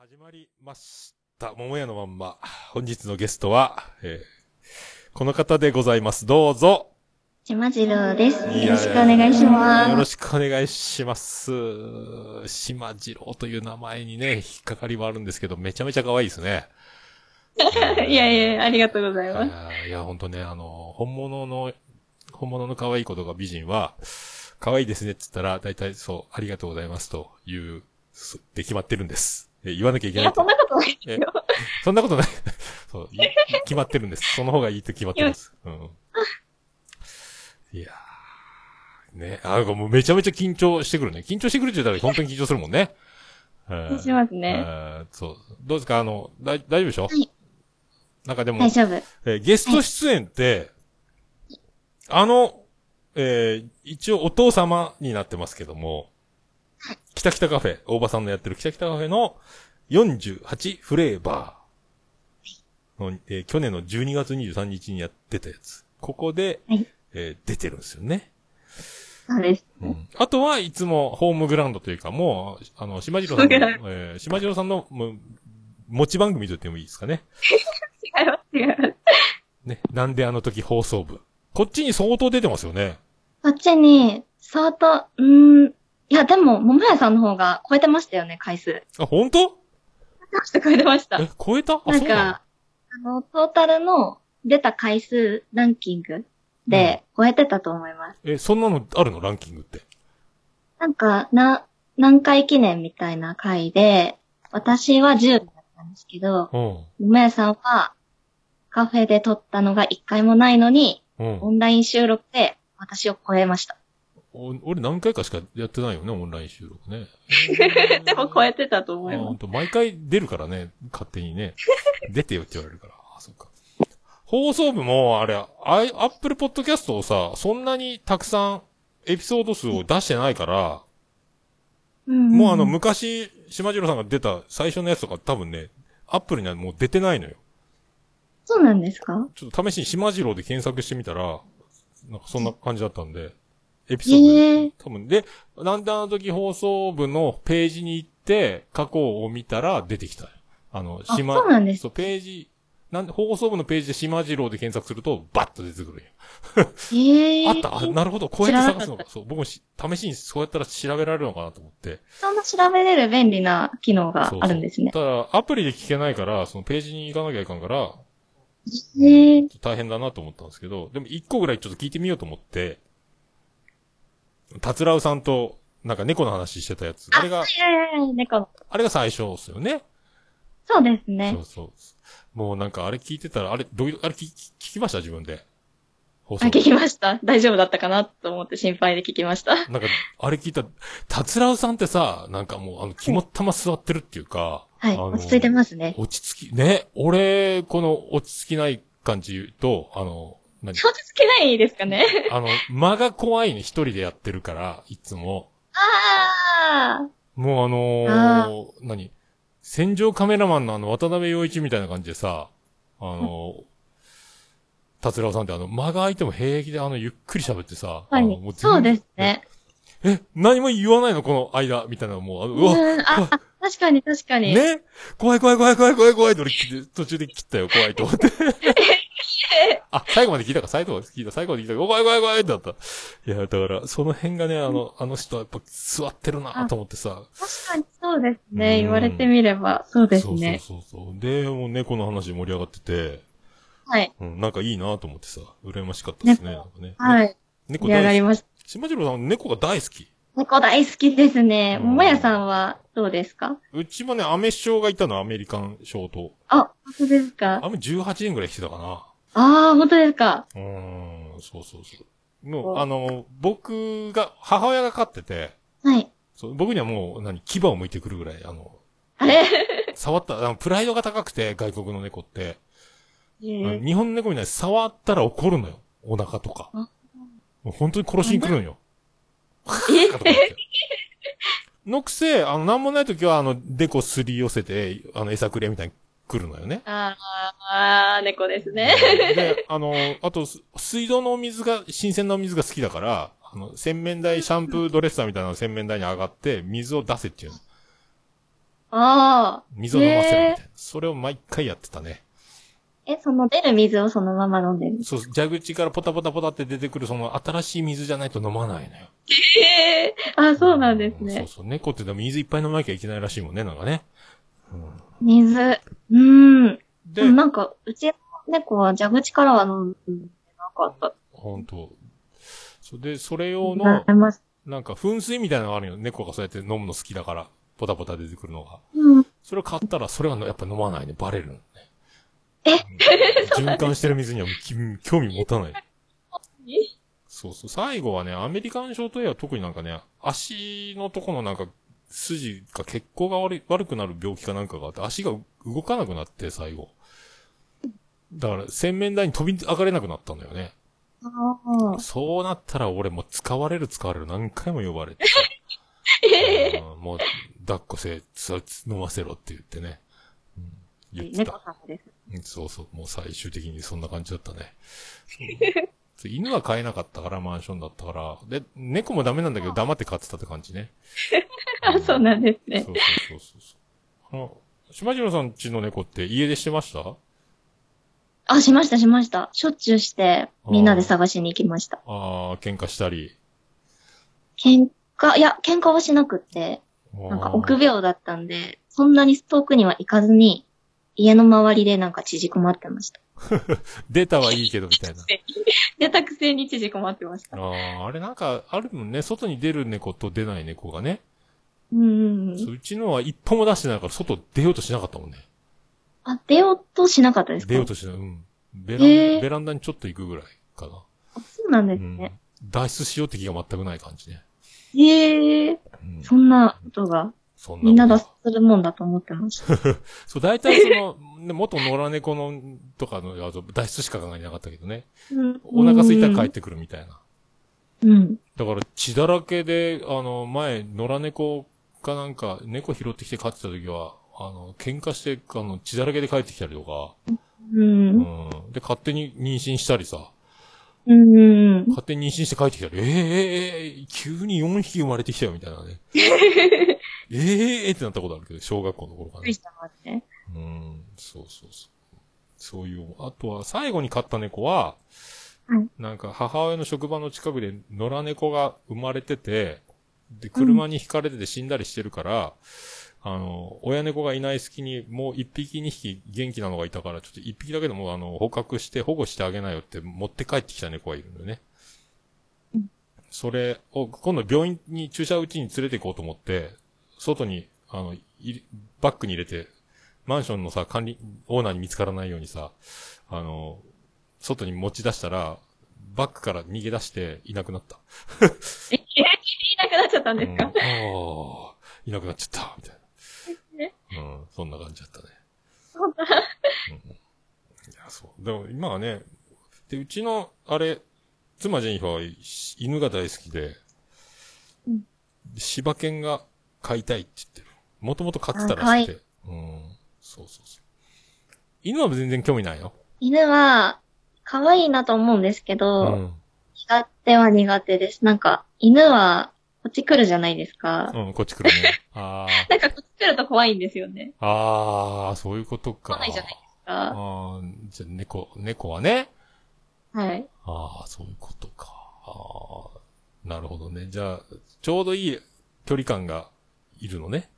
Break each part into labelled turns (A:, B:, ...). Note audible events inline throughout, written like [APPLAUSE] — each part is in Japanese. A: 始まりました。桃屋のまんま。本日のゲストは、えーこの方でございます。どうぞ。
B: 島次郎です。
A: いやいや
B: よろしくお願いし
A: よ
B: ま
A: ろ
B: す。
A: しくお願いします。島次郎という名前にね、引っかかりはあるんですけど、めちゃめちゃ可愛いですね。
B: [LAUGHS] いやいや、ありがとうございます。
A: あーいや、ほんとね、あの、本物の、本物の可愛い子とか美人は、可愛いですねって言ったら、大体そう、ありがとうございますという、そで決まってるんです。え言わなきゃい
B: い
A: けない
B: や、
A: と
B: そん。なことないです
A: え
B: よ。
A: そんなことない。 [LAUGHS] そう、い決まってるんです。その方がいいと決まってます。うん。いやー。ね、あ、もうめちゃめちゃ緊張してくるね。緊張してくるって言ったら本当に緊張するもんね。うん
B: します
A: う
B: ね。
A: んそう。どうですかあの、だい、大丈夫でしょ
B: はい
A: なんかでも
B: 大、丈夫。
A: えーゲスト出演って、あの、えー一応お父様になってますけども、キタキタカフェ、大場さんのやってるキタキタカフェの48フレーバーの、えー去年の12月23日にやってたやつ。ここで、
B: はい
A: えー出てるんですよね。
B: そうです。
A: あとはいつもホームグラウンドというか、もう、あの、島次郎さんの
B: ホームグラウン、
A: えー島次郎さんの、もう、持ち番組と言ってもいいですかね。
B: 違います、違います。
A: ね、なんであの時放送部。こっちに相当出てますよね。
B: こっちに、相当、うーん、いや、でも、桃屋さんの方が超えてましたよね、回数。
A: あ、本当
B: 超えてました、超えてました。
A: え、超えたあ、
B: なん
A: そうな
B: か、あの、トータルの出た回数ランキングで超えてたと思います。
A: のえ、そんなのあるのランキングって。
B: なんか、な、何回記念みたいな回で、私は10だったんですけど、
A: うん。
B: 梅屋さんは、カフェで撮ったのが一回もないのに、
A: うん
B: オ。ンライン収録で私を超えました。
A: お俺何回かしかやってないよね、オンライン収録ね。
B: [LAUGHS] でも超えてたと思い
A: あほ
B: ま
A: んと毎回出るからね、勝手にね。 [LAUGHS] 出てよって言われるから。あ、そっか。放送部も、あれ、アイアップルポッドキャストをさ、そんなにたくさんエピソード数を出してないから、
B: す。んん
A: もうあの、昔、島次郎さんが出た最初のやつとか多分ね、アップルにはもう出てないのよ。
B: そうなんですか
A: ちょっと試しに島次郎で検索してみたら、なんかそんな感じだったんで、エピソ
B: え
A: ードで、
B: え
A: 多分。で、なんであの時放送部のページに行って、過去を見たら出てきた。あの、
B: あ
A: 島、
B: そうなんです
A: そう、ページ、なんで、放送部のページで島次郎で検索すると、バッと出てくるんや。
B: ええ
A: あったあなるほど、こうやって探すのか。そう、僕もし試しにそうやったら調べられるのかなと思って。
B: そんな調べれる便利な機能が
A: そうそう
B: あるんですね。
A: ただ、アプリで聞けないから、そのページに行かなきゃいかんから、
B: ええ
A: 大変だなと思ったんですけど、でも一個ぐらいちょっと聞いてみようと思って、達郎さんと、なんか猫の話してたやつ。あれが、
B: いやいやいや、猫の。
A: あれが最初ですよね。
B: そうです
A: そ
B: ね
A: う。そう。もうなんかあれ聞いてたら、あれ、どういう、あれ聞聞聞きました自分で。放
B: あ、
A: 送
B: 聞。きました。大丈夫だったかなと思って心配で聞きました。
A: なんか、あれ聞いた、達郎さんってさ、なんかもう、あの、肝っ玉座ってるっていうか、
B: はい。
A: あの
B: 落ち着いてますね。
A: 落ち着き、ね、俺、この落ち着きない感じと、あの、何
B: 落ち着けないですかね。
A: あの、間が怖いね、一人でやってるから、いつも。
B: ああ
A: もうあ
B: あ
A: のー、何戦場カメラマンのあの、渡辺陽一みたいな感じでさ、あのー、達郎さんってあの、間が空いても平気であの、ゆっくり喋ってさ、
B: は
A: あ
B: い
A: のも全
B: そうですね。
A: え、何も言わないのこの間、みたいな、もう、あのうわ、
B: うん、あ、あ確かに確かに。
A: ね怖い怖い怖い怖い怖い怖いって俺聞いて途中で切ったよ、怖いと思
B: [LAUGHS]
A: って。あ、最後まで聞いたか、最後まで聞いた、最後まで聞いたか、怖い怖い怖いってなった。いや、だから、その辺がね、あの、あの人はやっぱ座ってるなと思ってさ、
B: 確かにそうです
A: うん
B: ね。言われてみれば、そうですね。
A: そうそうそうそう。で、もう猫の話盛り上がってて、
B: はい。
A: うん、なんかいいなと思ってさ、羨ましかったですね。なんかね
B: はい。
A: 猫
B: 盛り上が
A: 大
B: り
A: 好き。
B: ました。
A: 島次郎さん、猫が大好き。
B: 猫大好きですね。
A: うん
B: 桃屋さんはどうですか
A: うちもね、アメショがいたの、アメリカンショート。
B: あ、本当ですか
A: アメ18年ぐらい来てたかな。
B: ああ、本当ですか
A: うーん、そうそうそう。もう、
B: お
A: あの、僕が、母親が飼ってて、
B: はい。
A: そう僕にはもう、何、牙を剥いてくるぐらい、あの、
B: あ [LAUGHS] れ
A: 触った、あの、プライドが高くて、外国の猫って。あ
B: え
A: の
B: ー
A: 日本の猫みたいに触ったら怒るのよ。お腹とか。も
B: あ
A: う本当に殺しに来るんよ。[LAUGHS]
B: え
A: とか言ってのくせ、あの、なんもない時は、あの、でこすり寄せて、あの、餌くれみたいに来るのよね。
B: ああ、猫ですね。
A: で、あの、あと、す水道のお水が、新鮮なお水が好きだから、あの、洗面台、シャンプードレッサーみたいなの洗面台に上がって、水を出せっていうの。
B: [LAUGHS] ああ。
A: 水を飲ませるみたいな。それを毎回やってたね。
B: え、その出る水をそのまま飲んでるんです
A: そう、蛇口からポタポタポタって出てくるその新しい水じゃないと飲まないのよ。
B: ええあ、そうなんです
A: そう
B: ね。
A: そう。猫ってでも水いっぱい飲まなきゃいけないらしいもんね、なんかね。
B: 水。うーん。
A: で
B: でも、なんか、うちの猫は蛇口からは飲んでなかった。
A: ほんと。そで、それ用の
B: わ、かります。
A: なんか噴水みたいなのがあるよ。猫がそうやって飲むの好きだから、ポタポタ出てくるのが。
B: うん。
A: それを買ったら、それはやっぱ飲まないね。バレるのね。
B: え
A: [LAUGHS] うん循環してる水にはき興味持た [LAUGHS] ない。そうそう。最後はね、アメリカンショートヘアは特になんかね、足のとこのなんか、筋か血行が悪い悪くなる病気かなんかがあって、足が動かなくなって、最後。だから、洗面台に飛び上がれなくなったんだよね。
B: ああ。
A: そうなったら俺もう使われる使われる何回も呼ばれ [LAUGHS] て。うんもう、抱っこせ、つ、つ飲ませろって言ってね。うん、言って
B: 猫
A: た。
B: さんです。
A: うんそうそう。もう最終的にそんな感じだったね。そう犬は飼えなかったから、マンションだったから。で、猫もダメなんだけど黙って飼ってたって感じね。
B: [LAUGHS] あ、そうなんです [LAUGHS]
A: そう
B: ね
A: そ。うそうそうそう。あの、島次郎さんちの猫って家出してました
B: あ、しました、しました。しょっちゅうして、みんなで探しに行きました。
A: ああ、喧嘩したり。
B: 喧嘩、いや、喧嘩はしなくって、
A: な
B: なんか臆病だったんで、そんなに遠くには行かずに、家の周りでなんか縮こまってました。
A: 出たはいいけどみたいな。
B: 出たくせに縮こまってました。
A: ああ、あれなんかあるもんね。外に出る猫と出ない猫がね。
B: うんうんうん
A: そううちのは一歩も出してないから外出ようとしなかったもんね。
B: あ、出ようとしなかったですか
A: 出ようとしない。うん。ベラ,、
B: へー
A: ベランダにちょっと行くぐらいかな。
B: あそうなん
A: う
B: です
A: ん
B: ね。。
A: 脱出しようって気が全くない感じね。
B: ええ
A: うん。
B: そんなことが、
A: そん
B: みんな
A: こ
B: 出
A: と
B: するもんだと思ってました。
A: そう、大体その、ね、 [LAUGHS] 元野良猫の、とかの、あと脱出しか考えてなかったけどね。
B: うん
A: [LAUGHS] お腹空いたら帰っ。てくるみたいな。
B: うん。
A: だから血だらけで、あの、前、野良猫かなんか、猫拾ってきて飼ってた時は、あの、喧嘩して、あの、血だらけで帰ってきたりとか、
B: う。
A: うんん。で、勝手に妊娠したりさ、
B: うんうん。
A: 勝手に妊娠して帰ってきたり、えーえーえー急に4匹生まれてきたよ、みたいな
B: [LAUGHS]
A: ね。えーえーえーってなったことあるけど、小学校の頃から
B: びっくりしたわね。
A: うん、そうそうそう。そういう、あとは最後に飼った猫は、
B: はい
A: なんか母親の職場の近くで野良猫が生まれてて、で、車にひかれてて死んだりしてるから、あの、親猫がいない隙にもう一匹二匹元気なのがいたから、ちょっと一匹だけでもあの、捕獲して保護してあげなよって持って帰ってきた猫がいるんだよね。
B: うん
A: それを、今度病院に注射打ちに連れて行こうと思って、外に、あの、いバッグに入れてマンションのさ、管理、オーナーに見つからないようにさ、あの、外に持ち出したら、バックから逃げ出していなくなった。
B: いなくなっちゃったん
A: う
B: で
A: ん、
B: す
A: あ
B: か、
A: あ、 [LAUGHS] いなくなっちゃった、みたい
B: ね
A: な。うん、そんな感じだったね。
B: そうだ
A: いや、そう。でも今はね、で、うちの、あれ、妻ジェニファーはい犬が大好きで、
B: うん
A: 柴犬が飼いたいって言ってる。もともと飼ってた
B: あ可
A: ら
B: 愛
A: し
B: い
A: くて。うん、そうそうそう。犬は全然興味ないよ。
B: 犬は、可愛いなと思うんですけ
A: う
B: ど、
A: ん。
B: 苦手は苦手です。なんか、犬は、こっち来るじゃないですか。
A: うん、こっち来る [LAUGHS] ね。あ
B: なんか、こっち来ると怖いんですよね。
A: あ。ああ、そういうことか。
B: 来ないじゃない
A: か。
B: あ
A: ああ、じゃあ猫、猫はね。
B: はい。
A: ああ、そういうことか。ああ、なるほどね。じゃあ、ちょうどいい距離感がいるのね。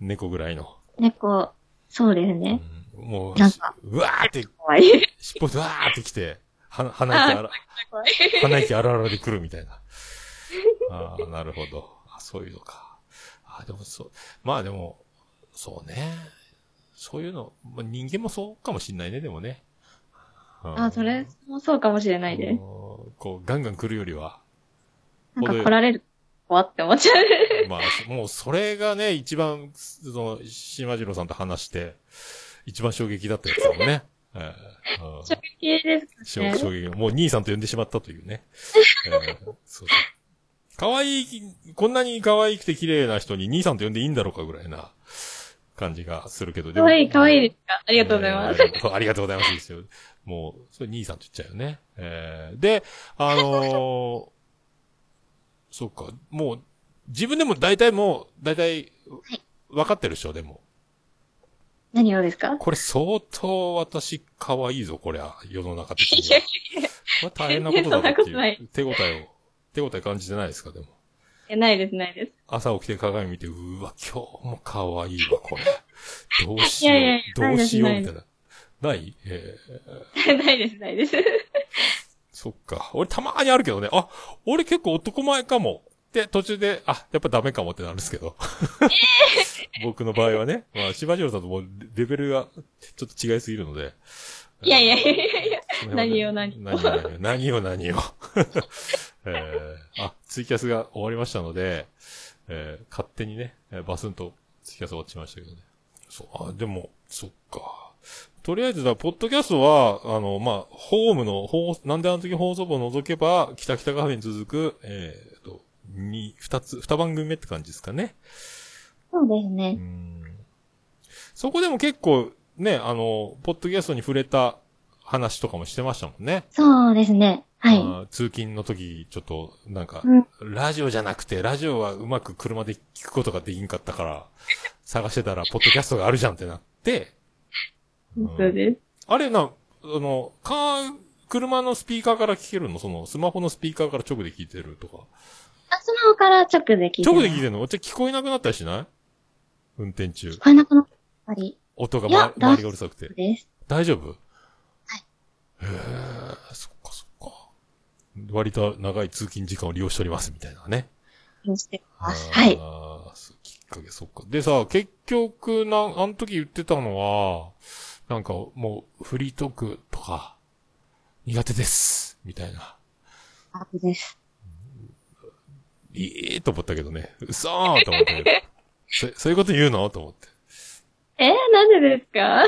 A: 猫ぐらいの。
B: 猫、そうですね。
A: うんもう
B: なんか、
A: うわーって、
B: 怖い。
A: 尻尾でわーってきて、は、鼻息あら、鼻息あらあらで来るみたいな。ああ、なるほど。あそういうのか。あでもそう、まあでも、そうね。そういうの、まあ、人間もそうかもしんないね、でもね。
B: あ、それもそうかもしれない
A: で。
B: です
A: こう、ガンガン来るよりは。
B: す。な
A: 程
B: ん
A: よ
B: か
A: い
B: 来られると怖って思っちゃ
A: [LAUGHS]
B: う。
A: まあ、もうそれがね、一番、その、島次郎さんと話して、一番衝撃だったやつだもんね。 [LAUGHS] ええうん
B: 衝撃です
A: 衝
B: ね。
A: 衝撃。もう兄さんと呼んでしまったというね。えーそうそう可愛い、こんなに可愛くて綺麗な人に兄さんと呼んでいいんだろうかぐらいな感じがするけど。で
B: か
A: も
B: わいい、かわいいですか。ありがとうございます。
A: えーそうありがとうございますですよ。もう、それ兄さんと言っちゃうよね。えーで、あのー [LAUGHS] そっか、もう、自分でも大体もう、大体、分かってるでしょ、でも。
B: 何をですか
A: これ相当私可愛いぞ、こりゃ。世の中的には。これ大変なことだろって。
B: そんなことないいう
A: 手応えを、手応え感じてないですか、でも。
B: え、ないです、ないです。 [LAUGHS]
A: 朝起きて鏡見て、うわ、今日も可愛いわ、これ。どうしよ
B: いやいやいうや、
A: どうしよう、
B: ない
A: み
B: で
A: た
B: す
A: いな。ないえー、
B: ないです、ないです。
A: そっか。俺たまーにあるけどね。あ、俺結構男前かも。で、途中で、あ、やっぱダメかもってなるんですけど。僕の場合はね。まあ、柴城さんともうレベルがちょっと違いすぎるので。
B: いやいやいやいやいや。
A: その辺はね
B: 何
A: 何を何を何を。 [LAUGHS] えー、あ、ツイキャスが終わりましたので、えー、勝手にね、えーバスンとツイキャス終わってしまいましたけどね。そう、あ、でも、そっか。とりあえずだ、ポッドキャストは、あの、まあ、ホームの、放なんであの時放送部を除けば、北北カフェに続く、えー、と、に、二つ、二番組目って感じですかね。
B: そうです
A: う
B: ね。
A: んそこでも結構、ね、あの、ポッドキャストに触れた話とかもしてましたもんね。
B: そうですね。はい。
A: あー通勤の時、ちょっと、なんか、
B: うん
A: ラジオじゃなくて、ラジオはうまく車で聞くことができんかった
B: [LAUGHS]
A: から、探してたら、ポッドキャストがあるじゃんってなって、うん
B: そうです。
A: あれな、あの、カー、車のスピーカーから聞けるのその、スマホのスピーカーから直で聞いてるとか。
B: あ、スマホから直で聞いてます。
A: 直で聞いてるのじゃあ聞こえなくなったりしない運転中
B: 聞。こえなくなったり
A: 音が、
B: いや
A: ま、周りがうるさくて。
B: です。
A: 大丈夫
B: はい。
A: へえ、そっかそっか。割と長い通勤時間を利用しております、みたいなね。
B: してます。はい。
A: あーそうきっかけ、そっか。でさ、結局、なん、あの時言ってたのは、なんかもう、フリートークとか、苦手です、みたいな。
B: あれです。
A: いいと思ったけどね。嘘ーと思
B: [LAUGHS]
A: ったけど。そそういうこと言うのと思って。
B: えー、なんでですか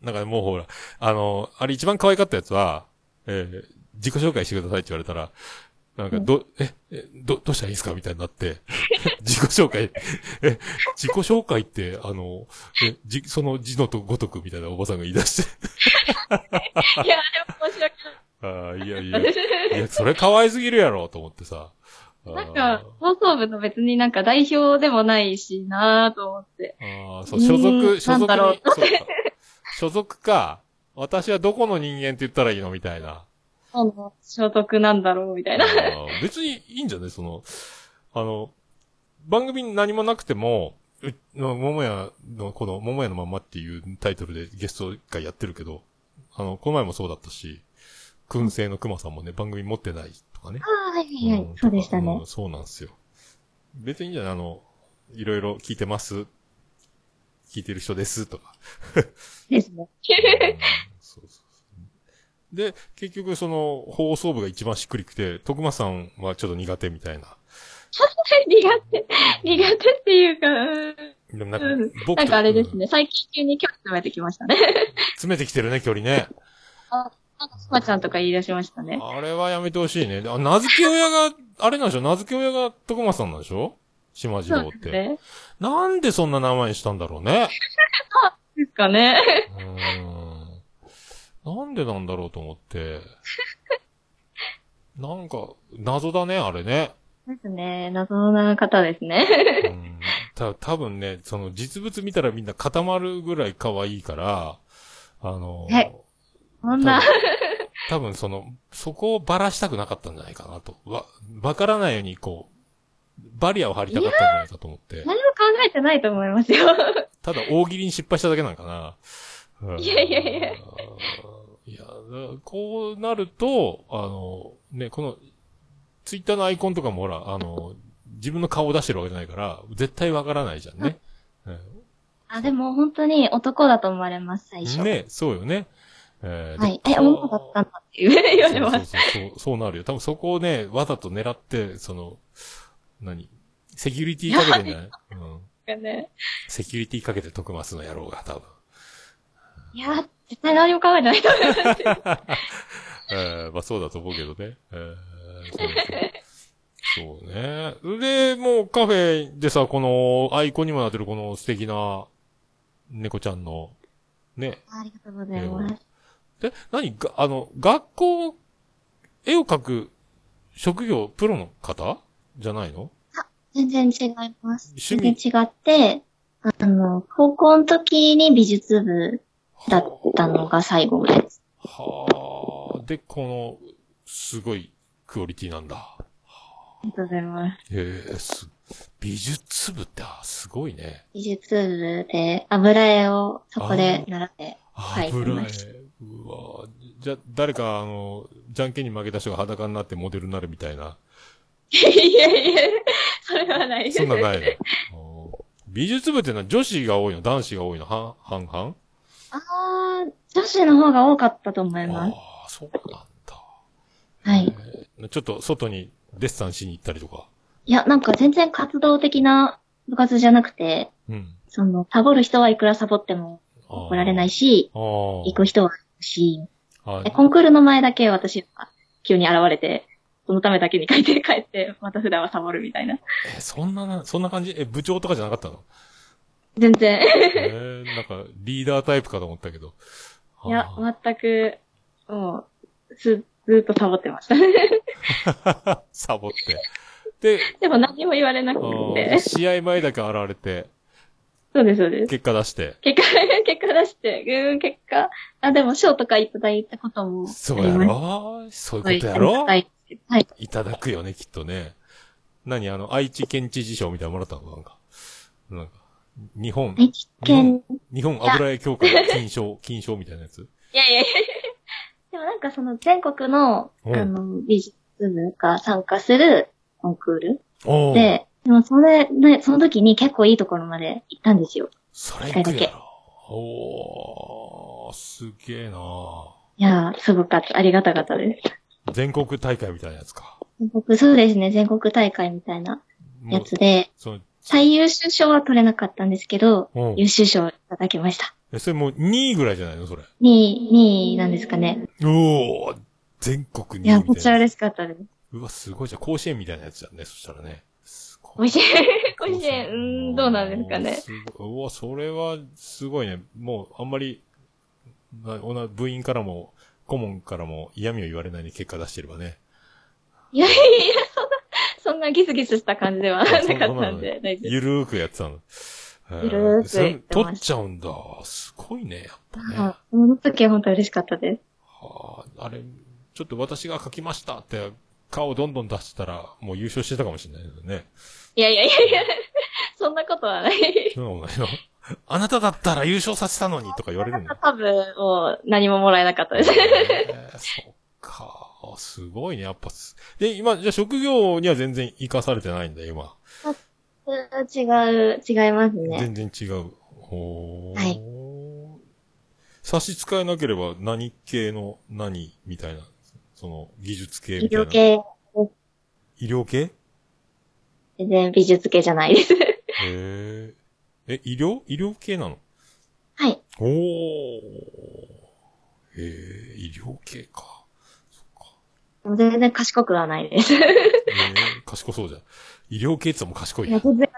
A: なんかもうほら、あの、あれ一番可愛かったやつは、えー自己紹介してくださいって言われたら、なんか、ど、え、え、ど、どうしたらいいんですかみたいになって、 [LAUGHS] 自己紹介、え、自己紹介って、あの、え、じ、その字のとごとくみたいなおばさんが言い出して、
B: いや、あれ面白かっ
A: ああ、いやい
B: た
A: や、
B: で
A: い
B: す。
A: や、それ可愛すぎるやろ、と思ってさ。あー
B: なんか、放送部の別になんか代表でもないしなぁと思って。
A: ああ、そう、所属、
B: うん
A: 所属に、
B: なんだろう
A: そうか。所属か、私はどこの人間って言ったらいいのみたいな。
B: その、所属なんだろうみたいな。
A: あー別にいいんじゃないその、あの、番組に何もなくても、うの、桃屋の、この、桃屋のまんまっていうタイトルでゲスト会やってるけど、あの、この前もそうだったし、燻製の熊さんもね、番組持ってないとかね。
B: ああ、はいはいは
A: う
B: い
A: ん。
B: そうでした
A: う
B: ね
A: ん。そうなんですよ。別にいいんじゃないあの、いろいろ聞いてます。聞いてる人ですとか。
B: です
A: う
B: ね。
A: んそうそうそうで、結局その放送部が一番しっくりくて、徳間さんはちょっと苦手みたいな。
B: 苦手、苦手っていうか、うん
A: でもなんか
B: うん、
A: 僕と
B: なんかあれです
A: うん
B: ね、最近急に距離詰めてきましたね。
A: 詰めてきてるね、距離ね。
B: なんかスパちゃんとか言い出しましたね。
A: あれはやめてほしいね。あ名付け親が、あれなんでしょ名付け親が徳間さんなんでしょ島次
B: そ
A: 郎
B: う
A: っ
B: です
A: て、
B: ね。
A: なんでそんな名前にしたんだろうね。
B: ですかね。
A: うーん。なんでなんだろうと思って。なんか、謎だね、あれね。
B: ですね。謎な方ですね。
A: うんた多分ね、その実物見たらみんな固まるぐらい可愛いから、あの、
B: はいそ
A: 多
B: ん
A: 分
B: な、
A: 多分その、そこをばらしたくなかったんじゃないかなと。わ、わからないようにこう、バリアを張りたかったんじゃないかと思って
B: 何。も考えてないと思いますよ。
A: ただ大喜利に失敗しただけなんかな。うん
B: いやいやいや。
A: いや、だこうなると、あの、ね、この、ツイッターのアイコンとかもほら、あの、自分の顔を出してるわけじゃないから、絶対わからないじゃんね。うん
B: あ、でも本当に男だと思われます、最初。
A: ね、そうよね。えー
B: はい。
A: で
B: え、女だったんだっていう言われます。
A: そうそうそうそう、そうなるよ。多分そこをね、わざと狙って、その、何セキュリティかけてんじゃないうん。
B: かね。
A: セキュリティかけて徳マスの野郎が、多分。
B: いや、絶対何も考えてないと思います。
A: えー、まあそうだと思うけどね。えーそうそうそうね。で、もうカフェでさ、このアイコンにもなってるこの素敵な猫ちゃんの、ね。
B: ありがとうございます。
A: で、何が、あの、学校、絵を描く職業、プロの方じゃないの
B: 全然違います。
A: 趣
B: 全
A: 味
B: 然違って、あの、高校の時に美術部だったのが最後です。
A: はあ。で、この、すごいクオリティなんだ。
B: ありがとうございます。
A: へえ、す、美術部って、あすごいね。
B: 美術部で油絵をそこで習って、はい
A: 油
B: 行き
A: 絵
B: まし。
A: うわじゃ、誰か、あの、じゃんけんに負けた人が裸になってモデルになるみたい
B: [LAUGHS]
A: な。
B: [LAUGHS] いやいや、それはないです。
A: そんなんないの。お美術部ってのは女子が多いの男子が多いの半半々
B: あー、女子の方が多かったと思います。
A: ああ、そうなんだ。
B: はい。
A: えーちょっと外にデッサンしに行ったりとか。
B: いや、なんか全然活動的な部活じゃなくて、
A: うん。
B: その、サボる人はいくらサボっても怒られないし、
A: あー。
B: 行く人は行くし、
A: あ
B: えコンクールの前だけ私が急に現れて、そのためだけに書いて帰って、また普段はサボるみたいな。
A: え、そんなな、そんな感じえ、部長とかじゃなかった
B: [LAUGHS]
A: の
B: 全然。
A: えー、なんか、リーダータイプかと思ったけど。
B: いや
A: あー、
B: 全く、もう、ず、ずっとサボってました。 [LAUGHS]
A: [LAUGHS] サボって。で、
B: でも何も言われなく
A: あー
B: て。
A: 試合前だけ現れて、
B: そうです、そうです。
A: 結果出して。
B: 結果、 [LAUGHS] 結果出して、うん、結果、あ、でも賞とかいただいたこともあります。
A: そうやろそういうことや
B: あり
A: ろ
B: がたいですけどはい。
A: いただくよね、きっとね。何あの、愛知県知事賞みたいなのもらったのなんか。なんか、日本、
B: 愛知県、
A: 日本油絵協会の金賞、金賞みたいなやつ。
B: いやいや [LAUGHS] いや。でもなんかその全国の、あ
A: うん
B: の、美術部が参加するコンクール
A: おお。
B: で、でもそれ、ね、その時に結構いいところまで行ったんですよ。
A: それ行くやろ。おー、すげえない
B: やー、すごかった。ありがたかったです。
A: 全国大会みたいなやつか。
B: 全国、そうですね、全国大会みたいな
A: も
B: や
A: う、
B: つで、
A: その、
B: 最優秀賞は取れなかったんですけど、
A: うん
B: 優秀賞をいただきました。
A: え。それもう2位ぐらいじゃないのそれ。
B: 2位、2位なんですかね。
A: おー、全国2
B: い
A: 位
B: や、
A: み
B: めっちゃ
A: たいな。
B: 嬉しかったです。
A: うわ、すごいじゃん。甲子園みたいなやつじゃんね。そしたらね。すご
B: 甲
A: い。
B: 子園、 [LAUGHS] 甲子園、うーん、どうなんですかね。
A: すごいうわ、それは、すごいね。もう、あんまり、なおな部員からも、顧問からも嫌味を言われないで結果出してればね。
B: いやいや、そんな、そ [LAUGHS] んなギスギスした感じではな [LAUGHS] かっ
A: そんなことな
B: た
A: の
B: んで、大丈夫です。
A: ゆるーくやってたの。えー
B: ゆるーく
A: それ
B: やってました
A: 取っちゃうんだ。すごいね、やっぱね。
B: はいその時は本当嬉しかったです。
A: はあ、あれ、ちょっと私が書きましたって、顔をどんどん出してたら、もう優勝してたかもしれないよね。
B: いやいやいやいや、そんなことはない。
A: そんなことないの [LAUGHS] あなただったら優勝させたのにとか言われる
B: [LAUGHS]
A: の
B: 多分、もう何ももらえなかったです。
A: えーそっか。すごいね、やっぱす。で、今、じゃあ職業には全然活かされてないんだ、今。
B: 違う、違いますね。
A: 全然違う。ほー。
B: はい
A: 差し支えなければ何系の何みたいな。その、技術系
B: 医
A: みたいな。
B: 療。系、
A: 医療系
B: 全然美術系じゃないです。
A: へーえ、医療医療系なの
B: はい。
A: おー。へえ、医療系か。そっか。
B: もう全然賢くはないです。い
A: えー賢そうじゃん。医療系って言ったらもう賢い
B: や
A: ね。
B: 全然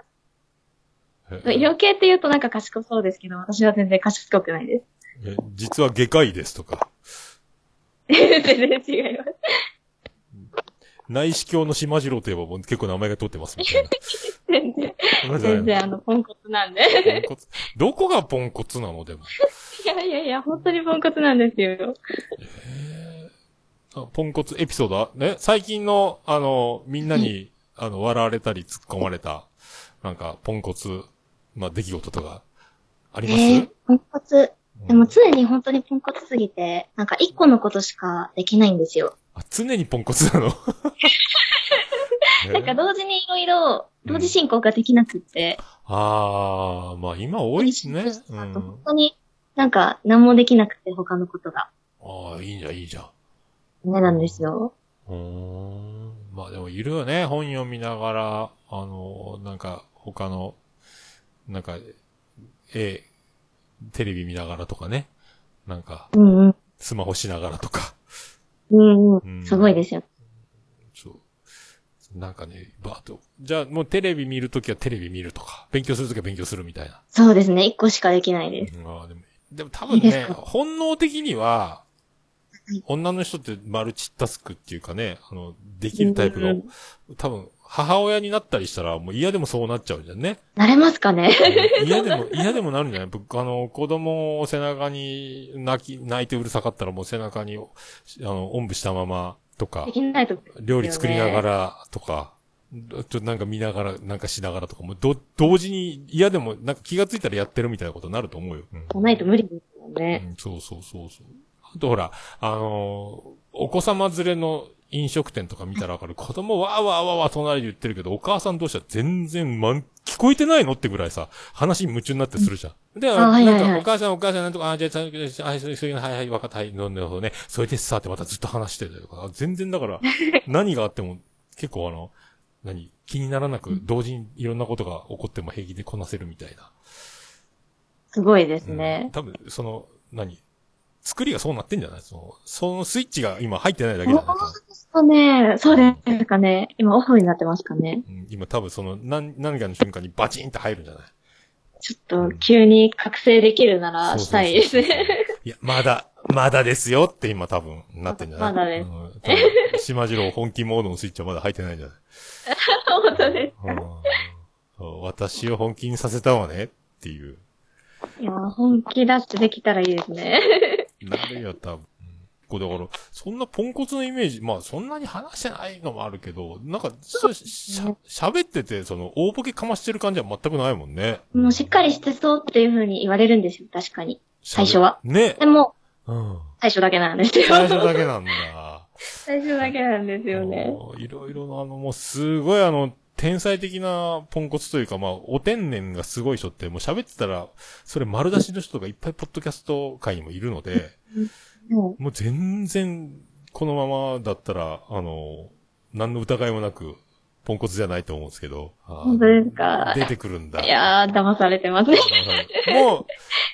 A: え
B: 医療系って言うとなんか賢そうですけど、私は全然賢くないです。 [LAUGHS]
A: え実は外科医ですとか、
B: 全然違います。
A: 内視鏡の島次郎といえばもう結構名前が取ってますみたい
B: [LAUGHS]
A: な。そんな
B: 全然、
A: じゃない
B: 全
A: の
B: 然あの、ポンコツなんで。 [LAUGHS]
A: ポンコツ。どこがポンコツなのでも。
B: いやいやいや、本当にポンコツなんですよ。
A: あポンコツエピソードあね、最近の、あの、みんなに、あの、笑われたり突っ込まれた、なんか、ポンコツ、まあ、出来事とか、あります、
B: えー、ポンコツ。
A: うん
B: でも常に本当にポンコツすぎて、なんか一個のことしかできないんですよ。
A: あ常にポンコツなの [LAUGHS]
B: なんか
A: え
B: 同時にいろいろ、同時進行ができなくって、
A: ああ、まあ今多いしね。う
B: あと本
A: ん。
B: 当になんか何もできなくて他のことが。
A: ああ、いいじゃん、いいじゃん。
B: ね、なんですよ。
A: うーん。まあでもいるよね。本読みながら、あの、なんか他の、なんか、え、テレビ見ながらとかね。なんか、
B: うんうん。
A: スマホしながらとか。
B: うん
A: う
B: うんん。すごいですよ。
A: そう。なんかね、バーっと。じゃあもうテレビ見るときはテレビ見るとか。勉強するときは勉強するみたいな。
B: そうですね。一個しかできないです。
A: うんあーでも、でも多分
B: いいで
A: ね、
B: すか
A: 本能的には
B: はい、
A: 女の人ってマルチタスクっていうかね、あの、できるタイプが
B: うん
A: 多分母親になったりしたら、もう嫌でもそうなっちゃうじゃんね。
B: なれますかね
A: 嫌で
B: [LAUGHS]
A: も、嫌でもなるんじゃない僕あの、子供を背中に泣き、泣いてうるさかったらもう背中に、あの、おんぶしたままとか
B: で、きないと。
A: 料理作りながらとか、ちょっとなんか見ながら、なんかしながらとか、もうど、同時に嫌でも、なんか気がついたらやってるみたいなことになると思うよ。うん
B: じゃないと無理ですよね。
A: うん、そうそうそうそう。あとほら、あのーお子様連れの飲食店とか見たらわかる。子供わーわーわーわー隣で言ってるけど、お母さん同士は全然まん、聞こえてないのってぐらいさ、話に夢中になってするじゃん。で、
B: あはいはいはい
A: なんか、お母さんお母さんなんとか、あ、じゃあ、ちゃんと、あ、そういうそういうの、はいはい、わかった、はい、飲んでほどね。それでさ、ってまたずっと話してたりとか、全然だから、何があっても、結構あの、何気にならなく、同時にいろんなことが起こっても平気でこなせるみたいな。
B: すごいです
A: うん
B: ね。
A: 多分、その、何作りがそうなってんじゃないその、そのスイッチが今入ってないだけじゃないかな。
B: そうね、そうですかね。今オフになってますかね。
A: うん今多分その、何、何かの瞬間にバチンって入るんじゃない
B: ちょっと急に覚醒できるなら
A: そう
B: し
A: そうそう
B: たいですね。 [LAUGHS]
A: いや、まだ、まだですよって今多分なってんじゃない
B: まだで
A: う
B: す
A: ん多分島次郎本気モードのスイッチはまだ入ってないんじゃない
B: 本当です。
A: うんそう私を本気にさせたわねっていう。
B: いや、本気出してできたらいいですね。
A: なるよ、多分。うんこうだから、そんなポンコツのイメージ、まあそんなに話してないのもあるけど、なんか、そうしゃ、喋ってて、その、大ボケかましてる感じは全くないもんね。
B: もうしっかりしてそうっていう風に言われるんですよ、確かに。
A: 喋
B: 最初は。
A: ね。
B: でも、
A: うん。
B: 最初だけなんですよ。
A: 最初だけなん
B: [LAUGHS]
A: だ。
B: 最初だけなんですよね。
A: あのいろいろな、あの、もうすごいあの、天才的なポンコツというか、まあ、お天然がすごい人って、もう喋ってたら、それ丸出しの人がいっぱいポッドキャスト界にもいるので、
B: も
A: もう全然、このままだったら、あの、何の疑いもなく、ポンコツじゃないと思うんですけど。
B: 本当ですか
A: 出てくるんだ。
B: ういやー、騙されてますね。
A: [LAUGHS] も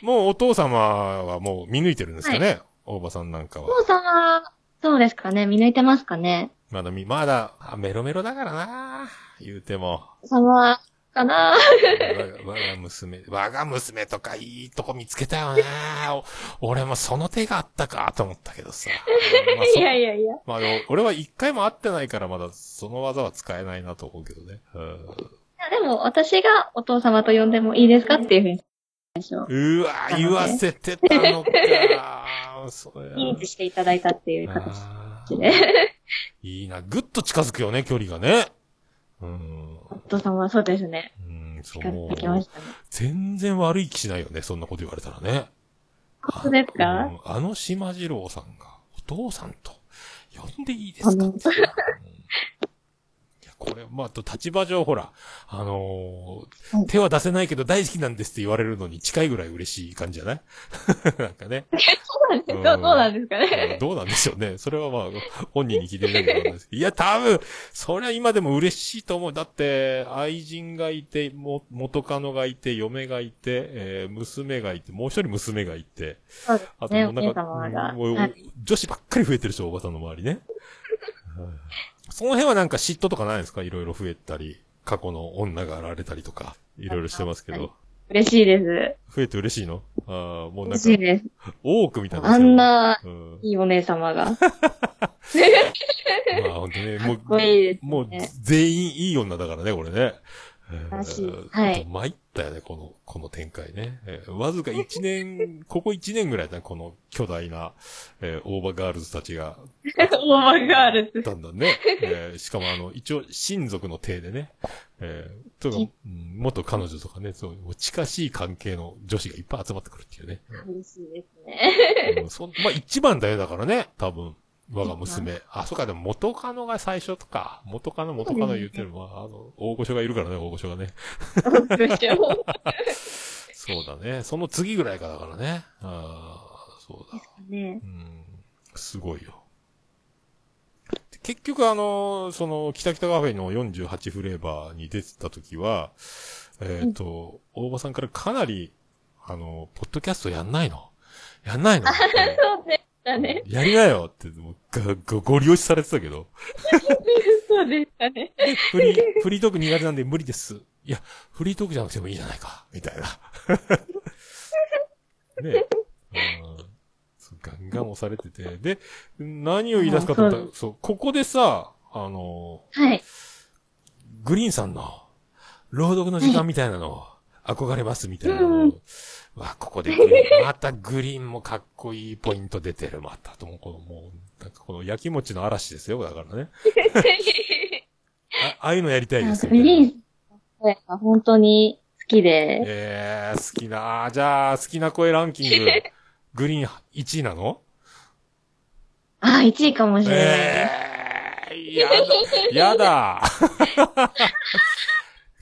A: う、もうお父様はもう見抜いてるんですかね、大場さんなんかは。
B: 父様、そうですかね、見抜いてますかね。
A: まだみ、まだ、あメロメロだからな言うても。
B: 父様、かな
A: 我が我が娘、我が娘とかいいとこ見つけたよなお俺もその手があったかと思ったけど
B: [LAUGHS]
A: さ。まあ
B: い
A: そ
B: やいやいや。
A: まあでも、俺は一回も会ってないからまだその技は使えないなと思うけどね。うん
B: でも、私がお父様と呼んでもいいですかっていうふうに、最初、
A: うわ言わせてたのかそれ
B: 認知していただいたっていう形
A: あー
B: で、
A: いいな。ぐっと近づくよね、距離がね。うん。
B: お父様はそうですね、
A: うん、そ
B: 使ってきま
A: う
B: し。たね。
A: 全然悪い気しないよね、そんなこと言われたらね。
B: 本当です
A: う
B: か
A: んあの島次郎さんが、お父さんと、呼んでいいです
B: あ
A: か
B: の、
A: うんいやこれ、まあ、あと、立場上、ほら、あのー
B: うん
A: 手は出せないけど大好きなんですって言われるのに近いぐらい嬉しい感じじゃない [LAUGHS] なんかね。
B: そうなんです、どうどうなんですか
A: うん
B: ね。
A: どうなんでしょうね。それはまあ、本人に聞いてみるのもなんですけどいや、多分、それは今でも嬉しいと思う。だって、愛人がいて、も、元カノがいて、嫁がいて、えー娘がいて、もう一人娘がいて。
B: そうで
A: あ
B: す
A: と
B: ね、
A: も
B: お
A: うな
B: 姉
A: んか、
B: 様が。
A: うんもう
B: はい
A: 女子ばっかり増えてるでしょ、おばさんの周りね。うんその辺はなんか嫉妬とかないんですかいろいろ増えたり、過去の女が現れたりとか、いろいろしてますけ
B: はい
A: ど。
B: 嬉しいです。
A: 増えて嬉しいのああ、もうなん
B: 嬉
A: か
B: しい、です。
A: 多くみたいな。
B: あん。な、
A: うん。
B: いいお姉様が。
A: まあ本当ね、もう、
B: こいいですね [LAUGHS]
A: もう全員いい女だからね、これね。
B: らしい
A: うん
B: はい
A: 参ったよね、この、この展開ね。えーわずか1年、 [LAUGHS] ここ1年ぐらいだね、この巨大な、えーオーバーガールズたちが
B: オーバーガールズ。
A: だんだん
B: [LAUGHS]
A: ね。えーしかもあの、一応親族の体でね。えー、とか、うん元彼女とかね、そう、もう近しい関係の女子がいっぱい集まってくるっていうね。
B: 嬉しいですね。
A: うん、そんまあ一番だよ、だからね、多分。我が娘。あ、そうか、でも元カノが最初とか、元カノ、元カノ言ってるのは、あの、大御所がいるからね、大御所がね。そうだね。その次ぐらいかだからね。ああ、そうだ。
B: ね
A: うんすごいよ。で結局あの、その、北北カフェの48フレーバーに出てた時は、えっ、と、大場さんからかなり、あの、ポッドキャストやんないのやんないのって
B: そうでしたね。
A: やりなよって、もうがご、ご利用しされてたけど。
B: そうでしたね。
A: でフリ
B: [LAUGHS]
A: ー、フリートーク苦手なんで無理です。いや、フリートークじゃなくてもいいじゃないか、み
B: [LAUGHS]
A: たいな。ねえ。うんそうガンガン押されてて。で、何を言い出すかと思った
B: う
A: ら、そう、ここでさ、あの、
B: はい。
A: グリーンさんの、朗読の時間みたいなの、憧れますみたいなのを
B: うん
A: わ、ここでグリーン、またグリーンもかっこいいポイント出てる、またとも、この、もう、なんかこの焼き餅の嵐ですよ、だから
B: [LAUGHS]
A: ね。あああいうのやりたい
B: な
A: で
B: ん
A: す
B: か
A: よ
B: グリーンの声が本当に好きで、
A: ええ好きな、じゃあ、好きな声ランキング、グリーン1位なの
B: あ、1位かもしれないで
A: ええやだ、やだ。 [LAUGHS]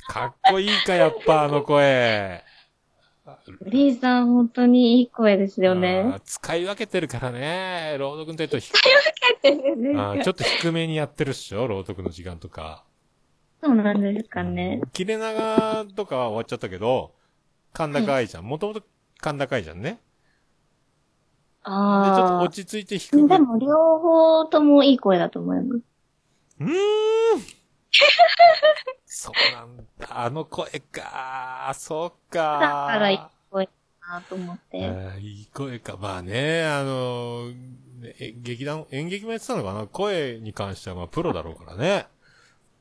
A: かっこいいか、やっぱ、あの声。
B: す。グリーンさん本当にいい声ですよ
A: あ
B: ね。
A: ー使い分けてるからね。朗読の時とひあーち
B: そ
A: ょっと低めにやってるっしょ朗読の時間とか。
B: うなんですかね。
A: 切れ長とかは終わっちゃったけど、甲高愛ちゃん。もともと甲高愛ちゃんね。で、ちょっと
B: ああ。
A: 落ち着いて低め。
B: でも両方ともいい声だと思います。
A: うー
B: [LAUGHS]
A: ん。そうなんだ。あの声か。そうか。
B: だからいい声だなと思って。
A: あーいい声か。まあね、あのーえ劇団、演劇もやってたのかな声に関しては、まあ、プロだろうからね。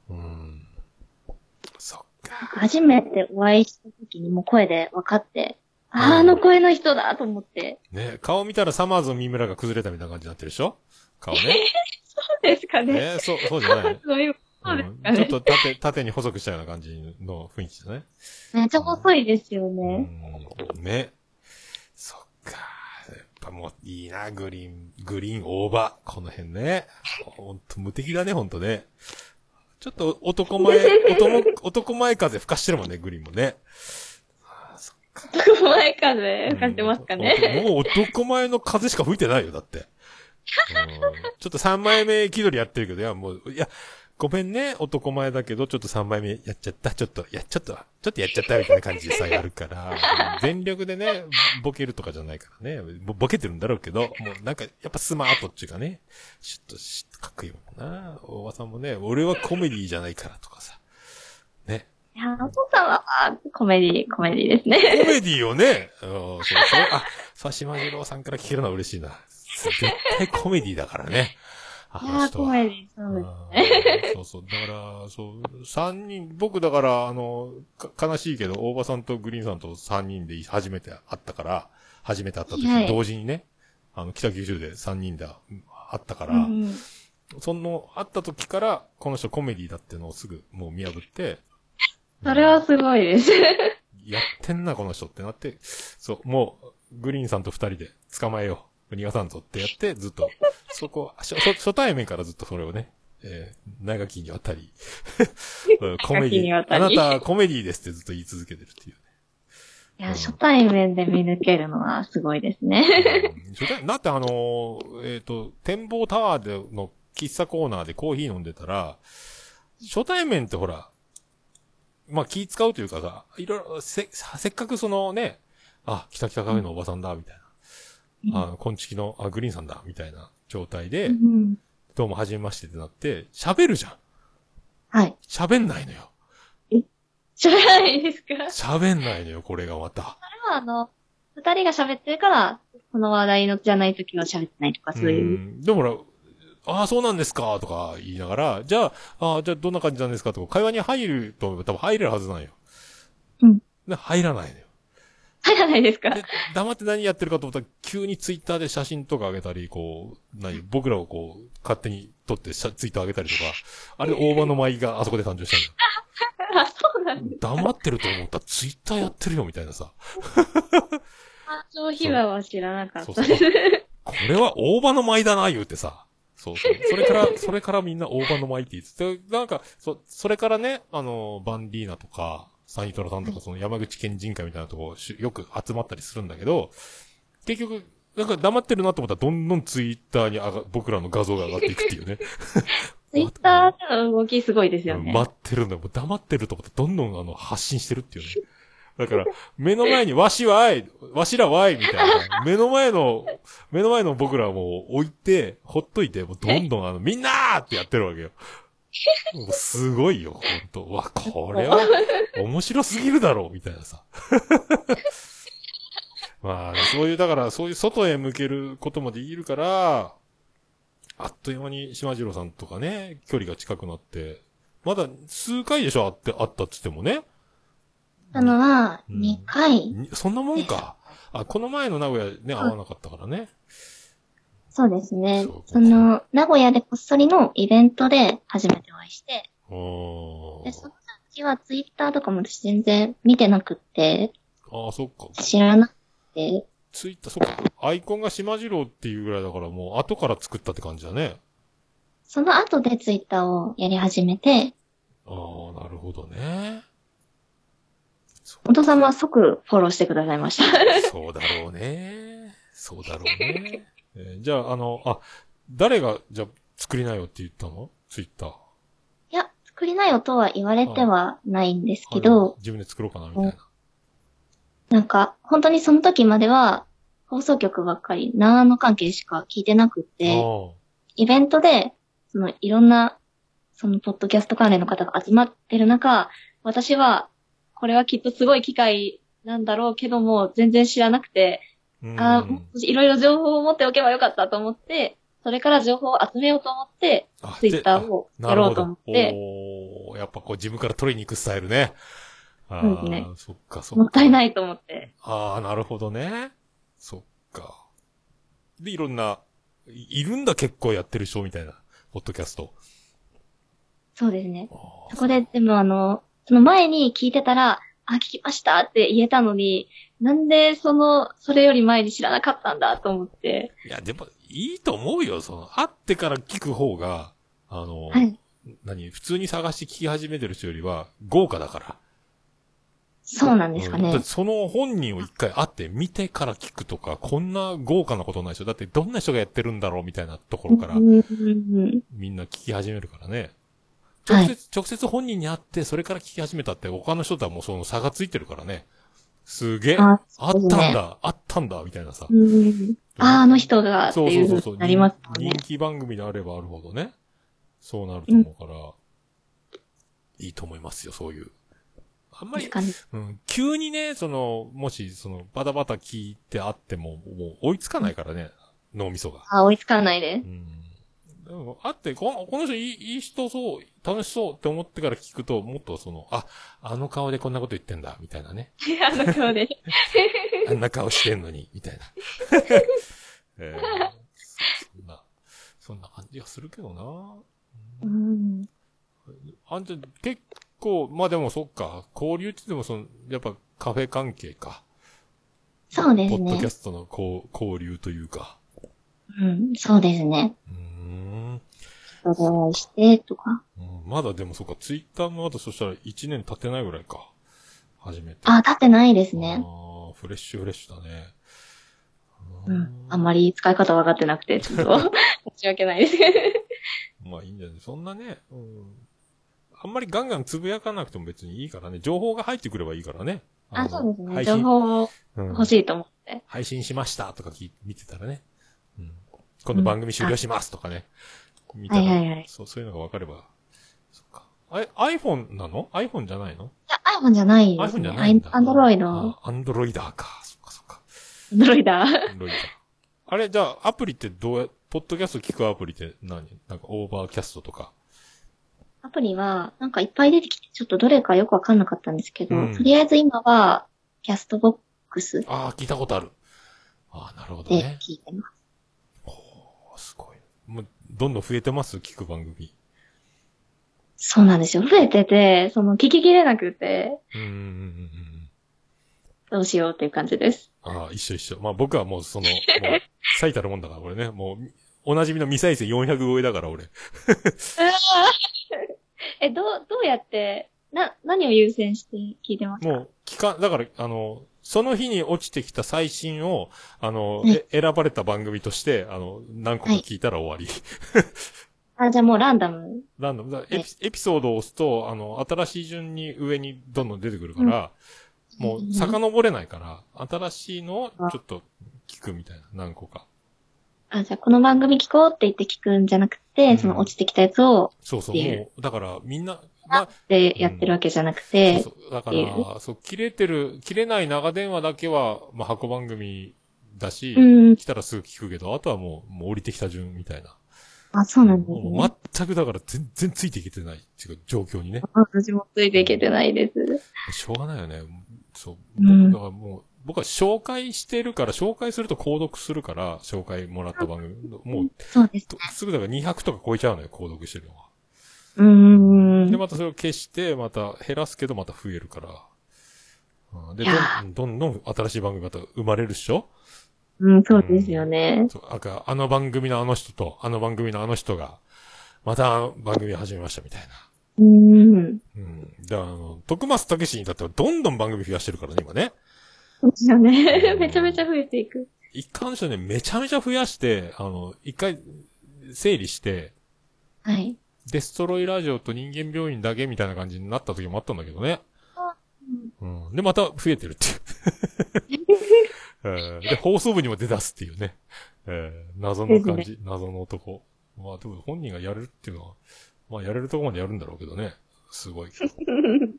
A: うん。そっか。
B: 初めてお会いした時にもう声で分かって、
A: ん
B: あーあの声の人だと思って。
A: ね、顔見たらサマーズの三村が崩れたみたいな感じになってるでしょ顔ね。
B: そうですか [LAUGHS] ね。
A: ね、そう、そうじゃない、
B: [LAUGHS] そういう、そうです
A: う
B: か
A: ん、ちょっ
B: ね。
A: と縦、縦に細くしたような感じの雰囲気だね。
B: めっちゃ細いですよ
A: う
B: ね。
A: ん。ね。そっか。やっぱもういいな、グリーン、グリーン、大葉。この辺ね。ほんと無敵だね、ほんとね。ちょっと男前、男男前風吹かしてるもんね、グリーンもね。
B: 男前風吹かしてますかね。
A: うん。もう男前の風しか吹いてないよ、だって。うんちょっと3枚目気取りやってるけど、いや、もう、いや、ごめんね、男前だけど、ちょっと3枚目やっちゃった、ちょっと、いや、ちょっと、ちょっとやっちゃったみたいな感じでさ、やる [LAUGHS] から、全力でね、ボケるとかじゃないからね、ぼボケてるんだろうけど、もうなんか、やっぱスマートっていうかね、ちょっとし、かっこいいもんな。大場さんもね、俺はコメディじゃないからとかさ、ね、
B: いや、お父さんはあーコメディ、コメディですね。
A: コメディを
B: [LAUGHS]
A: ね、うんそうそう。あ、さしまじろうさんから聞けるのは嬉しいな。絶対コメディだから
B: [LAUGHS]
A: ね。あ
B: いやー、コメディ、そうで
A: う
B: す。
A: んそうそう。だから、そう、三人、僕だから、あの、か悲しいけど、大場さんとグリーンさんと三人で初めて会ったから、初めて会った時、
B: はい
A: 同時にね、あの、北九州で三人でうん会ったか
B: う
A: ら、
B: ん、
A: その、会った時から、この人コメディだってのをすぐ、もう見破って、
B: それはすごいです。
A: やってんな、この人ってなって、そう、もう、グリーンさんと二人で捕まえよう。逃がさんぞってやって、ずっと、そこ、初初初対面からずっとそれをね、えー長きにわた
B: [LAUGHS]
A: り、うんコメデ
B: 長きに
A: ィ
B: わ、た
A: あ
B: り
A: なたはコメディですってずっと言い続けてるっていう
B: いや、初対面で見抜けるのはすごいですね。
A: ね。うん初対だってあのーえっ、と、展望タワーでの喫茶コーナーでコーヒー飲んでたら、初対面ってほら、まあ気使うというかさ、いろいろ、せ、せっかくそのね、あ、北北カフェのおばさんだ、みたいな。あの、こんちきの、あ、グリーンさんだ、みたいな状態で、
B: うん、
A: どうも、はじめましてってなって、喋るじゃん。
B: はい。
A: 喋んないのよ。
B: じゃないですか。
A: 喋んないのよ、これがまた。
B: まああの、二人が喋ってるから、この話題のじゃない時は喋ってないとか、そういうう。
A: ん。でもほら、ああ、そうなんですか、とか言いながら、じゃあ、ああ、じゃあどんな感じなんですか、とか、会話に入ると、多分入れるはずなんよ。
B: うん。
A: で、入らないのよ。
B: 入らない [LAUGHS] ですか
A: で、黙って何やってるかと思ったら、急にツイッターで写真とか上げたり、こう、何、僕らをこう、勝手に撮って写ツイッター上げた
B: [LAUGHS]
A: りとか、あれ、大場の舞があそこで誕生したのよ。
B: あ、そうなんです。
A: 黙ってると思ったらツイッターやってるよみたいなさ。
B: あ、そう秘話は知らなかっ
A: そう
B: た
A: そう。
B: です。
A: これは大場の舞だな、言うてさ。そうそう。それ
B: [LAUGHS]
A: から、それからみんな大場の舞って言ってて、なんか、そ、それからね、あの、バンディーナとか、サニトラさんとか、その山口県人会みたいなとこ、しよく集まったりするんだけど、結局、なんか黙ってるなと思ったら、どんどんツイッターに上が、僕らの画像が上がっていくっていうね。
B: ツイッターでの動きすごいですよね。
A: 待ってるんだよ。もう黙ってると思って、どんどんあの、発信してるっていうね。だから、目の前に、わしはあい、わしらはあい、みたいな。目の前の、目の前の僕らはもう置いて、ほっといて、もうどんどんあの、みんなーってやってるわけよ。もうすごいよ、ほんと。うわ、これは、面白すぎるだろう、みたいなさ。 [LAUGHS] まあ、そういう、だから、そういう外へ向けることもできるから、あっという間に島次郎さんとかね、距離が近くなって、まだ数回でしょあって、あったっつってもね。
B: たのは、
A: うん
B: 2回、
A: にそんなもんか。あ、この前の名古屋ね、会わなかったからね。
B: そうですね
A: そうか。
B: その、名古屋でこっそりのイベントで初めてお会いして、
A: うー
B: で、
A: ん。
B: その時はツイッターとかも私全然見てなくって、
A: ああ、そっか。
B: 知らなくて、
A: ツイッター、そっか。アイコンが島次郎っていうぐらいだからもう後から作ったって感じだね。
B: その後でツイッターをやり始めて、
A: ああ、なるほどね。そ
B: [LAUGHS] お父様は即フォローしてくださいました。
A: そうだろうね。そうだろうね。えーじゃあ、あの、あ、誰が、じゃあ、作りなよって言ったのツイッター。
B: いや、作りなよとは言われてはないんですけ
A: あれ
B: ど、
A: 自分で作ろうかな、みたいな。
B: なんか、本当にその時までは、放送局ばっかり、長野関係しか聞いてなくて、
A: ああ。
B: イベントで、そのいろんな、そのポッドキャスト関連の方が集まってる中、私は、これはきっとすごい機会なんだろうけども、全然知らなくて、
A: うん
B: ああ、もっといろいろ情報を持っておけばよかったと思って、それから情報を集めようと思って、
A: あ
B: ツイッターをやろうと思って、
A: おーやっぱこう自分から取りに行くスタイルね。あ
B: そうで
A: あ、
B: すね
A: そっか、そっか。
B: もったい
A: い。
B: ないと思って。
A: ああ、なるほどね。そっか。で、いろんな、いいるんだ結構やってる人みたいな、ポッドキャスト。
B: そうですね。
A: あー
B: そこで、でもあの、その前に聞いてたら、あ、聞きましたって言えたのに、なんでその、それより前に知らなかったんだと思って。
A: いや、でも、いいと思うよ、その、会ってから聞く方が、あの、
B: はい。
A: 何、普通に探して聞き始めてる人よりは、豪華だから。
B: そうなんですか
A: うんだっ
B: ね
A: て。その本人を一回会って見てから聞くとか、こんな豪華なことないでしょ。だってどんな人がやってるんだろうみたいなところから
B: うん、うんうん
A: みんな聞き始めるからね。
B: は
A: 直
B: い
A: 接、直接本人に会って、それから聞き始めたって、他の人とはもうその差がついてるからね。すげえ、あ
B: あ
A: った
B: そうんですね
A: だ、あったんだ、みたいなさ。
B: うんうんあ、あの人がって
A: そう
B: い
A: そううそう
B: 風
A: そう。
B: になりますもん
A: 人
B: ね
A: 人。気番組であればあるほどね。そうなると思うから、いいと思いますよ、そういう。あんまり
B: ですかね。
A: うん、急にね、その、もし、その、バタバタ聞いてあっても、もう追いつかないからね、脳みそが。
B: [LAUGHS] あ、追いつかないで
A: う。ん。でも、あって、この、この人いい、いい人そう、楽しそうって思ってから聞くと、もっとその、あ、あの顔でこんなこと言ってんだ、みたいなね。
B: あの顔で。
A: あんな顔してんのに、みたいな。えーそんな、そんな感じがするけどな。
B: うん
A: あんた、結構、まあでもそっか、交流って言ってもその、やっぱカフェ関係か。
B: そうです
A: ポッドキャ
B: ね。
A: ストのこう交流というか。
B: うん、そうですね。
A: うーん。
B: お会いして、とか。
A: うんまだでもそっか、ツイッターもあとそしたら1年経ってないぐらいか。初めて。
B: あ、立ってないです
A: あ
B: ね。
A: ーフレッシュフレッシュだね。
B: うん。あん
A: ま。
B: まり使い方分かってなくて、ちょっ [LAUGHS] と、申し訳ないです。
A: まあいいんじゃないそんなね、うん。あんまりガンガンつぶやかなくても別にいいからね。情報が入ってくればいいからね。
B: あ、
A: の
B: そうですね。
A: 配
B: 情
A: 信、
B: 報を
A: うん
B: 欲しいと思って。
A: 配信しましたとか聞い見てたらね。うん。今度番組終了しますとかね。見たら、
B: はいはいはい
A: そう、そういうのが分かれば。そっか。あれ iPhone なの ?iPhone じゃないの
B: いや、iPhone じゃないで
A: ?iPhone
B: す
A: じ
B: ね。
A: ゃないんだ。
B: アンドロイド。アン
A: あアンドロイダーか。そっかそっか。
B: ドロイダー。
A: アンドロイダー。あれ、じゃあ、アプリってどうや、ポッドキャスト聞くアプリって何なんか、オーバーキャストとか。
B: アプリは、なんかいっぱい出てきて、ちょっとどれかよくわかんなかったんですけど、
A: うん
B: とりあえず今は、キャストボックス
A: ああ、聞いたことある。ああ、なるほど
B: で
A: ね。
B: 聞いてます。
A: おーすごい。もう、どんどん増えてます聞く番組。
B: そうなんですよ。増えてて、その、聞ききれなくて、
A: うん、うん、うんうん。
B: どうしようっていう感じです。
A: ああ、一緒一緒。まあ僕はもうその、もう、最たるもんだから、俺ね。もう、おなじみの未再生400超えだから、俺。
B: え、どう、どうやって、な、何を優先して聞いてますか
A: もう、期間、だから、あの、その日に落ちてきた最新を、あの、
B: はい
A: え選ばれた番組として、あの、何個か聞いたら終わり。
B: あ、じゃあもうランダム。
A: ランダムだエピ。エピソードを押すと、あの、新しい順に上にどんどん出てくるから、
B: うん
A: も
B: うん
A: う、遡れないから、新しいのをちょっと聞くみたいな、何個か。
B: あ、じゃあこの番組聞こうって言って聞くんじゃなくて、その落ちてきたやつを、
A: そうそう、
B: いえ
A: もう、だから、みんな、まあ、
B: でやってるわけじゃなくて、
A: そうそうだから、そう、切れてる、切れない長電話だけは、まあ、箱番組だし、
B: うん
A: 来たらすぐ聞くけど、あとはもう、もう降りてきた順みたいな。
B: あ、そうなんです
A: も
B: ね。
A: う全くだから全然ついていけてないっていうか状況にね。
B: 私もついていけてないです。
A: しょうがないよね。そう。
B: うん
A: だからもう、僕は紹介してるから、紹介すると購読するから、紹介もらった番組。もう、
B: そうです。
A: とすぐだから200とか超えちゃうのよ、購読してるのは。
B: うーん
A: で、。またそれを消して、また減らすけど、また増えるから。うんで、
B: いや
A: どんどんどん新しい番組がまた生まれるっしょ
B: うん、そうですよね。
A: そうなんか、あの番組のあの人と、あの番組のあの人が、またあの番組始めましたみたいな。
B: うーん。
A: うん。だから、あの、徳松たけしに至ってはどんどん番組増やしてるからね、今ね。
B: そうですよね。めちゃめちゃ増えていく。
A: 一貫してね、めちゃめちゃ増やして、あの、一回、整理して、
B: はい。
A: デストロイラジオと人間病院だけみたいな感じになった時もあったんだけどね。うん。で、また増えてるっていう。 [LAUGHS] えーで、放送部にも出だすっていうね。えー謎の感
B: です
A: じ、謎の男。まあ、でも本人がやれるっていうのは、まあ、やれるとこまでやるんだろうけどね。すごい [LAUGHS] けど。うん。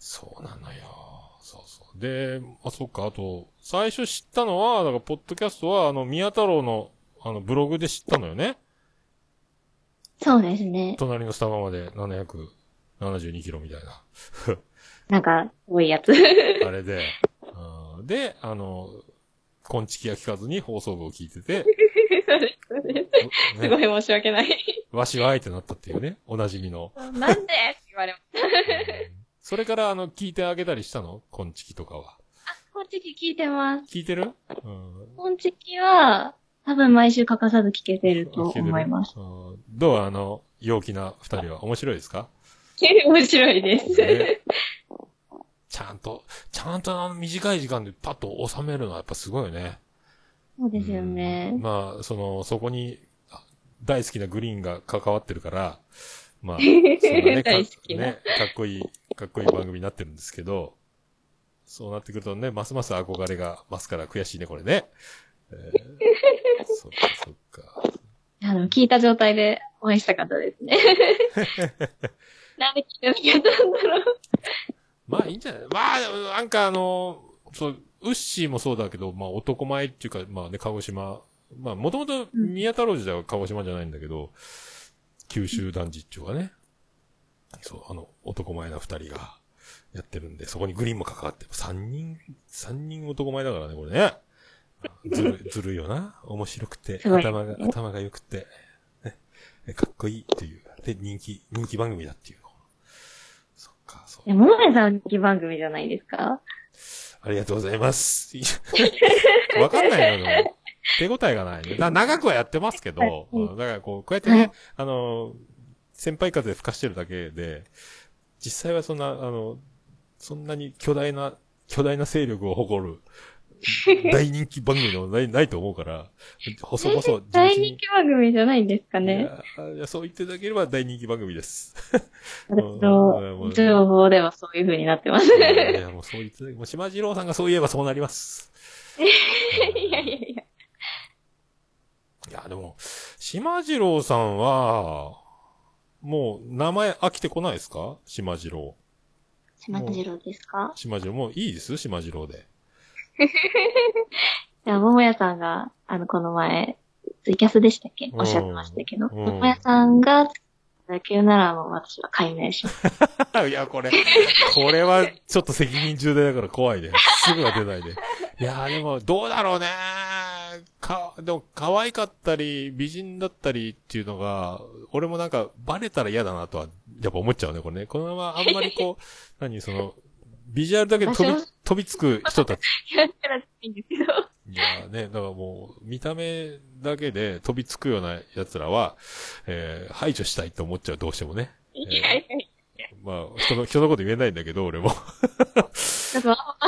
A: そうなのよ。そうそう。で、あ、そっか、あと、最初知ったのは、だから、ポッドキャストは、あの、宮太郎の、あの、ブログで知ったのよね。
B: そうですね。
A: 隣のスタバまで772キロみたいな。
B: なんか、多いや [LAUGHS] つ。
A: あれで、うんで、あの、こんちきが聞かずに放送部を聞いてて、お
B: [LAUGHS] すご
A: ね、
B: い申し訳ない。
A: わしはあえてなったっていうね、おなじみの。
B: なんでって言われまし
A: うんそれから、あの、聞いてあげたりしたのこんちきとかは。
B: た。こんちき聞いてます。
A: 聞いてるうん。
B: こんちきは、多分毎週欠かさず聞けてると思います。
A: す。うんどうあの、陽気な二人は面白いです
B: [LAUGHS]
A: か
B: [LAUGHS] 面白いです。
A: ねちゃんと、ちゃんとあの短い時間でパッと収めるのはやっぱすごいよね。
B: そうですよね
A: うん。まあ、その、そこに、あ大好きなグリーンが関わってるから、まあ、そうだねか
B: 大好きな
A: ね、かっこいい、かっこいい番組になってるんですけど、そうなってくるとね、ますます憧れがますから悔しいね、これね。えーそっか、そっか。
B: あの、聞いた状態でお会いしたかったで
A: [LAUGHS]
B: すね。なんで聞いてなかったんだろう。
A: まあ、いいんじゃないまあ、でもなんかあの、そう、ウッシーもそうだけど、まあ、男前っていうか、まあね、鹿児島、まあ、もともと宮太郎時代は鹿児島じゃないんだけど、九州男児っていうかね、そう、あの、男前な二人がやってるんで、そこにグリーンも関わって、三人、三人男前だからね、これね。ずる、 [LAUGHS] ずるいよな。面白くて、
B: すごい
A: 頭が、頭が良くて、ね、かっこいいっていう。で、人気、人気番組だっていう。そっか、そう。
B: え、ももめさんの人気番組じゃないですか
A: ありがとうござい
B: [LAUGHS]
A: ます。いやわかんないな、でも。手応えがないね。だ長くはやってますけど、
B: うん
A: うんだからこう、こうやってね、あの、先輩風で吹かしてるだけで、実際はそんな、あの、そんなに巨大な、巨大な勢力を誇
B: [LAUGHS]
A: る、大人気番組でもない、ないと思うから、細々、地道
B: [LAUGHS] 大
A: に
B: 人気番組じゃないんですかね。
A: いやいやそう言っていただければ大人気番組
B: [LAUGHS]
A: です。
B: 私
A: うん
B: の情報ではそういう風になってます。
A: いやいや、もうそう言っていただけ、もう島次郎さんがそう言えばそうなります。
B: [LAUGHS] いやいやいや。
A: いや、でも、島次郎さんは、もう、名前飽きてこないですか島次郎。
B: 島田次郎ですか
A: 島次郎、もういいです島次郎で。
B: じゃあ、ももやさんが、あの、この前、ツイキャスでしたっけ
A: うん
B: おっしゃってましたけど、
A: うん
B: ももやさんが、野球ならもう私は解明しま
A: [LAUGHS]
B: す。
A: いや、これ、これは、ちょっと責任重大だから怖いね。すぐは出ないで。いや、でも、どうだろうね。か、でも、可愛かったり、美人だったりっていうのが、俺もなんか、バレたら嫌だなとは、やっぱ思っちゃうね、これね。このまま、あんまりこう、 [LAUGHS] 何、その、ビジュアルだけで飛び、飛びつく人たち
B: いや、だからいいんですけど。
A: いやーね、だからもう、見た目だけで飛びつくような奴らは、えー、排除したいと思っちゃう、どうしてもね。
B: いやいやい
A: まあ、人の、人のこと言えないんだけど、
B: [LAUGHS]
A: 俺も。
B: や。ちょっとあんま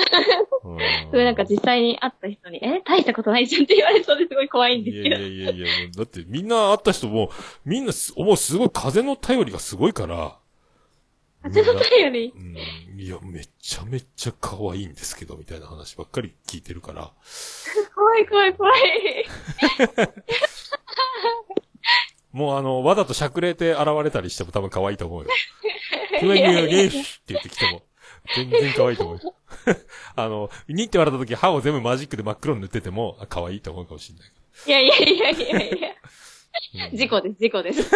A: うん
B: それなんか実際に会った人に、え、大したことないじゃんって言われそうですごい怖いん
A: い
B: です
A: や
B: け
A: いや
B: ど。
A: いやいや、もうだってみんな会った人も、みんなす、もうすごい風の頼りがすごいから。
B: 風の便り。
A: みんなうん、いや、めちゃめちゃ可愛いんですけど、みたいな話ばっかり聞いてるから。
B: 怖い怖い怖い。
A: もうあの、わざとしゃくれて現れたりしても多分可愛いと
B: [LAUGHS]
A: 思うよ。ふえふえふえって言ってきても、全然可愛いと思う
B: [LAUGHS]
A: よ。あの、にって笑った時歯を全部マジックで真っ黒に塗ってても、あ可愛いと思うかもしれないけど。
B: いやいやいやいやいや。
A: うん
B: 事故です、事故です。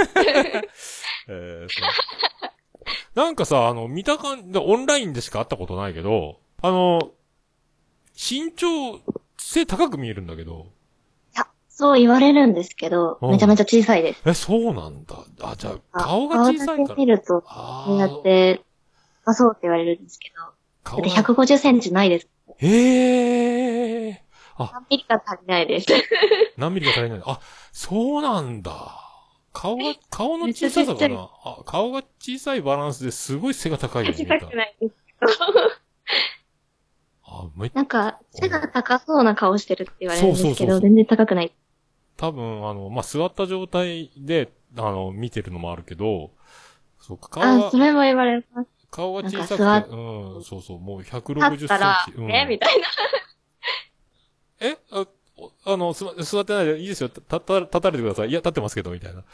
A: えーそう
B: [LAUGHS]
A: なんかさ、あの、見た感じ、オンラインでしか会ったことないけど、あの、身長、背高く見えるんだけど、
B: そう言われるんですけど、
A: うん
B: めちゃめちゃ小さいです。
A: え、そうなんだ。あ、じゃあ、
B: あ
A: 顔が小さい
B: 顔
A: か
B: だ
A: ら
B: け見。ると、
A: あ
B: こうや
A: ー
B: って、あ、そうって言われるんですけど、だ
A: 顔
B: って
A: が。
B: 150センチないです。
A: ええー、
B: 3ミリが足りないです。
A: 何ミリか足りない。あ、そうなんだ。顔が、顔の小ささ
B: めっちゃ
A: か
B: ちっちゃ
A: な。あ顔が小さいバランスですごい背が高いように
B: 小
A: 見え
B: さ
A: た
B: く。ないです。
A: あ、めっ
B: なんか、背が高そうな顔してるって言われるん
A: そ
B: で
A: う
B: す
A: そうそう
B: け
A: そ
B: ど、
A: う
B: 全然高くない。
A: 多分、あの、まあ、座った状態で、あの、見てるのもあるけど、そうか、顔
B: あ、そ
A: が、
B: れも言われます。
A: 顔が小さ
B: なん
A: く
B: か
A: て、うん、そうそう、もう160セ
B: 立っ
A: ンチ
B: たら、。
A: うん、
B: えみたいな。
A: えあおあの、すま、座ってないでいいですよ。立た、立たれてください。いや、立ってますけど、みたいな。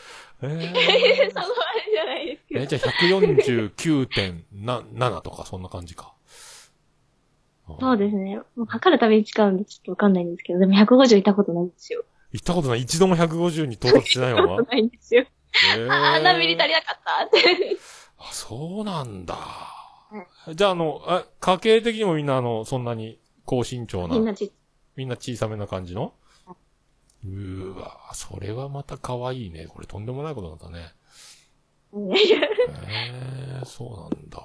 A: え
B: [LAUGHS]
A: ー
B: そのあれじゃないですけ
A: え、
B: ど。
A: じゃあ149.7とか、そんな感じか。
B: そうです
A: ね。
B: ね。もう測るたびに違うんでちょっとわかんないんですけど、でも150いたことないんですよ。
A: 行ったことない。一度も150に到達してないわ
B: [LAUGHS] こ。とないんですよ。
A: えー
B: あー、何ミリ足りなかったって。
A: あ、そうなんだ。じゃあ、あの、あ家系的にもみんな、あの、そんなに高身長な、
B: みんなちっ
A: みんな小さめな感じのうーわ、それはまた可愛いね。これとんでもないことだったね。
B: いやいや
A: へえ、そうなんだ。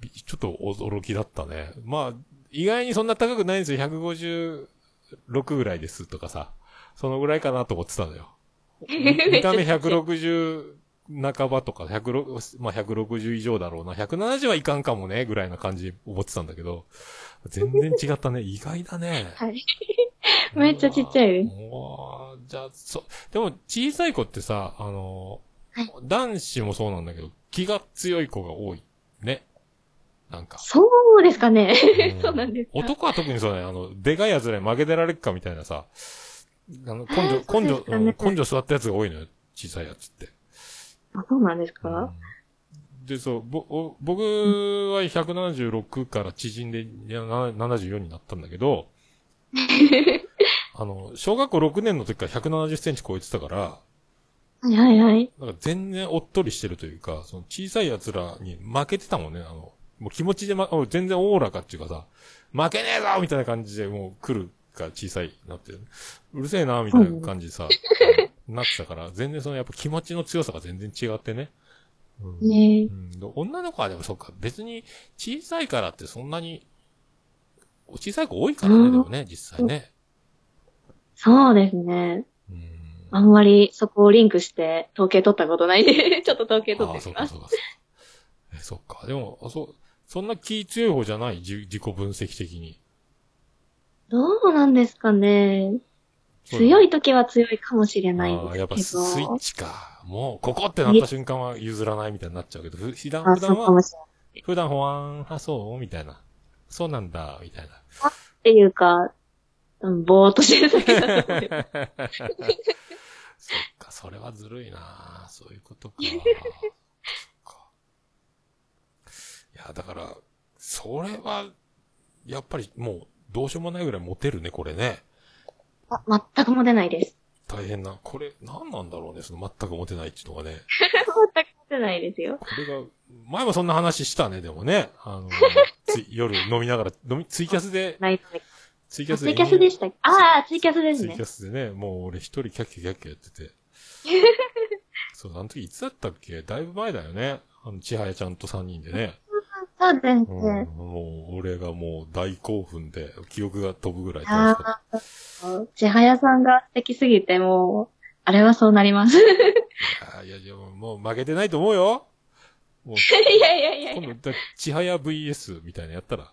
A: びちょっと驚きだったね。まあ、意外にそんな高くないんですよ。156ぐらいですとかさ。そのぐらいかなと思ってたのよ。
B: [LAUGHS]
A: 見た目160半ばとか、106まあ、160以上だろうな。170はいかんかもね、ぐらいな感じで思ってたんだけど。全然違
B: [LAUGHS]
A: ったね。意外だね。
B: はい。めっちゃちっちゃいで
A: う
B: す
A: わーじゃあ、そ、でも小さい子ってさ、あのー
B: はい
A: 男子もそうなんだけど、気が強い子が多い。ね。なんか。
B: そうですかね。
A: う
B: そうなんですか。
A: 男は特にそうだね。あの、でかいやつらに負けてられっかみたいなさ、あの、根
B: あー
A: 性、根
B: そう
A: 性
B: です、かね
A: うん根性座ったやつが多いのよ。小さいやつって。
B: あ、そうなんですか、
A: うんで、そう、ぼ、お僕は176から縮んでいやな74になったんだけ
B: [LAUGHS]
A: ど、あの、小学校6年の時から170センチ超えてたから、
B: はいはいはい。
A: なんか全然おっとりしてるというか、その小さい奴らに負けてたもんね、あの、もう気持ちで、ま、お全然おおらかっていうかさ、負けねえぞみたいな感じでもう来るから小さいなって、うるせえなみたいな感じでさ、なってたから、全然そのやっぱ気持ちの強さが全然違ってね。うん
B: ねえ
A: う。ん、で女の子はでもそっか、別に小さいからってそんなに、小さい子多いから
B: う
A: ね、
B: ん
A: でもね、実際ね。
B: そうですね。
A: うん。
B: あんまりそこをリンクして統計取ったことないんで、ち [LAUGHS] ょっと統計取っ
A: あ
B: て
A: そ
B: き
A: っか
B: ます。
A: そっかそっか。え、そっか。でも、あそ、そんな気強い方じゃないじ自己分析的に。
B: どうなんですかね。強い時は強いかもしれないん
A: あー
B: で
A: やっぱス
B: すけ
A: スイ
B: ど
A: ッ。チか。もう、ここってなった瞬間は譲らないみたいになっちゃうけど、ふ普段
B: あ、
A: 普
B: そ
A: 段
B: うか
A: は、
B: もしれない。
A: 普段ほわーん、あ、そうみたいな。そうなんだ、みたいな。
B: っていうか、うん、ぼーっとしてるだけ
A: [LAUGHS]
B: だと思いま
A: そっか、それはずるいなそういうこと
B: [LAUGHS]
A: か。そっか。いや、だから、それは、やっぱりもう、どうしようもないぐらいモテるね、これね。
B: す。あ全くも出ないです。
A: 大変な。これ、何なんだろうね、その全くモテないっていうのがね。
B: 全くも出ないですよ。
A: これが、前もそんな話したね、でもね。あの、つ夜飲みながら、飲み、ツイキャスで、
B: ないので。
A: ツイキャ
B: あ
A: ス
B: ツ
A: で
B: イキャスでしたっけああ、ツイキャスです
A: ツイ
B: ね
A: キ。ャスでね、もう俺一人キャッキャキャッキャやって
B: [LAUGHS]
A: て。そう、あの時いつだったっけだいぶ前だよね。あの、ちはやちゃんと三人でね。
B: そうです
A: う
B: ね。
A: ん、もう、俺がもう大興奮で、記憶が飛ぶぐらい楽しかっ
B: ああ、千早さんが素敵すぎて、もう、あれはそうな
A: [LAUGHS]
B: ります。い
A: た。あーいやいや、もう負けてないと思うよ。
B: [LAUGHS]
A: もう、
B: やいやいやい
A: 今
B: や、
A: 度、だちはや VS みたいなのやったら。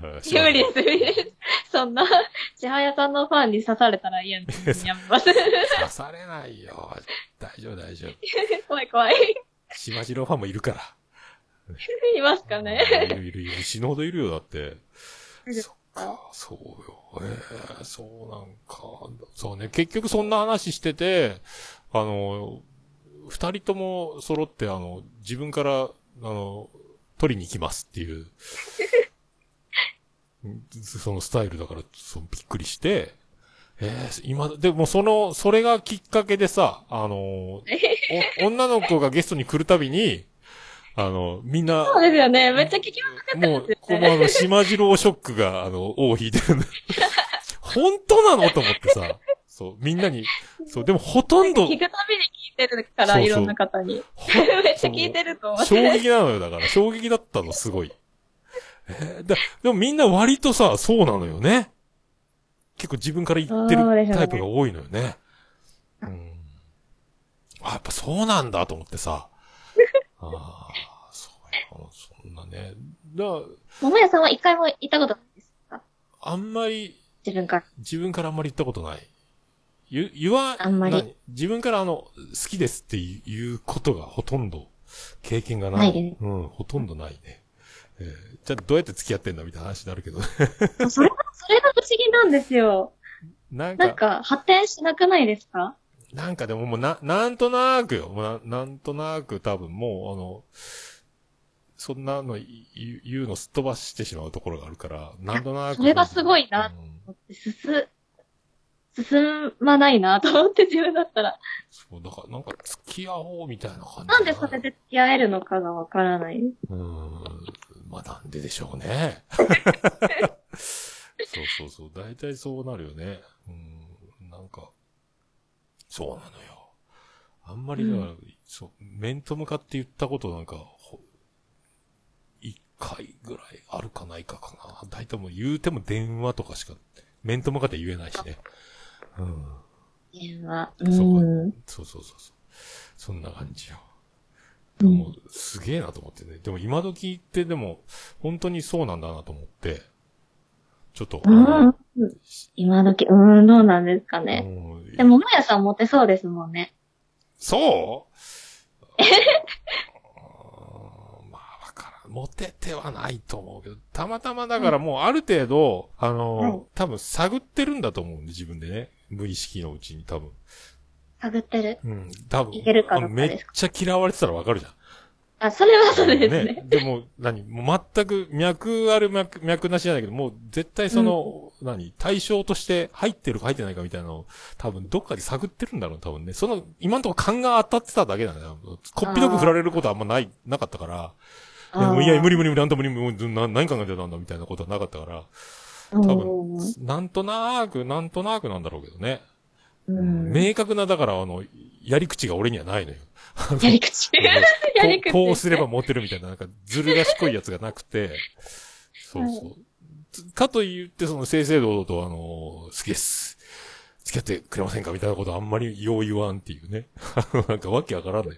A: 無
B: 無理です、無理です。そんな、千早さんのファンに刺されたら嫌なやめます。 [LAUGHS]
A: 刺されないよ。大丈夫、大丈夫。
B: 怖い怖い。
A: 島次郎ファンもいるから。
B: いますかね。
A: いるいるいる。死ぬほどいるよ、だって。そっか、そうよ。ええそうなんか。そうね。結局そんな話してて、あの、二人とも揃って、あの、自分から、あの、取りに行きますっていう、 [LAUGHS] そのスタイルだから、そうびっくりして、えー、今、でもその、それがきっかけでさ、あのーお女の子がゲストに来るたびに、あの、みんな、
B: そうですよね。めっちゃ聞きま
A: もう、このあの、島次郎ショックが、あの、尾を引いてるん
B: [LAUGHS]
A: だ。本当なのと思ってさ、そう、みんなに、そう、でもほとんど、
B: 聞くたびに聞いてるか
A: そ
B: ら、
A: うそう
B: いろんな方に。
A: ほ
B: めっちゃ聞いてると思う。
A: 衝撃なのよ、だから。衝撃だったの、すごい。えーだでもみんな割とさ、そうなのよね。結構自分から言って
B: そうで
A: る
B: しょうね
A: タイプが多いのよね。うん。あ、やっぱそうなんだと思って
B: [LAUGHS]
A: さ。ああ、そうや、そんなね。だ
B: 桃屋さんは一回も行ったことないですか
A: あんまり、
B: 自分から。
A: 自分からあんまり言ったことない。ゆ、言わ、
B: あんまり
A: 何自分からあの、好きですっていうことがほとんど、経験がな。
B: ないいね
A: うん、ほとんどないね。えーじゃあどうやって付き合ってんだみたいな話になるけどね。 [LAUGHS]
B: そうそれが、それが不思議なんですよ。
A: なん
B: なん
A: か、
B: か、発展しなくないですか
A: なんかでももうな、なんとなくよ。もうななんとなく多分もう、あの、そんなのい言う言うのすっ飛ばしてしまうところがあるから、なんとなく。
B: それがすごいな
A: うん
B: 進、進まないなと思って自分だったら。
A: そう、だからなんか付き合おうみたいな感じ。
B: なんでそれで付き合えるのかがわからない。
A: うーん。まあ、なんででしょうね。そうそうそう。大体そうなるよね。うん。なんか、そうなのよ。あんまりだから、
B: う
A: そう、面と向かって言ったことなんか、ほ一回ぐらいあるかないかかな。大体もう言うても電話とかしか、面と向かって言えないしね。うん。
B: 電話。う
A: そ
B: ー。
A: うんそうそうそうそう。そんな感じよ。
B: うん
A: もう、すげえなと思ってね。でも今時ってでも、本当にそうなんだなと思って、ちょっと、
B: うーん。今時、うーん、どうなんですかね。
A: うん
B: でも、もやさんモテそうですもんね。
A: そう [LAUGHS] あーまあ、わからん。モテてはないと思うけど、たまたまだからもうある程度、あのー
B: はい
A: 多分探ってるんだと思うんで、自分でね。無意識のうちに多分。
B: 探ってる。
A: うん、多分。
B: いけるかどうか
A: あのめ
B: で
A: っ
B: すか
A: ちゃ嫌われてたらわかるじゃん。
B: あ、それはそうですね。
A: でも、何もう全く、脈ある脈、脈なしじゃないけど、もう絶対その、何対象として入ってるか入ってないかみたいなのを、多分どっかで探ってるんだろう、多分ね。その、今んとこ勘が当たってただけなんだよ。こっぴどく振られることはあんまない、なかったから。いや、もういや、無理
B: 理。
A: 無理無理、あんた無理無理、な何考えてたんだ、みたいなことはなかったから。
B: 多
A: 多分、なんとなーく、なんとなーくなんだろうけどね。
B: うん。や
A: 明確な、だから、あの、やり口が俺にはないのよ。
B: り口。 [LAUGHS] やり口。
A: こうこうすればモテるみたいな、なんか、ずる賢いやつがなくて、そうそう。つかと言って、その、正々堂々と、あのー好きです。付き合ってくれませんかみたいなことあんまりよう言わんっていうね。 [LAUGHS] あのなんかわけわからんね。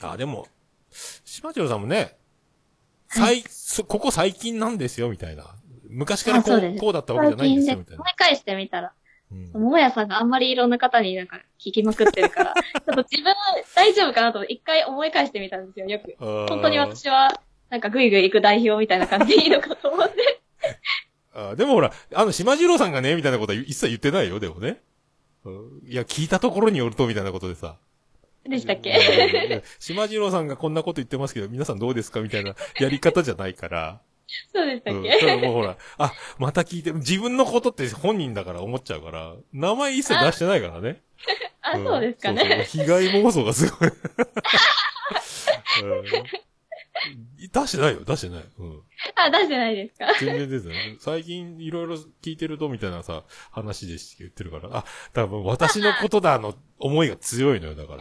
A: あ、でも、島城さんもね、最、そここ最近なんですよ、みたいな。昔からこ
B: あそううです
A: こうだったわけじ
B: 最
A: ゃないんで
B: 近
A: す
B: で
A: よ、み
B: 思
A: た
B: い
A: いな。
B: 返してみたら、
A: うん
B: 桃屋さんがあんまりいろんな方になんか聞きまくってる
A: [LAUGHS]
B: から、ちょっと自分大丈夫かなと思って一回思い返してみたんですよ、よく。本当に私は、なんかグイグイ行く代表みたいな感じでいいのかと思って。
A: あでもほら、あの、島次郎さんがね、みたいなことは一切言ってないよ、でもね。うんいや、聞いたところによると、みたいなことでさ。
B: でしたっ
A: いやい
B: け
A: やいや島次郎さんがこんなこと言ってますけど、皆さんどうですかみたいなやり方じゃないから。
B: そうでした
A: う
B: っ
A: ん。
B: け、
A: ただもうほら、あ、また聞いて、自分のことって本人だから思っちゃうから、名前一切出してないからね。
B: あ、
A: ん
B: そうですかね。
A: そうそう被害妄想がすごい。うん出してないよ、出してない。うん。
B: あ、出してないですか
A: 全然ですね。最近いろいろ聞いてるとみたいなさ、話で言ってるから、あ、多分私のことだの思いが強いのよ、だか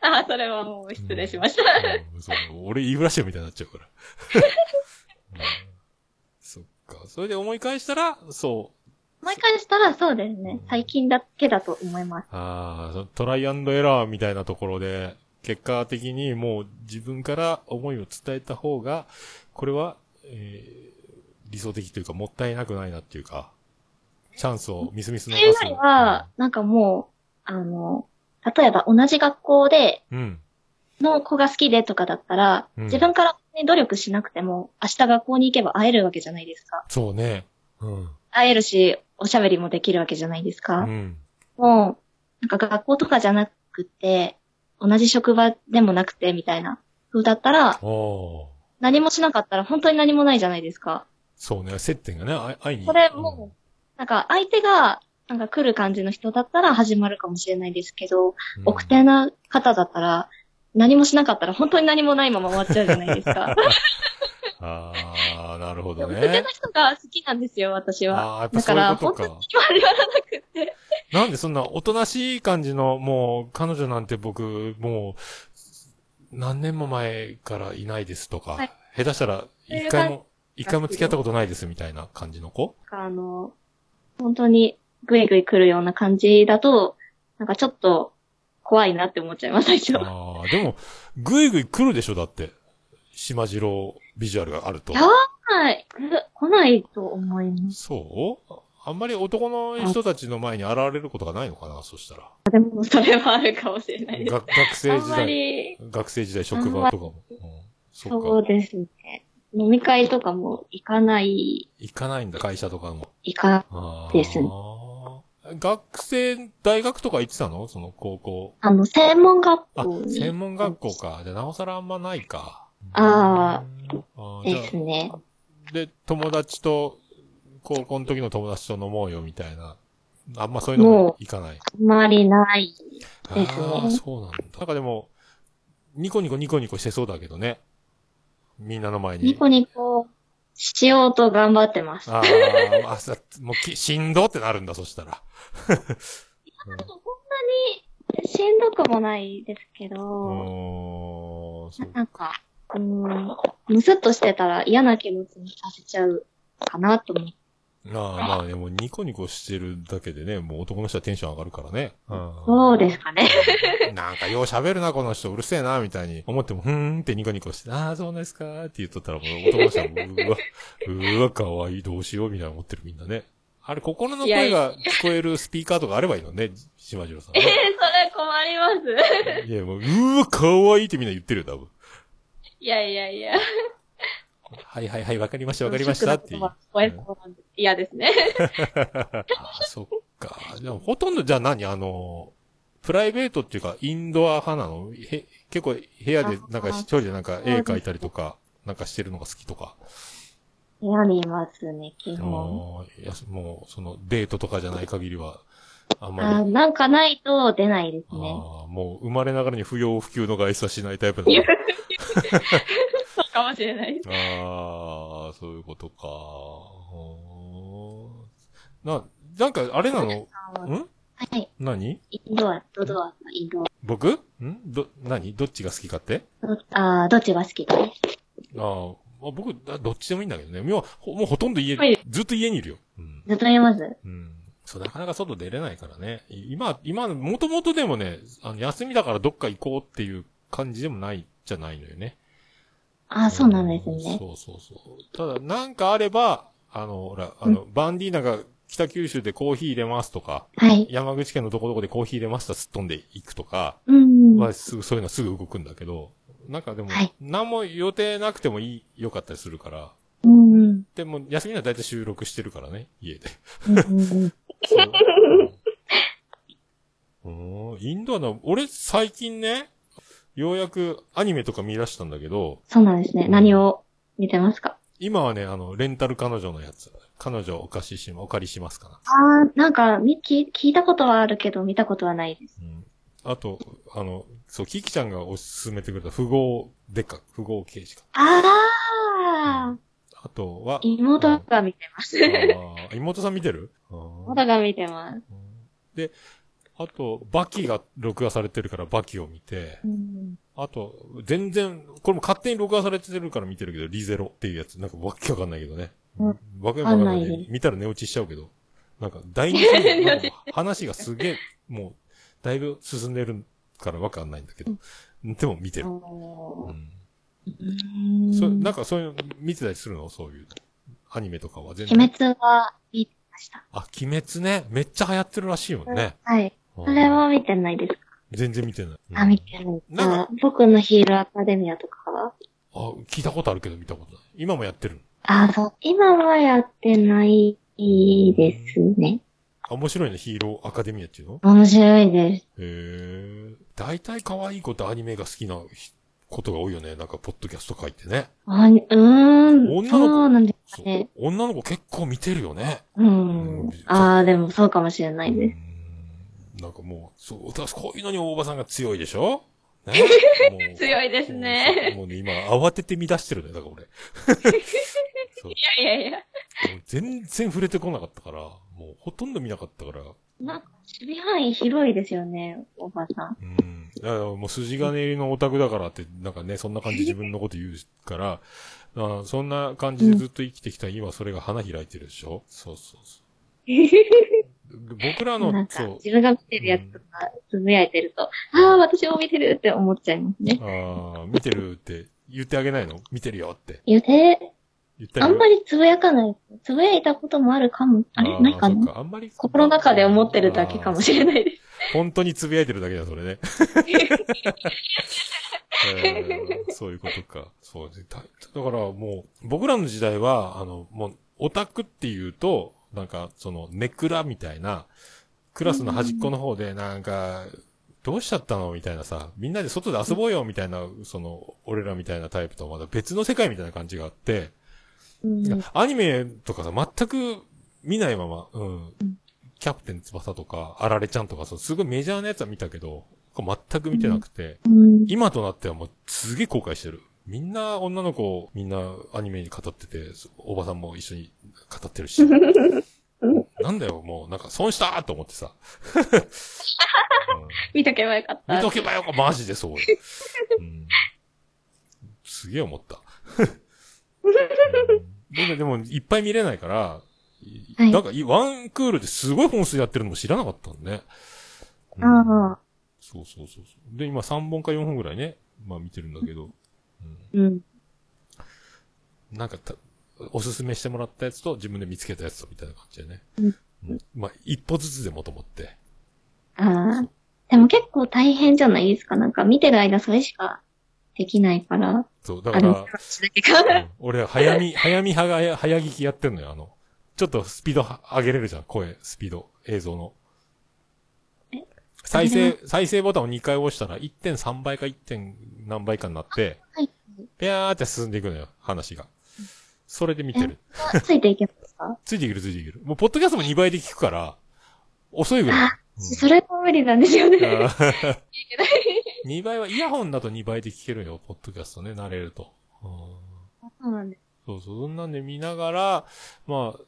A: ら。
B: あ、それはもう失礼しました。
A: うんそう俺言いふらしてるみたいになっちゃうから。うんそっか。それで思い返したら、そう。
B: 毎回したらそうですね。最近だけだと思います。
A: ああ、そのトライアンドエラーみたいなところで、結果的にもう自分から思いを伝えた方が、これは、えー理想的というか、もったいなくないなっていうか、チャンスをみすみす
B: っ
A: 逃
B: ていうよ
A: す。
B: りは、なんかもう、あの、例えば同じ学校で、
A: うん。
B: の子が好きでとかだったら、
A: うん
B: 自分から、ね、努力しなくても、明日学校に行けば会えるわけじゃないですか。
A: そうね。うん。
B: 会えるし、おしゃべりもできるわけじゃないです
A: う
B: か。
A: ん。
B: もう、なんか学校とかじゃなくて、同じ職場でもなくて、みたいな風だったら、
A: おー
B: 何もしなかったら本当に何もないじゃないですか。
A: そうね、接点がね、あ会いに。
B: これもなんか相手が、なんか来る感じの人だったら始まるかもしれないですけ
A: う
B: ど、
A: ん、うん
B: 奥手な方だったら、何もしなかったら本当に何もないまま終わっちゃうじゃないですか。
A: ああ、なるほ
B: で
A: ど
B: 奥手
A: ね
B: な。人が好きなんですよ、私
A: あ
B: は。
A: あ、やっぱ
B: だ
A: そ
B: か
A: うい
B: ら、
A: うこ
B: 本
A: と
B: 当に
A: か。
B: 決まりはなくて。
A: なんでそんなおとなしい感じの、もう、彼女なんて僕、もう、何年も前からいないですとか、
B: はい
A: 下手したら、一回も、一回も付き合ったことないですみたいな感じの子
B: なんかあの、本当にぐいぐい来るような感じだと、なんかちょっと怖いなって思っちゃいます、最初。や
A: ああ、でも、ぐいぐい来るでしょ、だって。島次郎ビジュアルがあると。
B: ばい。ぐ来ないと思います。
A: そうあんまり男の人たちの前に現れることがないのかな、そ
B: [LAUGHS]
A: したら。
B: でも、それはあるかもしれないです。
A: が学生
B: あ
A: 時
B: んま
A: 代、
B: り、
A: 学生時代職場とかも。うん、そ
B: そうう
A: か。
B: ですね。飲み会とかも行かない、
A: 行かないんだ、会社とかも。
B: 行か、
A: ああ。
B: ですね
A: 学生、大学とか行ってたのその高校。
B: あの、専門学
A: あ
B: 校、に
A: 専門学校か。じゃあ、なおさらあんまないか。
B: あ
A: うんあー。じゃあ
B: ですね。
A: で、友達と、高校の時の友達と飲もうよみたいな。あんまそういうの
B: も
A: もいかない。
B: あんまりない。
A: あ
B: うですね
A: あー、そうなんだ。なんかでも、ニコニコニコニコしてそうだけどね。みんなの前に。
B: ニコニコしようと頑張ってます。
A: ああ、あさ、もうき、しんどってなるんだ、そしたら。
B: でもこんなにしんどくもないですけ
A: う
B: ど、
A: ーん、そう
B: なんか、うーん、むすっとしてたら嫌な気持ちにさせちゃうかなと思って。
A: ああ、まあね、もうニコニコしてるだけでね、もう男の人はテンション上がるからね。そ
B: そうですかね。
A: [LAUGHS] なんかよう喋るな、この人、うるせえな、みたいに思っても、ふーんってニコニコして、ああ、そうなんですかって言っとったら、もう男の人は、うーわ、うーわ、かわいい、どうしよう、みたいな思ってるみんなね。あれ、心の声が聞こえるスピーカーとかあればいいのね、島次郎さん
B: えー、そ
A: ね。
B: れ困ります。
A: いや、もう、うーわ、かわいいってみんな言ってるよ、多分。
B: いやいやいや。
A: はいはいはい、わかりました、わかりましたっていう。
B: ショックな言葉聞こえそうなんで嫌ですね。
A: ああ、そっか。でも、ほとんど、じゃあ何あの、プライベートっていうか、インドア派なのへ結構、部屋で、なんか、
B: あ
A: 一人でなんか、絵描いたりとか、なんかしてるのが好きとか。
B: 部屋にいますね、基
A: あ
B: 本。
A: ーいやもう、その、デートとかじゃない限りは、あんまり。
B: あーなんかないと出ないです
A: あ
B: ね。
A: ーもう、生まれながらに不要不急の外出はしないタイプな
B: 言
A: の
B: うそうかもしれないです。
A: ああ、そういうことか。ほーな、なんか、あれなのん
B: はい。
A: 何
B: インドア、ドドア、インド
A: 僕んど、何どっちが好きかって
B: ア。どあーどっちが好きかね。
A: ああ、まあ、僕、あどっちでもいいんだけどね。もうほ、もうほとんど家、
B: はい
A: ずっと家にいるよ。うん。
B: ずっと言います。
A: うん。そう、なかなか外出れないからね。い今、今、もともとでもね、あの、休みだからどっか行こうっていう感じでもない、じゃないのよね。
B: あーそうなんですね。
A: そうそうそう。ただ、なんかあれば、あの、ほら、あの、バンディーナが北九州でコーヒー入れますとか、
B: はい。
A: 山口県のどこどこでコーヒー入れましたすっ飛んでいくとか、
B: うん。
A: はすぐ、そういうのはすぐ動くんだけど、なんかでも、
B: はい
A: 何も予定なくてもいい、良かったりするから、
B: うんうん。
A: でも、休みは大体収録してるからね、家で。
B: うんうんうん
A: うん、インドアな、俺最近ね、ようやくアニメとか見出したんだけど、
B: そうなんですね。何を見てますか
A: 今はね、あの、レンタル彼女のやつ。彼女をお貸しし、お借りしますかな。
B: ああ、なんか、み、き、聞いたことはあるけど、見たことはないです。
A: うん。あと、あの、そう、キキちゃんがおすすめてくれた富豪でっか、富豪刑事か。
B: ああ、
A: あとは、
B: 妹が見てます。
A: あー妹さん見てるあー
B: 妹が見てます。
A: で、あと、バキが録画されてるからバキを見て、
B: うん。
A: あと、全然、これも勝手に録画されてるから見てるけど、リゼロっていうやつ、なんかわけわかんないけどね。
B: うん
A: わけわかんない
B: わかんな
A: ね
B: いね。
A: 見たら寝落ちしちゃうけど、なんか第二章のなんか話がすげえ、もう、だいぶ進んでるからわかんないんだけど、でも見てる。う
B: お
A: ん
B: ー
A: そうう、
B: ん
A: なんかそういう、見てたりするのそういう、アニメとかは全
B: 鬼
A: 然。
B: 滅は見てました。
A: あ、鬼滅ね。めっちゃ流行ってるらしいよね。
B: はい。それは見てないですか
A: 全然見てない。うん
B: あ、見てない。
A: なん
B: あ僕のヒーローアカデミアとかは
A: あ、聞いたことあるけど見たことない。今もやってる。
B: あ、そう。今はやってないですね。
A: あ面白いね、ヒーローアカデミアっていうの
B: 面白いです。
A: へえ。大体可愛い子とアニメが好きなひことが多いよね。なんか、ポッドキャスト界ってね。
B: あ、うー
A: 女の
B: ん。
A: 子
B: そうなんで
A: そ
B: すか
A: う
B: ね。
A: 女の子結構見てるよね。
B: うん。ああ、でもそうかもしれな
A: う
B: いです。
A: んなんかもう、そう、私こういうのに大場さんが強いでしょ、
B: [LAUGHS]
A: ね、もう
B: 強いですね
A: もうね、今慌てて乱してるね、だから俺。
B: いやいやい
A: も
B: や。
A: う全然触れてこなかったから、もうほとんど見なかったから、
B: なんか、守備範囲広いですよね、おばさん。
A: うん。だからもう筋金入りのオタクだからって、なんかね、そんな感
B: [LAUGHS]
A: じで自分のこと言うから、あそんな感じでずっと生きてきた今それが花開いてるでしょそうそうそう。で僕ら
B: な
A: の
B: ん、か、
A: そう
B: 自、分が見てるやつとか、つぶやいてると、ああ、私も見てるって思っちゃいますね。
A: ああ、見てるって言ってあげないの見てるよって
B: 予定、
A: 言って
B: あ
A: げ
B: ん
A: る
B: まりつぶやかない。つぶやいたこともあるかも。あれ
A: ー
B: ないか
A: そっ
B: な
A: あんまり。
B: 心の中で思ってるだけかもしれ
A: い。
B: ないです。
A: 本当につぶやいてるだけだ、それね。えーそういうことか。そうでだだからもう、僕らの時代は、あの、もう、オタクっていうと、なんか、その、ネクラみたいな、クラスの端っこの方で、なんか、どうしちゃったのみたいなさ、みんなで外で遊ぼうよみたいな、その、俺らみたいなタイプとはまだ別の世界みたいな感じがあって、
B: うん。
A: アニメとかさ、全く見ないまま、うん。キャプテン翼とか、あられちゃんとか、そうすごいメジャーなやつは見たけど、全く見てなくて、
B: うん
A: 今となってはもうすげえ後悔してる。みんな女の子、みんなアニメに語ってて、おばさんも一緒に語ってる
B: [LAUGHS]
A: し。なんだよ、もう、なんか損したと思って
B: [LAUGHS]
A: さ。
B: 見とけばよかっ
A: うん見
B: た
A: と。けばよか、マジでそうよ。うんすげえ思
B: [LAUGHS]
A: った。うんでも、でも、いっぱい見れないから、い
B: はい
A: なんかい、ワンクールですごい本数やってるのも知らなかったんでね。うん
B: ああ。
A: そうそうそうそう。で、今3本か4本ぐらいね、まあ見てるんだけど、
B: うん。
A: うん、なんかた、おすすめしてもらったやつと自分で見つけたやつとみたいな感じでね。
B: うん
A: うんまあ、一歩ずつでもと思って。
B: ああ。でも結構大変じゃないですか。なんか見てる間それしかできないから。
A: そう、だ
B: あ、
A: か
B: で
A: ら
B: も、、私だけか。
A: うん俺、早見、 [LAUGHS] 早見派がや早聞きやってんのよ、あの。ちょっとスピードは上げれるじゃん、声、スピード、映像の。再
B: 上
A: 生、再生ボタンを2回押したら1.3倍か 1. 点何倍かになって、
B: はい。
A: ぴゃーって進んでいくのよ、話が。それで見てる。
B: ついていけますか
A: ついていける、ついていける。もう、ポッドキャストも2倍で聞くから、遅いぐらい。
B: それも無理なんですよね。 [LAUGHS]
A: あ [LAUGHS] ー2倍は、イヤホンだと2倍で聞けるよ、ポッドキャストね、慣れると。うん
B: そうなんです。
A: そうそう、そんなんで見ながら、まあ、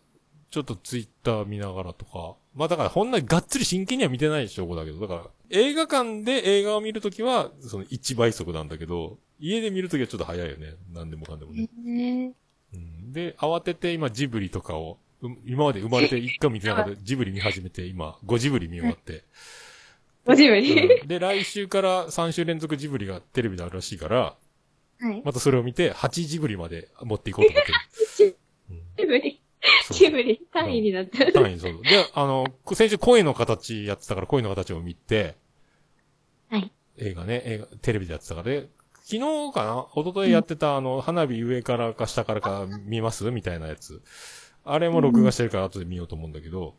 A: ちょっとツイッター見ながらとか。まあだから、ほんなにがっつり真剣には見てない証拠だけど、だから、映画館で映画を見るときは、その1倍速なんだけど、家で見るときはちょっと早いよね。何でもかんでもね。
B: ね
A: うん、で、慌てて今ジブリとかを、う今まで生まれて一回見てなか [LAUGHS] ったジブリ見始めて、今、5ジブリ見終わって。
B: ご自分に。
A: [LAUGHS] うんで、来週から3週連続ジブリがテレビであるらしいから、
B: はい。
A: またそれを見て、8ジブリまで持っていこうと思 [LAUGHS] ってる。うん
B: ジブリ。
A: そう
B: ジブリ単位になってる。
A: 単位、そう。で、あの、こ先週声の形やってたから声の形を見て、
B: はい。
A: 映画ね、映画、テレビでやってたからで、昨日かな一昨日やってた、あの、花火上からか下からか見ますみたいなやつ。あれも録画してるから後で見ようと思うんだけど、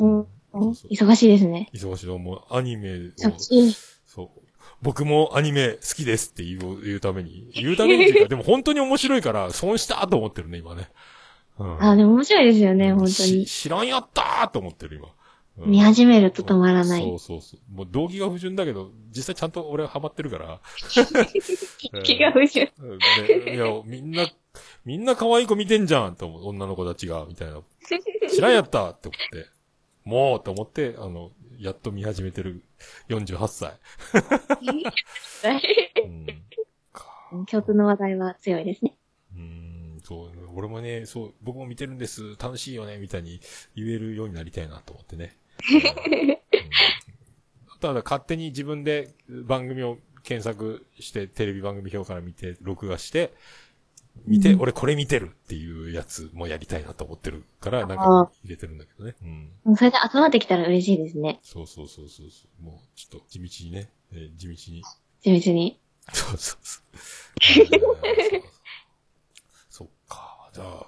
B: うん
A: そうそう
B: 忙しいですね。
A: 忙しいのもうアニメを、
B: 忙しい。
A: そう。僕もアニメ好きですって言う、言うために。言うためにって
B: [LAUGHS]
A: いうか、でも本当に面白いから、損したと思ってるね、今ね。うん。
B: あ、でも面白いですよね、
A: うん
B: 本当
A: し
B: に。
A: 知らんやったーと思ってる、今。うん
B: 見始めると止まらな
A: そ
B: い。
A: うそうそう。もう動機が不純だけど、実際ちゃんと俺はハマってるから。
B: 気が不純。
A: うんねいや、 [LAUGHS] みんな、みんな可愛い子見てんじゃんと思う。女の子たちが、みたいな。知らんやったって思って。もうと思って、あの、やっと見始めてる48歳。
B: [LAUGHS]
A: うん。か
B: 共通の話題は強いですね。
A: うーん、そう、俺もね、そう、僕も見てるんです、楽しいよね、みたいに言えるようになりたいなと思ってね。うんただ勝手に自分で番組を検索して、テレビ番組表から見て、録画して、見て、
B: うん
A: 俺これ見てるっていうやつもやりたいなと思ってるから、なん
B: あ
A: か
B: ー
A: 入れてるんだけどね。うん。
B: それで集まってきたら嬉しいですね。
A: そうそうそうそうそう。もう、ちょっと地道にね、えー地道に
B: 地道に。
A: そうそうそう。そっか。じゃあ、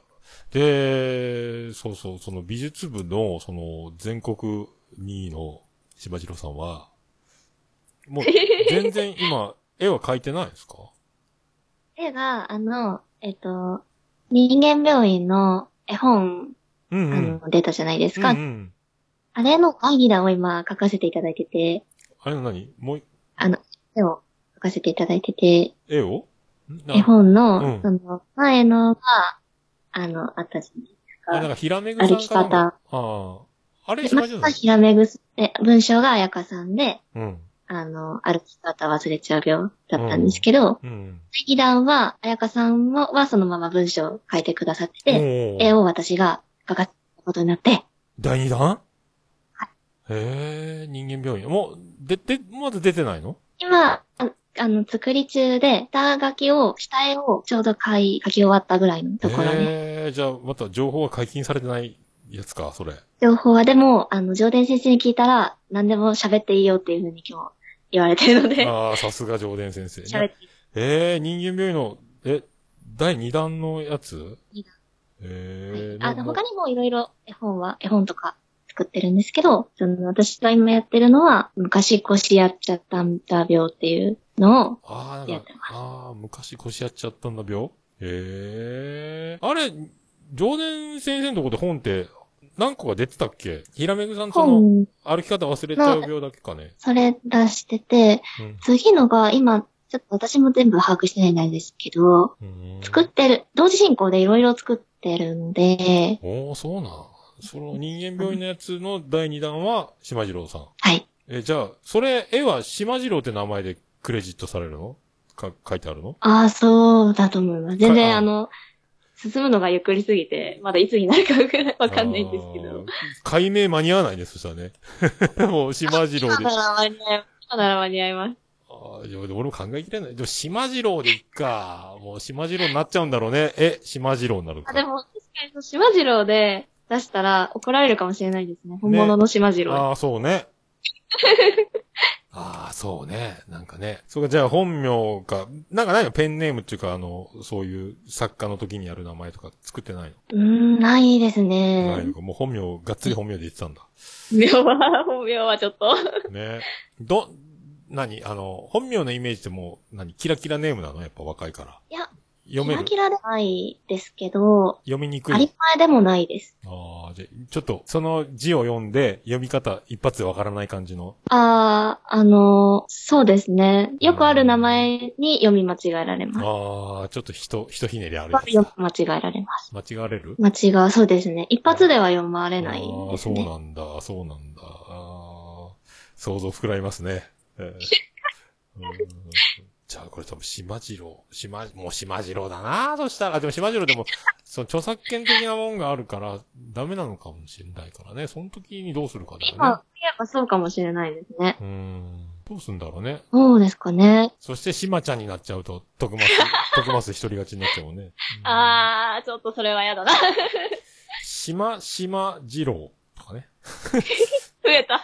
A: で、そうそう、その美術部の、その全国2位の柴次郎さんは、もう全然今、絵は描いてないですか
B: 絵が、あの、えっと、人間病院の絵本、
A: うん
B: あ
A: うん。
B: の、出たじゃないです
A: う
B: か。
A: んうん。
B: あれのアギラを今書かせていただいてて、
A: あれの何もう、
B: 絵を書かせていただいてて、
A: 絵をん
B: 絵本の、
A: うん
B: その、前のが、あの、あったじゃない
A: あ、なんか、ひらめぐさんかなんかああ。あれ、
B: で
A: ひ
B: すか。
A: らめ
B: で
A: ぐ
B: ま
A: さ
B: た
A: ん。
B: ひらめぐす、で文章が彩香さんで、
A: うん。
B: あの、歩き方忘れちゃう病だったんですけど、
A: うん。
B: 劇団は、彩香さんははそのまま文章を書いてくださってて、
A: で
B: 絵を私が書かせたことになって、
A: 第2弾へえ、人間病院。もう、で、で、まだ出てないの
B: 今、ああの、作り中で、下書きを、下絵をちょうど書い、書き終わったぐらいのところに。
A: へえ、じゃあ、また情報は解禁されてないやつか、それ。
B: 情報はでも、あの、上田先生に聞いたら、何でも喋っていいよっていうふうに今日言われてるので、
A: ああ、さすが上田先生。
B: [LAUGHS] 喋っていい。
A: ええ、人間病院の、え、第2弾のやつ
B: 二弾
A: ええ、
B: あ
A: な
B: の、
A: んか
B: 他にもいろいろ絵本は、絵本とか作ってるんですけど、その、私が今やってるのは、昔腰やっちゃったんだ病っていうのを、
A: ああ、な
B: や
A: ん
B: って
A: か
B: ま、
A: ああ、昔腰やっちゃったんだ病ええあれ、上田先生のとこで本って何個か出てたっけひらめぐさんその
B: 本、
A: 歩き方忘れちゃう病だけかね。
B: それ出してて、
A: うん
B: 次のが今、ちょっと私も全部把握してないんですけど、
A: うん
B: 作ってる、同時進行でいろいろ作ってるんで、
A: おおそうなん。その人間病院のやつの第2弾は島次郎さん。
B: はい。
A: え、じゃあ、それ、絵は島次郎って名前でクレジットされるのか、書いてあるの
B: ああ、そうだと思います。全
A: か
B: 然
A: あ
B: あの、進むのがゆっくりすぎて、まだいつになるかわからわかんないんですけど。。
A: あー解明間に合わないね、そしたらね。 [LAUGHS] もう島次郎
B: 今
A: で
B: な。ら間に合います。今なら間に合います。
A: ああ、いや、でも俺も考えきれない。でも、島次郎でいっか。もう、島次郎になっちゃうんだろうね。え、島次郎になるか。
B: あ、でも、確かにそう、島次郎で出したら怒られるかもしれないですね。本物の島次郎。
A: ああ、そうね。ああ、そうね。なんかね。そうか、じゃあ本名か、なんかないのペンネームっていうか、あの、そういう作家の時にやる名前とか作ってないの、
B: うーん、ないです
A: ない
B: ね
A: の。か。もう本名、がっつり本名で言ってたんだ。
B: 本名は、本名はちょっと。
A: ね。ど、何あの、本名のイメージってもう、何キラキラネームなのやっぱ若いから。
B: いや、
A: 読める
B: キラキラではないですけど、
A: 読みにくい。
B: ありまえでもないです。
A: ああ、じゃ、ちょっと、その字を読んで、読み方一発でわからない感じの。
B: ああ、あの、そうですね。よくある名前に読み間違えられます。
A: ああ、ちょっと人、人ひねりあるやつ
B: 読み
A: だ。
B: 間違えられます。
A: 間違われる
B: 間違う、そうですね。一発では読まれない
A: あ
B: で
A: あ、
B: す
A: そう
B: ね。
A: なんだ、そうなんだ。ああ、想像膨らみますね。
B: [LAUGHS]
A: ええうんじゃあ、これ多分、島次郎。島、もう島次郎だなそしたら、でも島次郎でも、その著作権的なもんがあるから、ダメなのかもしれないからね。その時にどうするかだよ
B: 今、
A: ね
B: や。っぱそうかもしれないですね。
A: うん。どうすんだろうね。
B: そうですかね。
A: そして、島ちゃんになっちゃうと、徳
B: [LAUGHS]
A: 松、徳松一人勝ちになっちゃうもんね。うん
B: あー、ちょっとそれは嫌だな。 [LAUGHS]
A: 島、島次郎と
B: [LAUGHS]
A: かね。
B: 増えた。
A: うん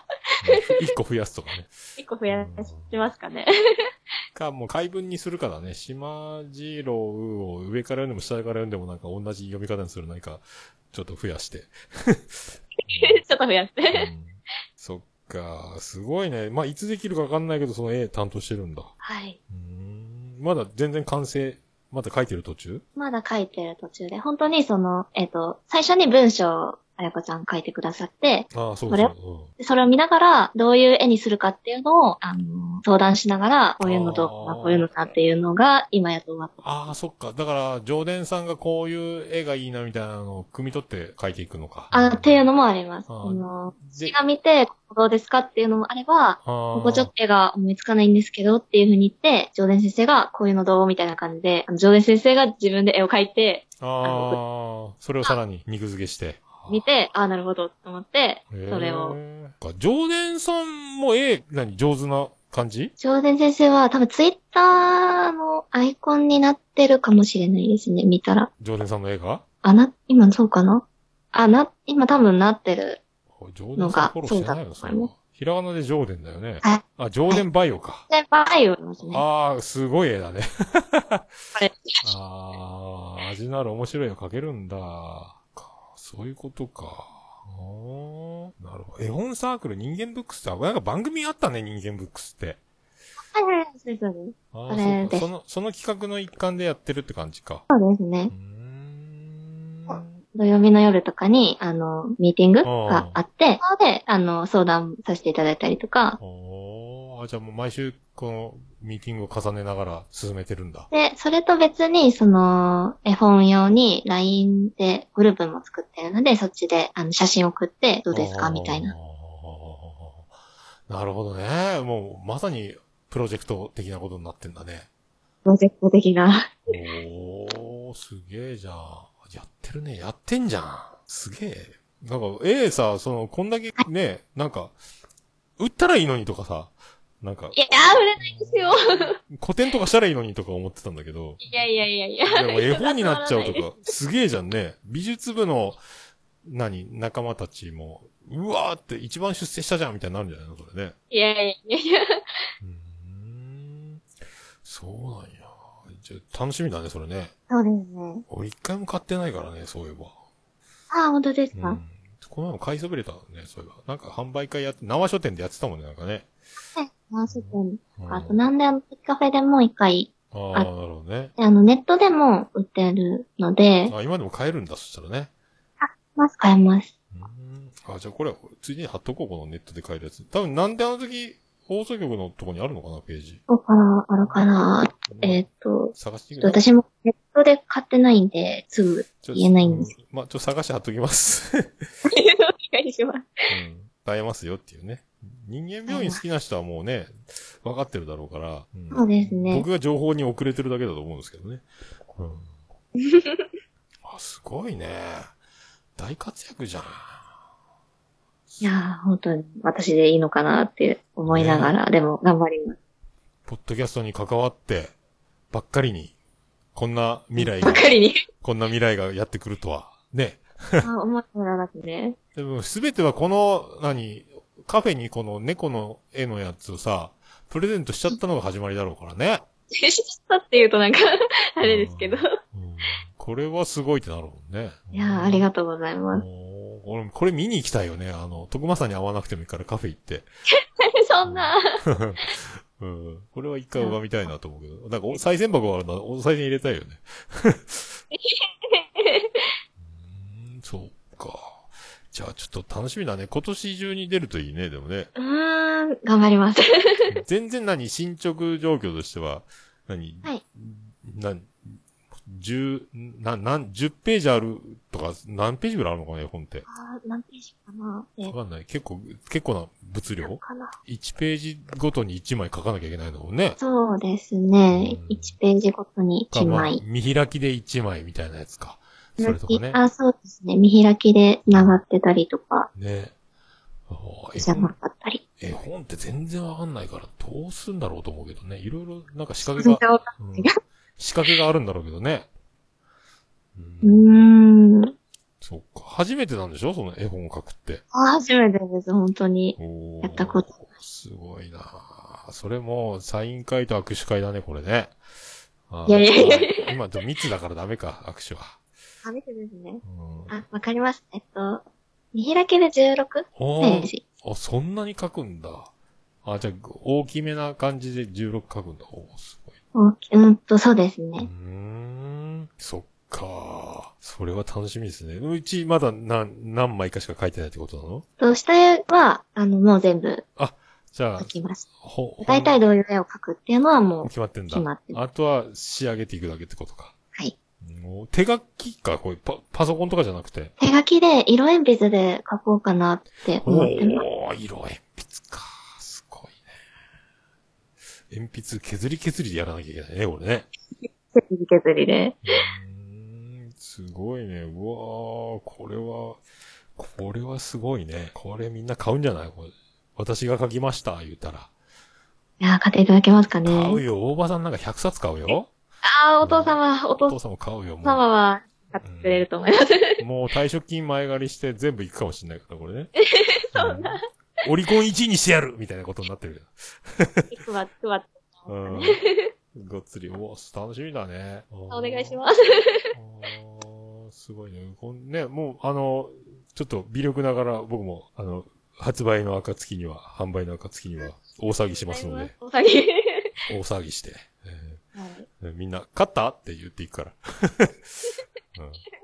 A: 一個増やすとかね。
B: 一個増やしますかね。 [LAUGHS]
A: か、もう解文にするかだね。島次郎を上から読んでも下から読んでもなんか同じ読み方にする何か、ちょっと増や
B: [LAUGHS]
A: して。
B: ちょっと増やし
A: う
B: て。
A: んそっか、すごいね。まあ、いつできるかわかんないけど、その絵担当してるんだ。
B: はい。
A: うんまだ全然完成、まだ書いてる途中
B: まだ書いてる途中で、本当にその、えっ、と、最初に文章をあやこちゃん書いてくださって、
A: ああ、そう
B: あれ
A: そう。
B: でそれを見ながら、どういう絵にするかっていうのを、あの、相談しながら、こういうのと、
A: あー
B: まあこういうのかっていうのが、今やっと終わった。
A: ああ、そっか。だから、上田さんがこういう絵がいいなみたいなのを汲み取って書いていくのか。
B: あっていうのもあります。
A: あー
B: あの、
A: で
B: 私、が見て、どうですかっていうのもあれば、こ
A: こ
B: こちょっと絵が思いつかないんですけどっていうふうに言って、上田先生がこういうのどうみたいな感じで、あの上田先生が自分で絵を描いて、
A: ああ、それをさらに肉付けして。
B: 見て、ああ、なるほど、と思って、それを。
A: へー。常連さんも絵、何、上手な感じ
B: 上田先生は多分ツイッターのアイコンになってるかもしれないですね、見たら。
A: 常連さんの絵が
B: あ、な、今そうかなあ、な、今多分なってる。
A: 常連さんフォローしてないのそ
B: そうだ
A: れは。ひらがなで上田だよね。
B: はい
A: あ、上田バイオか。
B: で、バイオですね。
A: ああ、すごい絵だね。
B: あれ
A: ああ、味のある面白い絵を描けるんだ。かそういうことか。おーなるほど。絵本サークル、人間ブックスって、あなんか番組あったね、人間ブックスって。
B: はいはいはい、そうですそうです。
A: あ
B: あ
A: あ、
B: れ
A: そう
B: で
A: か
B: す
A: その、その企画の一環でやってるって感じか。
B: そうですね
A: う。ーん。
B: 土曜日の夜とかに、あの、ミーティング
A: ー
B: があって、そこで、あの、相談させていただいたりとか、
A: おーあ、じゃあもう毎週このミーティングを重ねながら進めてるんだ。
B: で、それと別に、その、絵本用に LINE でグループも作ってるので、そっちで、あの、写真送って、どうですかみたいな。
A: あー。なるほどね。もうまさにプロジェクト的なことになってんだね。
B: プロジェクト的な。
A: おー、すげえじゃん。やってるね。やってんじゃん。すげえ。なんか、ええさ、その、こんだけね、なんか、売ったらいいのにとかさ、なんか、
B: いやー、売れないですよ。
A: 古典とかしたらいいのにとか思ってたんだけど、
B: いやいやいやいや。
A: でも絵本になっちゃ
B: [LAUGHS]
A: うとか、すげえじゃんね。美術部の、何、仲間たちも、うわーって一番出世したじゃんみたいになるんじゃないのそれね。
B: いやいやいや。
A: うーん。そうなんや。じゃあ、楽しみだね、それね。
B: そうですね。
A: 俺一回も買ってないからね、そういえば。
B: ああ、本当です
A: う
B: か、
A: ん。この前も買いそびれたね、そういえば。なんか販売会やって、縄書店でやってたもんね、なんかね。
B: はい。まあ、そうですね
A: うん、
B: あと、なんであの、カフェでもう一回、
A: あーなるほどね。
B: あの、ネットでも売ってるので、
A: あ、今でも買えるんだ、そしたらね。
B: まず買えます。
A: うん。あ、じゃあこれ、ついでに貼っとこう、このネットで買えるやつ。多分、なんであの時、放送局のとこにあるのかな、ページ。
B: どこからあるかなえーっと、
A: 探して
B: ち
A: み
B: ょ
A: る
B: っと私もネットで買ってないんで、すぐ
A: ちょ
B: 言えないんです
A: うまあ、ちょっと探して貼っときます。う
B: [LAUGHS] お願いします。
A: ん。買えますよっていうね。人間病院好きな人はもうね、分かってるだろうから。ん
B: そうですね
A: 僕が情報に遅れてるだけだと思うんですけどね。うん。あ、すごいね。大活躍じゃん。
B: いやー、本当に私でいいのかなって思いながら、でも頑張ります。
A: ポッドキャストに関わって、ばっかりに、こんな未来
B: ば
A: が
B: っ、かりに。
A: こんな未来がやってくるとは。ね。
B: [LAUGHS] あ思ってもらわなく [LAUGHS] ね。
A: でも、すべてはこの、何、カフェにこの猫の絵のやつをさ、プレゼントしちゃったのが始まりだろうからね。
B: しちゃったって言うとなんか、あれですけど。い
A: うんこれはすごいってなるもんね。
B: やー、あり
A: が
B: がとうございます。
A: 俺もこれ見に行きたいよね。あの、徳間さんに会わなくてもいいからカフェ行って。
B: [LAUGHS] そんな。
A: うん。これは一回拝みたいなと思うけど。なんかお、再銭箱があるなら、お再銭入れ
B: [LAUGHS]
A: たいよね。うーん、そうか。じゃあちょっと楽しみだね。今年中に出るといいね、でもね。
B: うーん、頑張り [LAUGHS] ます。
A: [LAUGHS] 全然何、進捗状況としては、何、
B: はい
A: 何、十、な、なん、十ページあるとか、何ページぐらいあるのかね、本って。
B: あー何ページかなえ
A: わかんない。結構、結構な物量
B: かな
A: ?1 ページごとに1枚書かなきゃいけないんだもんね。
B: そうですね
A: うん。
B: 1ページごとに1
A: まあ
B: 枚。
A: 見開きで1枚みたいなやつか。それとかね。
B: あ、そうですね。見開きで繋がってたりとか、
A: ね。ああ絵
B: じゃな
A: 本
B: かったり。
A: 絵本って全然わかんないから、どうすんだろうと思うけどね。いろいろ、なんか仕掛け
B: 全
A: が
B: 然、わか
A: うん仕掛けがあるんだろうけどね。
B: う
A: う
B: ー
A: ん、
B: ん。
A: そっか。初めてなんでしょその絵本を書くって。
B: あ初めてです、本当に。
A: おー
B: やったこと。
A: すごいなあそれも、サイン会と握手会だね、これね。ああ
B: いやいやい
A: 今、でも密だからダメか、握手は。
B: 初めてですね。
A: うん、
B: あ、わかります。えっと、見開きで 16? ペ
A: お
B: ー
A: ー
B: ジ。
A: あ、そんなに書くんだ。あ、じゃあ、大きめな感じで16書くんだ。おーすごい。
B: 大きうんと、そうです
A: うー
B: ね。
A: ん。そっか。それは楽しみですね。うちまだ何、何枚かしか書いてないってことなの
B: と、下絵は、あの、もう全部
A: じゃあ
B: 描、きます。
A: ほ、ほん
B: 大体どういう絵を描くっていうのはもう、
A: 決まってんだ。
B: 決まってる
A: あとは仕上げていくだけってことか。
B: はい。
A: もう手書きか、これパ、パソコンとかじゃなくて。
B: 手書きで色鉛筆で描こうかなって思ってます。
A: おー、色鉛筆か。すごいね。鉛筆削り削りでやらなきゃいけないね、これね。
B: 削り削りで。
A: うーんすごいね。うわー、これは、これはすごいね。これみんな買うんじゃないこれ私が書きました、言うたら。
B: いやー、買っていただけますかね。
A: 買うよ。大場さんなんか100冊買うよ。
B: ああ、お父様、お
A: お
B: 父
A: 父さんも買うよ。も
B: 様は、買ってくれると思います。
A: うもう退職金前借りして全部行くかもしれないから、これ
B: [LAUGHS]
A: ね。うんオリコン1位にしてやるみたいなことになって
B: [LAUGHS]
A: るよ。
B: いくわ、いくわって。
A: うん。ごっつり。おー楽しみだね。
B: お
A: お
B: 願いし
A: す
B: ます。
A: あーすごいね。こんね、もう、あの、ちょっと微力ながら僕も、あの、発売の暁には、販売の暁には、大騒ぎしますの
B: だい
A: で
B: ぶ、大騒ぎ。
A: 大騒ぎして。え
B: はい
A: ーみんな、勝ったって言っていくから。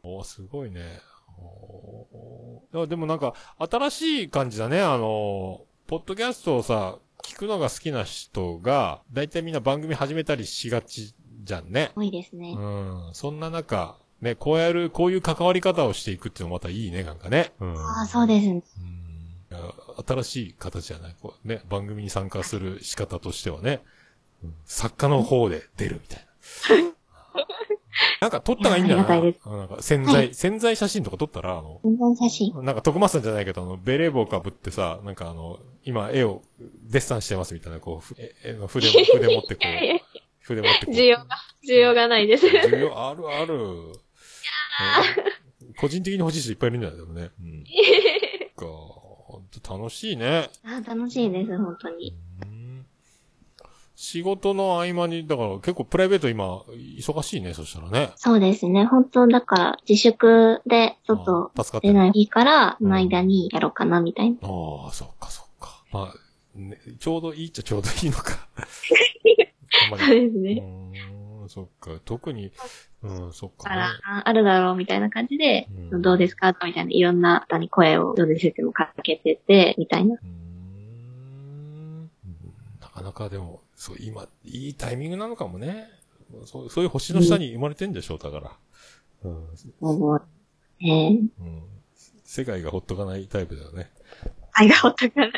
A: うん、おーすごいね。おーいやでもなんか、新しい感じだね。あのー、ポッドキャストをさ、聞くのが好きな人が、だいたいみんな番組始めたりしがちじゃんね。
B: 多いですね。
A: うん。そんな中、ね、こうやる、こういう関わり方をしていくっていうのもまたいいね、なんかね。うん。
B: ああ、そうですね。
A: うんいや新しい形じゃない。こうね、番組に参加する仕方としてはね、うん作家の方で出るみ
B: [LAUGHS]
A: たいな。なんか撮ったらいいんじゃない
B: いやありがた
A: うんなんか潜
B: は
A: 在、潜在写真とか撮ったら、あの、
B: 全然写真。
A: なんか徳松さんじゃないけど、あの、ベレー帽かぶってさ、なんかあの、今絵をデッサンしてますみたいな、こうふ、え絵の
B: [LAUGHS]
A: 筆を、筆持ってこう、筆持ってこう。
B: 需要が、需要がないです。
A: 需要あるある。ね個人的に欲しい人いっぱいいるんじゃないでもね。うん。か、ほんと楽しいね。
B: あー楽しいです、本当に。
A: うん仕事の合間に、だから結構プライベート今、忙しいね、そしたらね。
B: そうですね。本当だから、自粛で、外
A: あ助かって
B: 出
A: る。
B: な
A: あ
B: い日から、
A: うん
B: の間にやろうかな、みたいな。
A: あ、そっかそっか。まあ、ね、ちょうどいいっちゃちょうどいいの
B: [LAUGHS]
A: か。あんま
B: そう
A: り。
B: です
A: う
B: ね。
A: ーん、そっか。特に、うん、そっ
B: だか
A: か、ね
B: ら、。ああるだろう、みたいな感じで、
A: うん
B: どうですかみたいな、いろんな方に声を、どうですってもかけてて、みたいな。
A: うーんなかなかでも、そう、今、いいタイミングなのかもね。そうそういう星の下に生まれてんでしょう、だから。うん。
B: もう、ねえ。
A: うん、世界がほっとかないタイプだよね。
B: [LAUGHS] 愛がほっとかない。
A: うん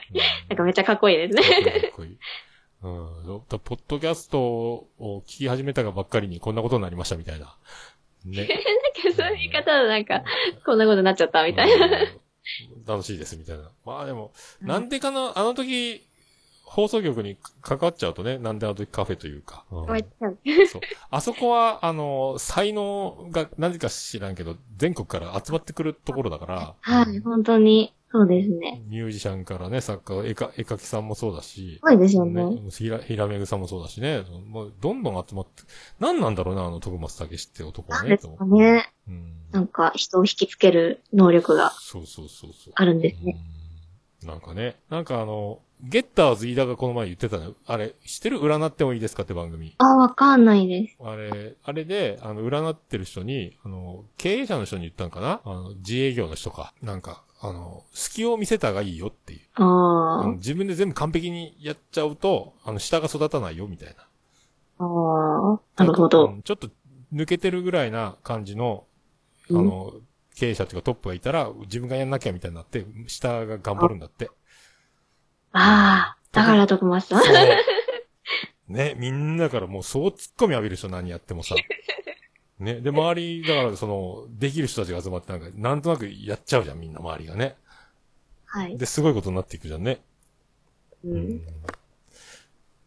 B: なんかめっちゃかっこいいですね。
A: かっこいい。 [LAUGHS] うん。だからポッドキャストを聞き始めたがばっかりにこんなことになりましたみたいな。ね。
B: なん [LAUGHS] かそういう言い方はなんか、こんなことになっちゃったみたいな。
A: うん楽しいですみたいな。まあでも、なんでかな、あの時、放送局にかかっちゃうとね、なんであの時カフェというか。うん
B: こうやって
A: そう。あそこは、あの、才能が、なぜか知らんけど、全国から集まってくるところだから、
B: はい、本当に、そうですね。
A: ミュージシャンからね、作家、絵か、絵描きさんもそうだし
B: す、ごいですよね。
A: ね、ひら、ひらめぐさんもそうだしね、そのもうどんどん集まって、何なんだろうな、あの、徳松武って男は
B: あ
A: ね、
B: です
A: と
B: よね。
A: うん。
B: なんか人を引きつける能力が
A: そうそうそうそう。
B: あるんですね。
A: うんなんかね、なんかあの、ゲッターズ飯田がこの前言ってたの、あれ、知ってる占ってもいいですかって番組。
B: あ、わかんないです。
A: あれ、あれで、あの、占ってる人に、あの、経営者の人に言ったんかなあの、自営業の人か。なんか、あの、隙を見せたがいいよっていう。
B: あ
A: あの
B: ー
A: 自分で全部完璧にやっちゃうと、あの、下が育たないよ、みたいな。
B: あー、なるほ
A: う
B: ど。
A: んちょっと抜けてるぐらいな感じの、あ
B: うん
A: の、経営者というかトップがいたら、自分がやんなきゃみたいになって、下が頑張るんだって。
B: ああ、だから徳松さん。
A: そう。ね、みんなからもうそう突っ込み浴びる人何やってもさ。ね、で、周り、だからその、できる人たちが集まってなんか、なんとなくやっちゃうじゃん、みんな周りがね。
B: はい。
A: で、すごいことになっていくじゃんね。
B: う
A: うんん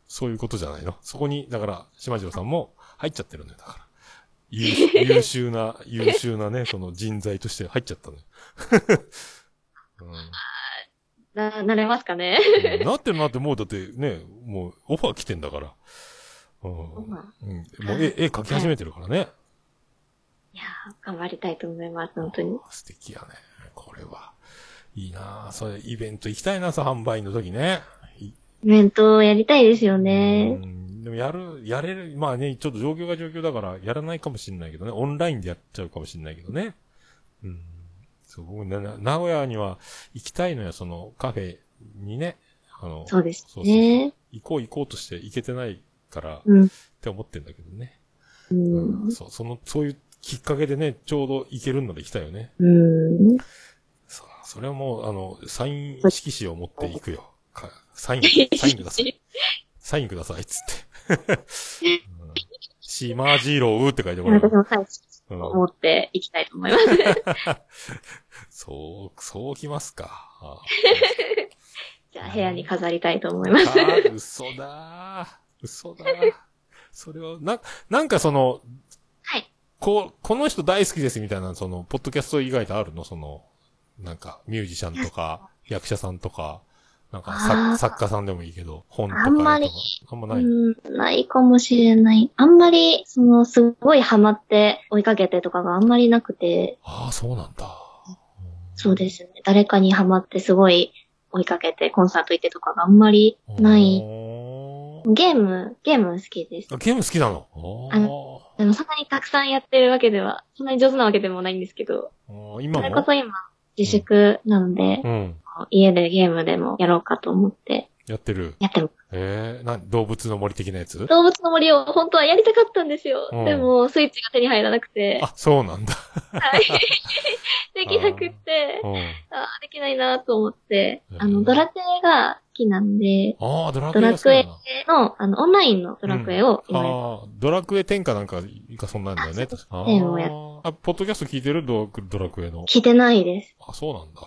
A: そういうことじゃないの。そこに、だから、島城さんも入っちゃってるのよ、だから。優優秀な、優秀なね、その人材として入っちゃったのよ。 [LAUGHS]
B: な、なれますかね。
A: うんうんなってるなって、もうだってね、もうオファー来てんだから。うん。うん、もう絵、絵描き始めてるからね。
B: いやー頑張りたいと思います、本当に。
A: 素敵やね。これは。いいなあそれ、イベント行きたいなさ、販売の時ね。い
B: イベントをやりたいですよね。
A: うんでもやる、やれる、まあね、ちょっと状況が状況だから、やらないかもしれないけどね、オンラインでやっちゃうかもしれないけどね。うん。そう、僕、なな名古屋には行きたいのよ、そのカフェにね。あの、
B: そうです
A: そうそう
B: ね。
A: 行こう行こうとして行けてないから、っ
B: うん。
A: て思ってんだけどね。
B: うん。
A: そう、その、そういうきっかけでね、ちょうど行けるので行きたいよね。
B: うん。
A: そう、それはもう、あの、サイン色紙を持っていくよ。かサイン、
B: [LAUGHS]
A: サインください。サインください、つって。うん、シマジロウって書いてもら
B: [LAUGHS] 私
A: う。
B: も最初
A: う
B: 持
A: ん、
B: っていきたいと思
A: [LAUGHS]
B: います。
A: そう、そうきますか。あ
B: じゃあ部屋に飾りたいと思います。
A: あ、嘘だー。嘘だー。それは、な、なんかその、
B: はい。
A: こう、この人大好きですみたいな、その、ポッドキャスト以外であるのその、なんか、ミュージシャンとか、役者さんとか、なんか
B: あー
A: 作、作家さんでもいいけど、本とか
B: あんまり
A: 映画とかあんまない。
B: うん、ないかもしれない。あんまり、その、すごいハマって追いかけてとかがあんまりなくて、
A: ああ、そうなんだ。
B: そうですね。誰かにハマってすごい追いかけてコンサート行ってとかがあんまりない。ゲーム、ゲーム好きです。
A: あゲーム好きなのあ
B: あでもそんなにたくさんやってるわけでは、そんなに上手なわけでもないんですけど、
A: ーあー
B: そ
A: 今
B: れこ
A: も
B: そ今、自粛なので、
A: うん。
B: 家でゲームでもやろうかと思って、
A: やってる。
B: やっても、
A: ええー、な、動物の森的なやつ
B: 動物の森を本当はやりたかったんですよ。
A: うん
B: でも、スイッチが手に入らなくて、
A: あ、そうなんだ。
B: できなくって、
A: うん。
B: あーできないなと思って
A: へ、ー
B: あの、ドラクエが好きなんで、
A: ああ、ドラク
B: ド
A: エ
B: ラ
A: が好き
B: ク
A: な
B: エ
A: んだ。
B: の、あの、オンラインのドラクエを今やっ
A: ああ、ドラクエ天下なんかがそんなんだよね。確かあ
B: 天をやっ
A: ーあ、ポッドキャスト聞いてるドラドラクエの。
B: 聞いてないです。
A: あ、そうなんだ。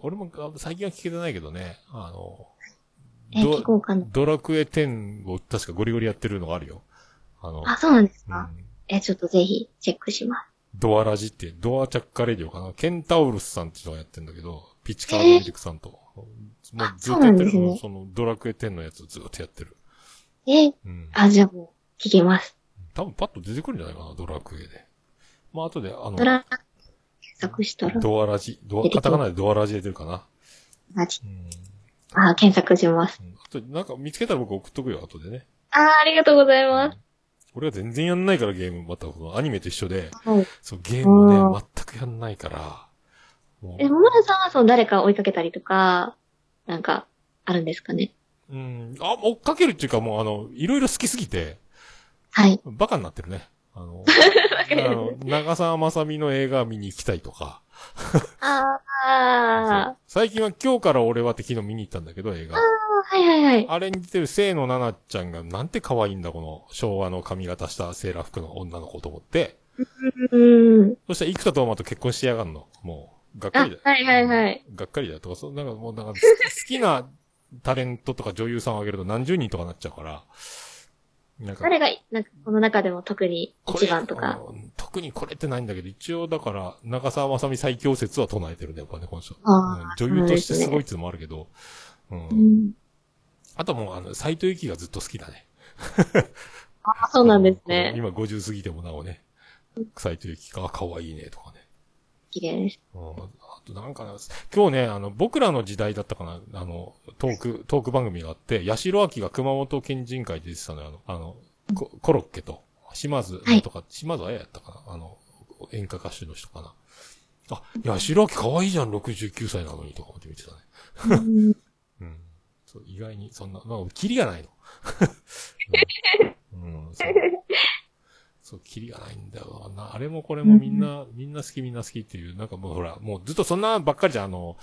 A: 俺もあ最近は聞けてないけどね。あの、
B: え、
A: ド
B: 聞こうかな。
A: ドラクエ10を確かゴリゴリやってるのがあるよ。あの、
B: あ、そうなんです
A: う
B: か。
A: ん
B: え、ちょっとぜひ、チェックします。
A: ドアラジって、ドアチャッカレディオかな。ケンタウルスさんって人がやってんだけど、ピッチカードミルクさんと。もうずっとやってる
B: あそうなんですね
A: そのドラクエ10のやつをずっとやってる。
B: え、
A: うん。
B: あ、じゃあもう、聞きます。
A: 多分パッと出てくるんじゃないかな、ドラクエで。まあ、後で、あの
B: ド、ラ、検索したら、
A: ドアラジ、ドア、
B: 出てく
A: カ
B: る
A: タカナでドアラジ出てるかな。
B: あち
A: うん。
B: あ、検索します。
A: うんあと、なんか見つけたら僕送っとくよ、後でね。
B: あー、ありがとうございます。
A: 俺は全然やんないからゲーム、またこのアニメと一緒で、
B: はい。
A: そう、ゲーム
B: う
A: を
B: ん
A: ね、全くやんないから、も
B: え、桃田さんはその誰か追いかけたりとか、なんか、あるんですかね。
A: う、うん、あ、追っかけるっていうかもうあの、いろいろ好きすぎて、
B: はい。
A: バカになってるね。あ
B: [LAUGHS]
A: の、
B: か
A: あ
B: ります
A: の長澤まさみの映画見に行きたいとか、
B: あ
A: そ
B: あ
A: う最近は今日から俺はって昨日見に行ったんだけど、映画。
B: ー、はいはいはい。
A: あれに出てる清野奈々ちゃんがなんて可愛いんだ、この昭和の髪型したセーラー服の女の子と思って、
B: うーん。
A: そしたら生田斗真と結婚しやがんの。もう、がっか
B: あ
A: りだよ、。
B: はいはいはい。
A: がっかりだよとか、そう、なんかもう、なんか好きなタレントとか女優さんを挙げると何十人とかなっちゃうから、なんか、
B: 誰が、なんか、この中でも特に
A: これ
B: 一番とか。。
A: うん特にこれってないんだけど、一応だから、長澤まさみ最強説は唱えてるね、やっぱね、この人。うん
B: ああ、
A: 女優として
B: そうですね
A: すごいっていうのもあるけど、うん。
B: うん。
A: あともう、あの、斎藤由貴がずっと好きだね。
B: あそうなんですね。
A: 今50過ぎてもなおね、斎藤由貴が可愛いね、とかね。
B: 綺麗です。
A: うん、あとなんかな、今日ね、あの、僕らの時代だったかな、あの、トーク、トーク番組があって、八代明が熊本県人会で出てたのよ、あの、あのココロッケと、島津
B: はい
A: とか、島津あややったかな、あの、演歌歌手の人かな。あ、八代明可愛いじゃん、69歳なのに、とか思って見てたね。
B: うん
A: うん。そう意外に、そんな、なんか、キリがないの。 [LAUGHS] うん。うんそう。 [LAUGHS] そう、キリがないんだよな。あれもこれもみんな、みんな好きみんな好きっていう、なんかもうほら、もうずっとそんなばっかりじゃん、あの、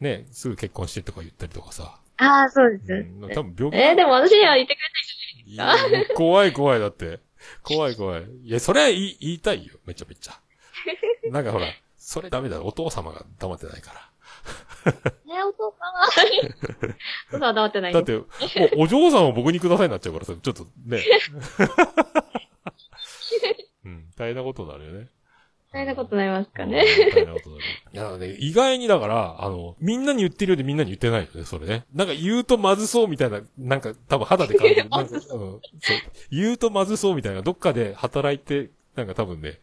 A: ね、すぐ結婚してとか言ったりとかさ。
B: ああ、そうで
A: う
B: す。
A: ん、多分病気
B: えー、でも私には言ってく
A: いやもう怖い怖い、だって。怖い怖い。いや、それは言い言いたいよ、めちゃめちゃ。なんかほら、それダメだ、お父様が黙ってないから。
B: れない。えー、お父さんは。お父さんは黙ってない
A: だっ
B: です。
A: て、もうお [LAUGHS] 嬢さんを僕にくださいになっちゃうからさ、ちょっと
B: [LAUGHS]
A: ね。うん、大変なことになるよね。
B: 大変なことになりますか
A: う
B: ね。
A: ん。大変なことになる。いや、だからね、意外にだから、あの、みんなに言ってるようでみんなに言ってないよね、それね。なんか言うとまずそうみたいな、なんか多分肌で感じ
B: [LAUGHS]
A: る。なんか、うん、そう。言うとまずそうみたいな、どっかで働いて、なんか多分ね、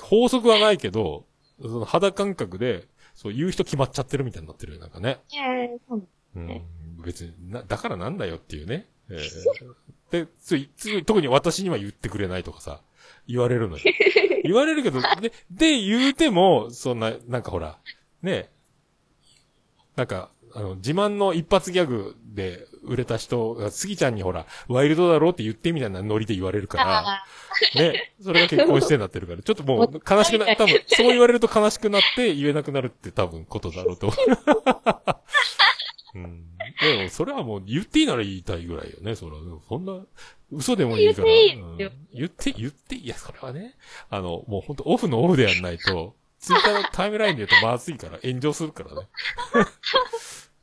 A: 法則はないけど、その肌感覚で、そう、言う人決まっちゃってるみたいになってるよなんかね。
B: えーそう
A: うん、別にな、だからなんだよっていうね。え [LAUGHS] ー、で、つい、つい、特に私には言ってくれないとかさ、言われるのよ。言われるけど、で、で、言うても、そんな、なんかほら、ね、なんか、あの、自慢の一発ギャグで売れた人が、スギちゃんにほら、ワイルドだろうって言ってみたいなノリで言われるから、
B: [LAUGHS] あ
A: ね、それが結婚してになってるから、ちょっともう悲しくな、多分、そう言われると悲しくなって言えなくなるって多分ことだろう
B: [LAUGHS]
A: と思う。うん。でも、それはもう言っていいなら言いたいぐらいよね、それは。そんな、嘘でもいいから。
B: 言っていいですよ
A: うん言って、言って、いや、それはね、あの、もう本当オフのオフでやんないと、ツイッターのタイムラインで言うとまずいから、炎上するからね。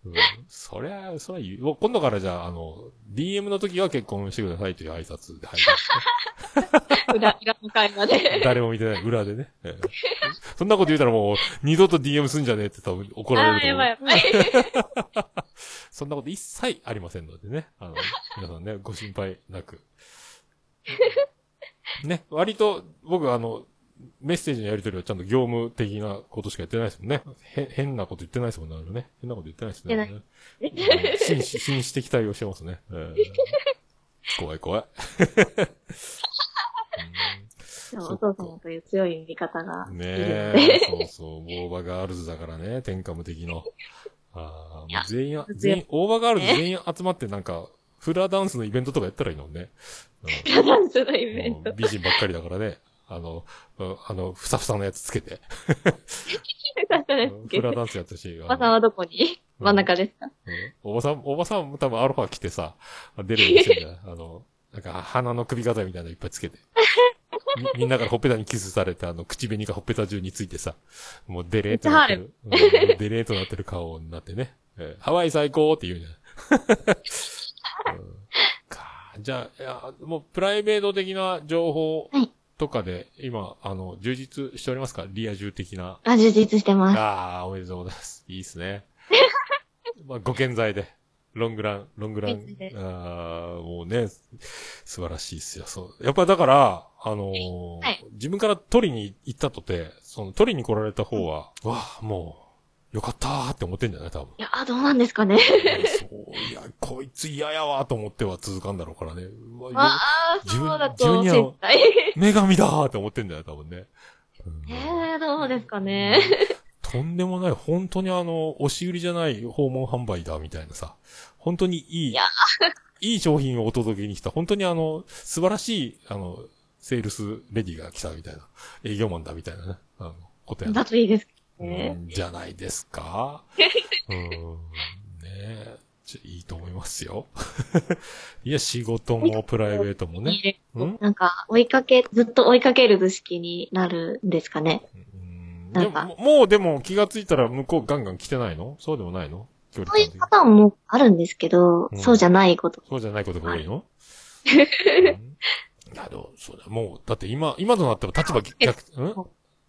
A: うん、そりゃ、そりゃ言う、もう今度からじゃあ、あの、DM の時は結婚してくださいという挨拶で入る。
B: ー裏、裏の会話で。
A: 誰も見てない、裏でね。ええそんなこと言うたらもう、二度と DM すんじゃねえって多分怒ら
B: あ
A: れる
B: ー、
A: と
B: や
A: 思。
B: ばいうやばい。
A: そんなこと一切ありませんのでね。あ
B: [LAUGHS]
A: の、皆さんね、ご心配なく。ね、割と、僕あの、メッセージのやり取りはちゃんと業務的なことしか言ってないですもんね。へ、変なこと言ってないですもんね。あれね変なこと言ってないですね。
B: 言って
A: うん紳士、紳士的対応してますね。えー怖い怖い。
B: でもお父様という強い味方がいるの
A: ね
B: で。
A: え、そうそう、大場ガールズだからね、天下無敵の。ああ、もう全員、全員、大場ガールズ全員集まってなんか、フラダンスのイベントとかやったらいいのにね。うん
B: ダンスのイベン
A: も
B: ト
A: う。美人ばっかりだからね。あの、うんあの、ふさふさのやつつけて。
B: だったですけ
A: フラ
B: ど。
A: ダンスやったし。あ
B: お
A: の
B: ばさんはどこに
A: うん
B: 真ん中ですか
A: うんおばさん、おばさんも多分アロハ着てさ、出るようにしてんじゃないあの、なんか鼻の首飾りみたいなのいっぱいつけて。みみんなからほっぺたにキスされて、あの、口紅がほっぺた中についてさ、もうデレーとなってる。うんもうデレーとなってる顔になってね。えーハワイ最高って言うじゃん。うんかじゃあいや、もうプライベート的な情報
B: はい
A: とかで、今、あの、充実しておりますかリア充的な。
B: あ、充実してま
A: ああ、おめでとうございます。いいっす
B: [LAUGHS]
A: ね。まあ、ご健在で。ロングラン、ロングラン
B: ご健在。で
A: ああ、もうね、素晴らしいっすよ。そう。やっぱだから、あのー
B: はい。
A: 自分から取りに行ったとて、その取りに来られた方は、わあ、もう、よかったーって思ってんじゃない多分
B: [LAUGHS] いや、どうなんですかね。
A: そう、いや、こいつ嫌やわーと思っては続かんだろうからね。うわ
B: ああ、
A: 自分
B: そうだ
A: 自分
B: と、
A: には
B: 心配。
A: 女神だーって思ってんじゃない多分ね。うん
B: ええ、どうですかね。
A: [LAUGHS] とんでもない、本当にあの、押し売りじゃない訪問販売だ、みたいなさ。本当にいい、
B: いや
A: [LAUGHS] いい商品をお届けに来た。本当にあの、素晴らしい、あの、セールスレディが来た、みたいな。営業マンだ、みたいなね。あの、ことやな
B: だといいですけど
A: う
B: ね。
A: んじゃないです
B: [LAUGHS]
A: かうーん、ねえ。ちょいいと思いますよ。 [LAUGHS] いや、仕事もプライベートもね。うん
B: なんか、追いかけ、ずっと追いかける図式になるんですかね。
A: うん
B: な
A: で
B: んか
A: も、もうでも気がついたら向こうガンガン来てないのそうでもないの距離
B: そう
A: 感
B: いう
A: 的に
B: パターンもあるんですけど、
A: うん
B: そうじゃないこと。
A: そうじゃないことが多いの、うんいや、でも、そうだ、もう、だって今、今となっては立場逆、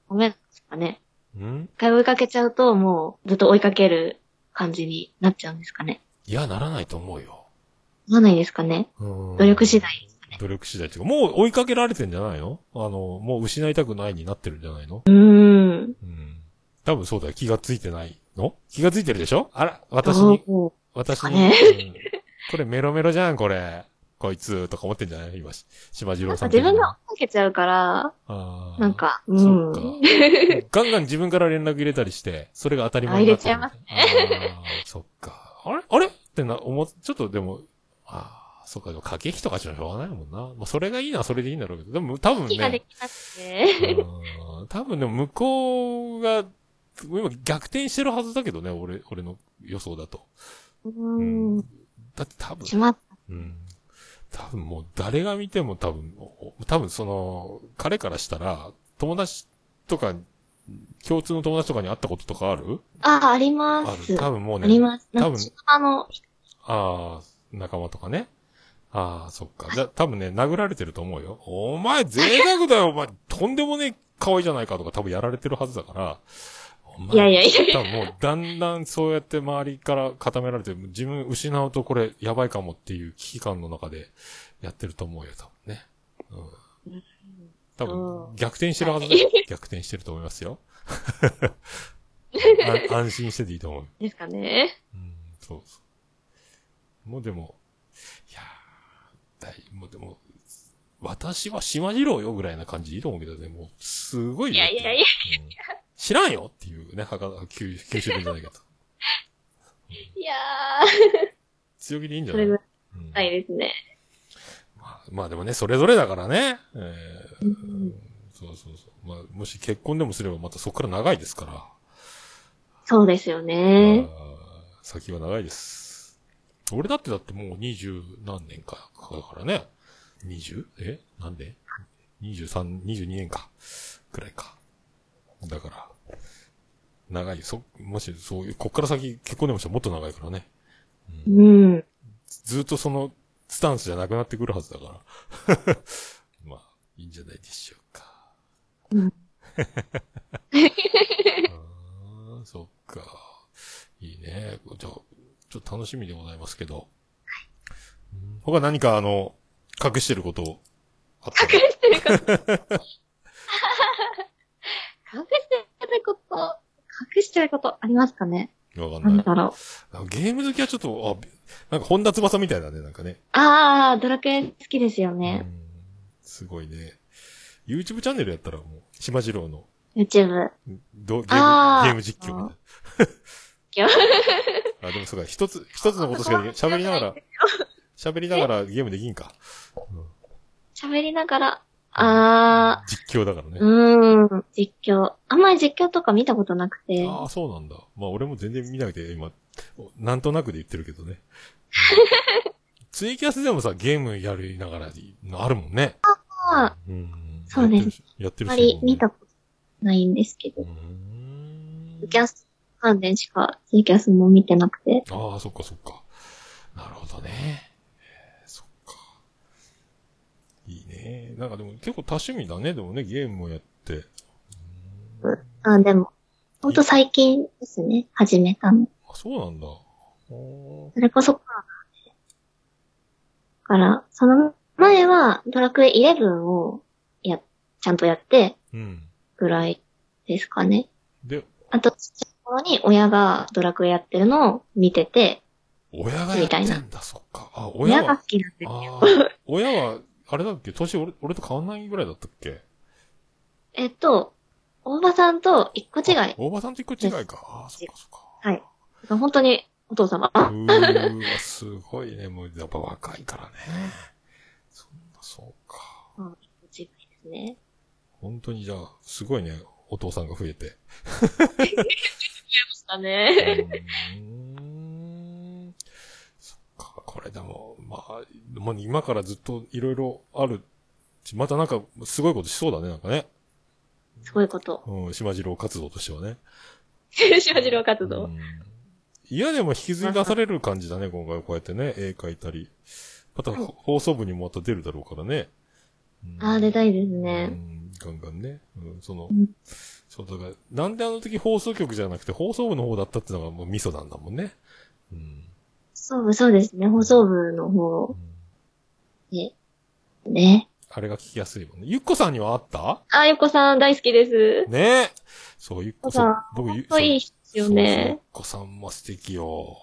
B: ごめんですか
A: うん
B: ね。
A: うん
B: 一回追いかけちゃうと、もうずっと追いかける感じになっちゃうんですかね。
A: いや、ならないと思うよ。
B: ならないですかね。
A: 努
B: 努力次第。
A: 努力次第っていうか、もう追いかけられてんじゃないのあの、もう失いたくないになってるんじゃないの
B: うーん。
A: うん。多分そうだよ。気がついてないの気がついてるでしょあら、私に、
B: ど
A: 私に、
B: そう
A: うんこれメロメロじゃん、これ。こいつ、とか思ってんじゃない今、し島次
B: うな
A: 郎
B: んか
A: さん
B: 自
A: 的な。
B: 分が追いかけちゃうから、
A: あー
B: なんか、う
A: そっか
B: ん。。
A: [LAUGHS] ガンガン自分から連絡入れたりして、それが当たり前になってる
B: あ入れ
A: あーそっか。あれあれってな、思っ、ちょっとでも、ああ、そっか、でも駆け引きとかじゃしょうがないもんな。まあ、それがいいな、それでいいんだろうけど。でも、多分
B: 気がで
A: ね
B: き、なくて。
A: うん多分でも向こうが、今逆転してるはずだけどね、俺、俺の予想だと。
B: う
A: う
B: ーん。
A: だって多分、
B: しまっ
A: うん。多分もう誰が見ても多分、お多分その、彼からしたら、友達とか、共通の友達とかに会ったこととかある
B: あ、ありま
A: あ
B: す。
A: る。多
B: あ
A: 分もうね。
B: ります。な
A: 多
B: んか
A: 分、
B: あの、
A: ああ、仲間とかね。ああ、そっか。じゃあ、多分ね、殴られてると思うよ。お前、贅沢だよ、お前、とんでもねえ可愛いじゃないかとか、多分やられてるはずだから。お前
B: いやいやいやい
A: 多分もう、だんだんそうやって周りから固められて、自分失うとこれ、やばいかもっていう危機感の中で、やってると思うよ、多分ね。うん。多
B: う
A: 分、
B: ん
A: 逆転してるはずだよ。逆転してると思いますよ。 [LAUGHS] あ安心してていいと思う。
B: ですかね。
A: うん、そうそう。もうでも、いやー、だいもうでも、私は島次郎よぐらいな感じでいいと思うけどね、もう、すごい
B: い
A: よ
B: やいやいや、
A: うん知らんよっていうね、はか、九九州弁じゃないけど。
B: いや
A: 強気でいいん
B: ー、
A: じゃ
B: そ
A: ない
B: れぐ
A: うん
B: らいですね。
A: まあ、まあでもね、それぞれだからね。えー
B: うん
A: そうそうそう。まあ、もし結婚でもすればまたそこから長いですから。
B: そうですよね。
A: あー先は長いです。俺だってだってもう二十何年かだからね。二十えなんで二十三、二十二年か。くらいか。だから、長いよ。そ、もし、そういう、こっから先結婚でもしたらもっと長いからね。
B: うん。
A: ずっとそのスタンスじゃなくなってくるはずだから。 [LAUGHS] まあ、いいんじゃないでしょうか。
B: うん
A: あーそっか。いいね。じゃあ、ちょっと楽しみでございますけど。うん他何かあの、隠してることあったら。
B: 隠しちゃうことありますかね
A: わか
B: なんん
A: ない。
B: だろう。
A: ゲーム好きはちょっと、あ、なんか本田翼みたいだね、なんかね。
B: あー、ドラクエ好きですよ
A: う
B: ね。
A: んすごいね。YouTube チャンネルやったらもう、島次郎の、
B: YouTube。
A: どゲー
B: あ
A: ム、ゲ
B: ー
A: ーム実況みたい
B: あ
A: [LAUGHS] な。あ、でもそうか、一つ、一つのことしかでき喋りながら、喋りながらゲームできんか。
B: 喋りながら、あ
A: 実況だからね
B: ー、。うーん、実況。あんまり実況とか見たことなくて。
A: ああ、そうなんだ。まあ俺も全然見なくて、今、なんとなくで言ってるけ
B: [LAUGHS]
A: どね。ツイキャスでもさ、ゲームやりながら、あるもんね。
B: あ
A: うん。。
B: そうです
A: やって
B: あ
A: る
B: んま
A: 人いる
B: り
A: もんね
B: 見たことないんですけど
A: う。ん。
B: キャス関連しか、ツイキャスも見てなくて。
A: ああ、そっかそっか。なるほどね。えーそっか。いいね。なんかでも結構多趣味だね。でもね、ゲームもやって。
B: あ、でも、ほんと最近ですね、始めたの。
A: あ、そうなんだ。おー
B: それこそコロナで。だから、その前は、ドラクエ11を、や、ちゃんとやって、
A: うん。
B: ぐらいですかね。
A: で、
B: あと、ちっちゃい頃に親がドラクエやってるのを見てて、
A: 親がやって
B: みた
A: ん
B: い
A: だ、そっか。あ、
B: 親
A: 親
B: が
A: は
B: 好、きなんです
A: あ
B: よ。
A: ー親は、あれだっけ年俺俺と変わんないぐらいだったっけ
B: えっと、大場さんと一個違い。
A: 大場さんと一個違いか。ああ、そっかそっか。
B: はい。本当にお父様。
A: うーわ、すごいね。もうやっぱ若いからね。そんな、そうか。
B: うん一個違いですね。
A: 本当にじゃあ、すごいね、お父さんが増え
B: [LAUGHS]
A: て。
B: だね。
A: うーんそっか、これでも、まあ、もう今からずっといろいろあるし。またなんか、すごいことしそうだね、なんかね。
B: [LAUGHS] すごい [LAUGHS] こと。
A: うん、島次郎活動としてはね。
B: しまじろう活
A: う
B: 動。
A: んいや、でも引きずり出される感じだね、今回はこうやってね、絵描いたり。また、
B: はい
A: 放送部にもまた出るだろうからね。うん
B: ああ、出たいです
A: う
B: ね。
A: ん、ガンガンね。うん、その、
B: うん
A: そう、だから、なんであの時放送局じゃなくて放送部の方だったってのがもうミソなんだもんね。うん。
B: そうそうですね。放送部の方で、ね。
A: あれが聞きやすいもんね。ゆっこさんにはあった
B: あ、ゆっこさん大好きです。
A: ねえ。そう、ゆっこさん。僕、ゆっ
B: 本当いい人ですよね
A: ゆっこさんも素敵よ。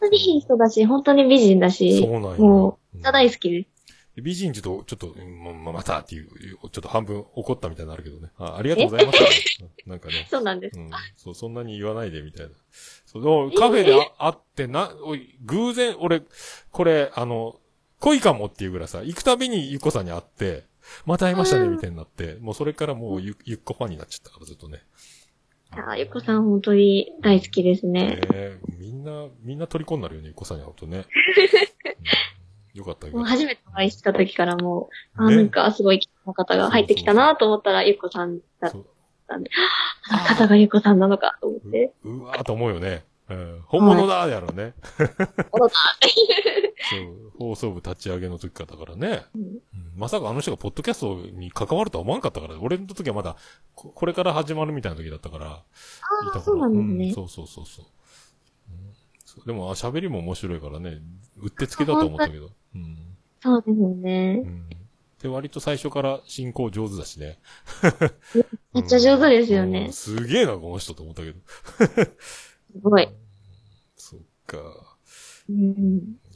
B: 本当にいい人だし、本当に美人だし、
A: そうなんよ
B: も
A: うん
B: う、た大好きです。
A: で美人ちょっと、ちょっと、うんまままたっていう、いうちょっと半分怒ったみたいになのあるけどね。あありがとうございま
B: [LAUGHS]
A: した、うんなんかね。
B: そうなんです。
A: うん。そう、そんなに言わないで、みたいな。その、カフェであ会ってな、おい、偶然、俺、これ、あの、恋かもっていうぐらいさ、行くたびにゆっこさんに会って、また会いましたね、
B: うん
A: みたいになって、もうそれからもうゆ、ゆっこファンになっちゃったから、ずっとね。
B: あ、ゆっこさん本当に大好きですね
A: ね。えみんな、みんな虜になるよね、ゆっこさんに会うと [LAUGHS] ね。うんよかった、よ
B: も
A: か
B: う
A: った。
B: 初めてお会いした時からもう、あ、
A: ね
B: なんかすごい綺麗な方が入ってきたなと思ったら、ゆっこさんだっ
A: そう
B: たんで、あの方がゆっこさんなのかと思って、
A: ううわーと思うよね。うん、本物だやろうね。
B: おろた。
A: [LAUGHS] そう、放送部立ち上げの時からだからね。
B: うん
A: うんまさかあの人がポッドキャストに関わるとは思わんかったから、俺の時はまだこ、これから始まるみたいな時だったから。いたから
B: そうなんですね
A: うんそうそうそうそう。うんそうでも、あ喋りも面白いからね、うってつけだと思ったけど。うん。
B: そうですよ
A: う
B: ね。
A: ん。で、割と最初から進行上手だしね。
B: めっちゃ上手ですよ
A: うんう
B: ね
A: ん。すげえな、この人と思ったけど。
B: すごい。
A: そっか。
B: うん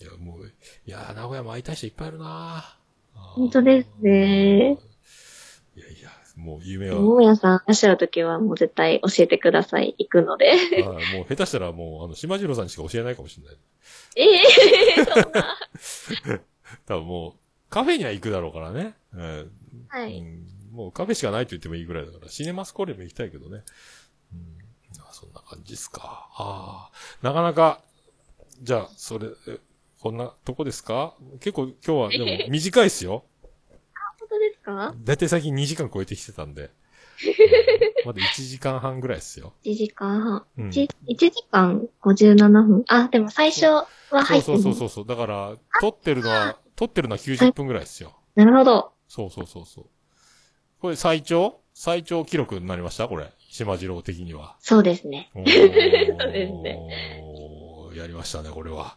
A: いや、もう、いや、名古屋も会いたい人いっぱいいるな
B: 本当ですね。
A: いやいや、もう夢は、
B: 桃屋さんいらっしゃるときはもう絶対教えてください。行くので。
A: はいもう下手したらもう、あの、島次郎さんにしか教えないかもしれない。
B: ええそんな。
A: 多分もう、カフェには行くだろうからね。うん
B: は
A: う
B: い。
A: んもうカフェしかないと言ってもいいぐらいだから、シネマスコーレも行きたいけどね。うん、あそんな感じですか。ああ、なかなか、じゃあ、それ、えこんなとこですか結構今日はでも短いですよ。
B: 本当ですか
A: だいたい最近2時間超えてきてたん
B: [LAUGHS]
A: で。うんまだ1時間半ぐらいですよ。
B: ?1 時間半。
A: うん。
B: 1, 時間57分。あ、でも最初は
A: そ
B: 入
A: う
B: って
A: そう
B: る
A: そうそうそう。だから、撮ってるのは、撮ってるのは90分ぐらいですよ。
B: なるほど。
A: そうそうそうそう。これ最長最長記録になりましたこれ。島次郎的には。
B: そうですね。
A: お
B: [LAUGHS] そうです
A: ーやりましたね、これ
B: [LAUGHS]
A: は。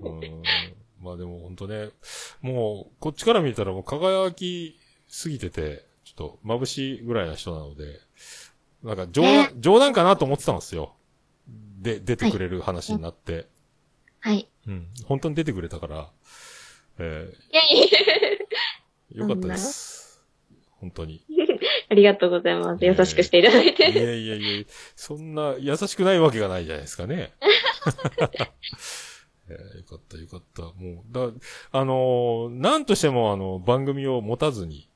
A: うーんまあでも本当ね、もう、こっちから見たらもう輝きすぎてて、ちょっと眩しいぐらいな人なので、なんか冗談、冗談かなと思ってたんですよ。で、出てくれる話になって。
B: はい。
A: うん。本当に出てくれたから、え
B: いやいや
A: ー、よかったです。本当に。
B: [LAUGHS] ありがとうございます。優しくしていただい
A: いや
B: て。
A: いやいや、そんな優しくないわけがないじゃないですか
B: [LAUGHS]
A: ね。えーよかったよかった。もう、だ、あのーなんとしてもあの、番組を持たずに、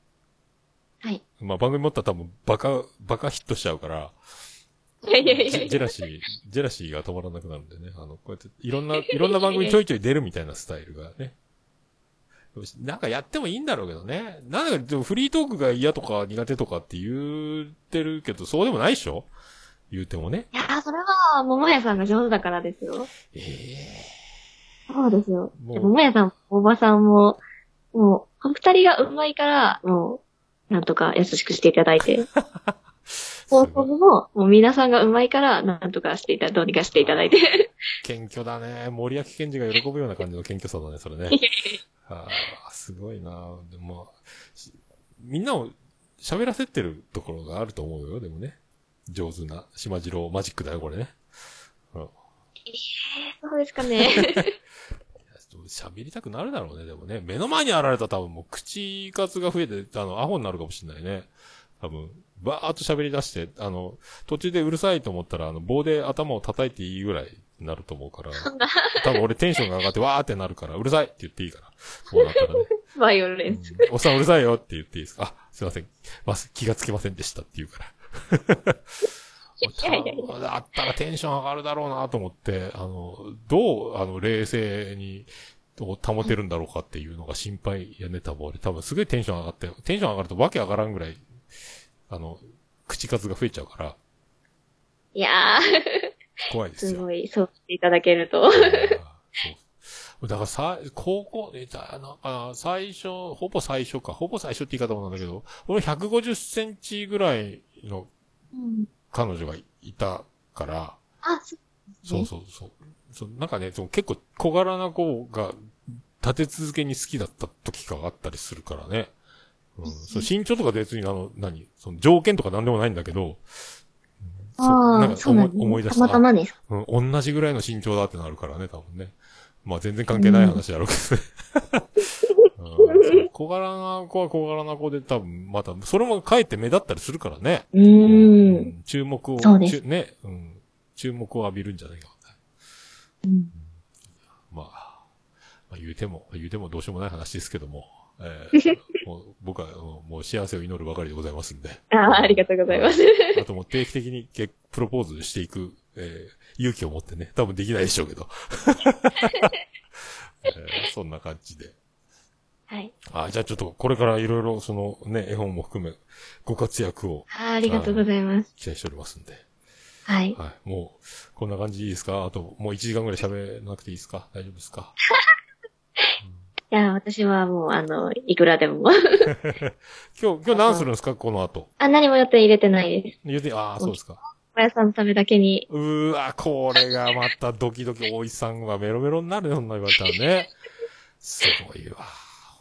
B: はい。
A: まあ番組持ったら多分バカ、バカヒットしちゃうから、
B: い [LAUGHS] やい
A: ジ
B: やいや
A: ェ
B: い
A: ジェ
B: や。
A: ラシー、ジェラシーが止まらなくなるんでね。あの、こうやって、いろんな、いろんな番組にちょいちょい出るみたいなスタイルがね。よしなんかやってもいいんだろうけどね。なんか、でもフリートークが嫌とか苦手とかって言ってるけど、そうでもないでしょ言うてもね。
B: いやーそれは、桃屋さんが上手だからですよ。
A: ええ
B: そうですよ。
A: もう
B: で桃屋さん、おばさんも、もう、お二人が上手いから、もう、なんとか優しくしていただい
A: [LAUGHS]
B: て。放送部も、もう皆さんが上手いから、なんとかしていた、どうにかしていただいて。
A: 謙虚だね。森脇健児が喜ぶような感じの謙虚さだね、それね。ああ、すごいな。でも、しみんなを喋らせてるところがあると思うよ、でもね。上手な島次郎マジックだよ、これね。うん
B: [LAUGHS] そうですか
A: [LAUGHS]
B: ね。
A: 喋りたくなるだろうね、でもね。目の前にあられたら多分もう口数が増えて、あの、アホになるかもしれないね。多分、バーっと喋り出して、あの、途中でうるさいと思ったら、あの、棒で頭を叩いていいぐらいになると思う [LAUGHS] から、多分俺テンションが上がってわーってなるから、うるさいって言っていいから。そうだったらね。
B: [LAUGHS] バイオレ
A: う
B: ン
A: ん
B: ス。
A: おっさんうるさいよって言っていいですかあ、すいません。まあ、気がつきませんでしたって言うから。
B: いやいやい
A: あったらテンション上がるだろうなと思って、あの、どう、あの、冷静に、を保てるんだろうかっていうのが心配やね、多分俺。多分すごいテンション上がって、テンション上がるとわけ上がらんぐらい、あの、口数が増えちゃうから、
B: いやー、
A: 怖いです
B: す
A: よ。
B: ごい、そうしていただけると。
A: そう。だからさ、高校、え、だなんか、最初、ほぼ最初か、ほぼ最初って言い方もなんだけど、俺150センチぐらいの
B: うん
A: 彼女がいたから、
B: あ、そう
A: そうそうそう。そうなんかね、そう結構小柄な子が立て続けに好きだった時があったりするからね。うん、そう身長とか別にあの、何その条件とか何でもないんだけど、うん
B: ああ、そうなん
A: 思い思い出した
B: たまたまです。
A: うん、同じぐらいの身長だってなるからね、多分ね。まあ全然関係ない話やろうけどね。 [LAUGHS] うんそう小柄な子は小柄な子で多分、また、それもかえって目立ったりするからね。
B: うーん。
A: 注目を、
B: そうです
A: ちゅね、うん、注目を浴びるんじゃないか。
B: うん
A: まあ、まあ、言うても、言うてもどうしようもない話ですけども、えーもう僕はうんもう幸せを祈るばかりでございますんで。
B: ああ、ありがとうございます。
A: あともう定期的にけプロポーズしていく、えー勇気を持ってね、多分できないでしょうけど。 [LAUGHS] えーそんな感じで。
B: はい。
A: あじゃあちょっとこれからいろいろそのね、絵本も含めご活躍を
B: あーありがとうございます。
A: 期待しておりますんで。
B: はい。
A: はい。もう、こんな感じでいいですかあと、もう1時間ぐらい喋らなくていいですか大丈夫ですか
B: いや、私はもう、あの、いくらでも。
A: 今日、今日何するんですかこの後。
B: [LAUGHS] あ、何も予定入れてないです。
A: 言うて、ああ、そうですか。
B: おやさんのためだけに。
A: うーわ、これがまたドキドキ、大井さんはメロメロになるよ、そんな言われたらね。すごいわ。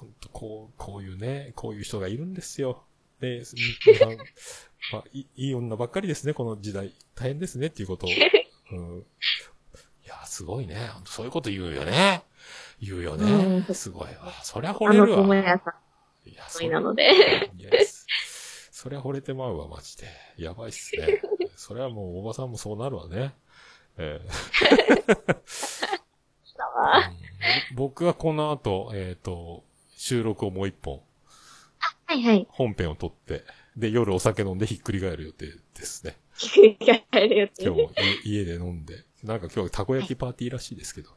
A: ほんと、こう、こういうね、こういう人がいるんですよ。で、す皆さん、まあいい、いい女ばっかりですね、この時代。大変ですね、っていうことを。うん、いや、すごいね。ほんとそういうこと言うよね。言うよね。
B: うん
A: すごいわ。そりゃ惚
B: あ
A: れ
B: の、
A: る
B: 桃
A: わ。
B: 屋さん
A: いや、
B: の
A: そ
B: み
A: う
B: なので。
A: いやそりゃ惚れてまうわ、マジで。やばいっす
B: [LAUGHS]
A: ね。そりゃもう、おばさんもそうなるわね。えーうん僕はこの後、えっ、と、収録をもう一本、
B: はいはい。
A: 本編を撮って、で、夜お酒飲んでひっくり返る予定ですね。
B: ひっくり返るやつ。
A: 今日もい家で飲んで。なんか今日たこ焼きパーティーらしいですけど。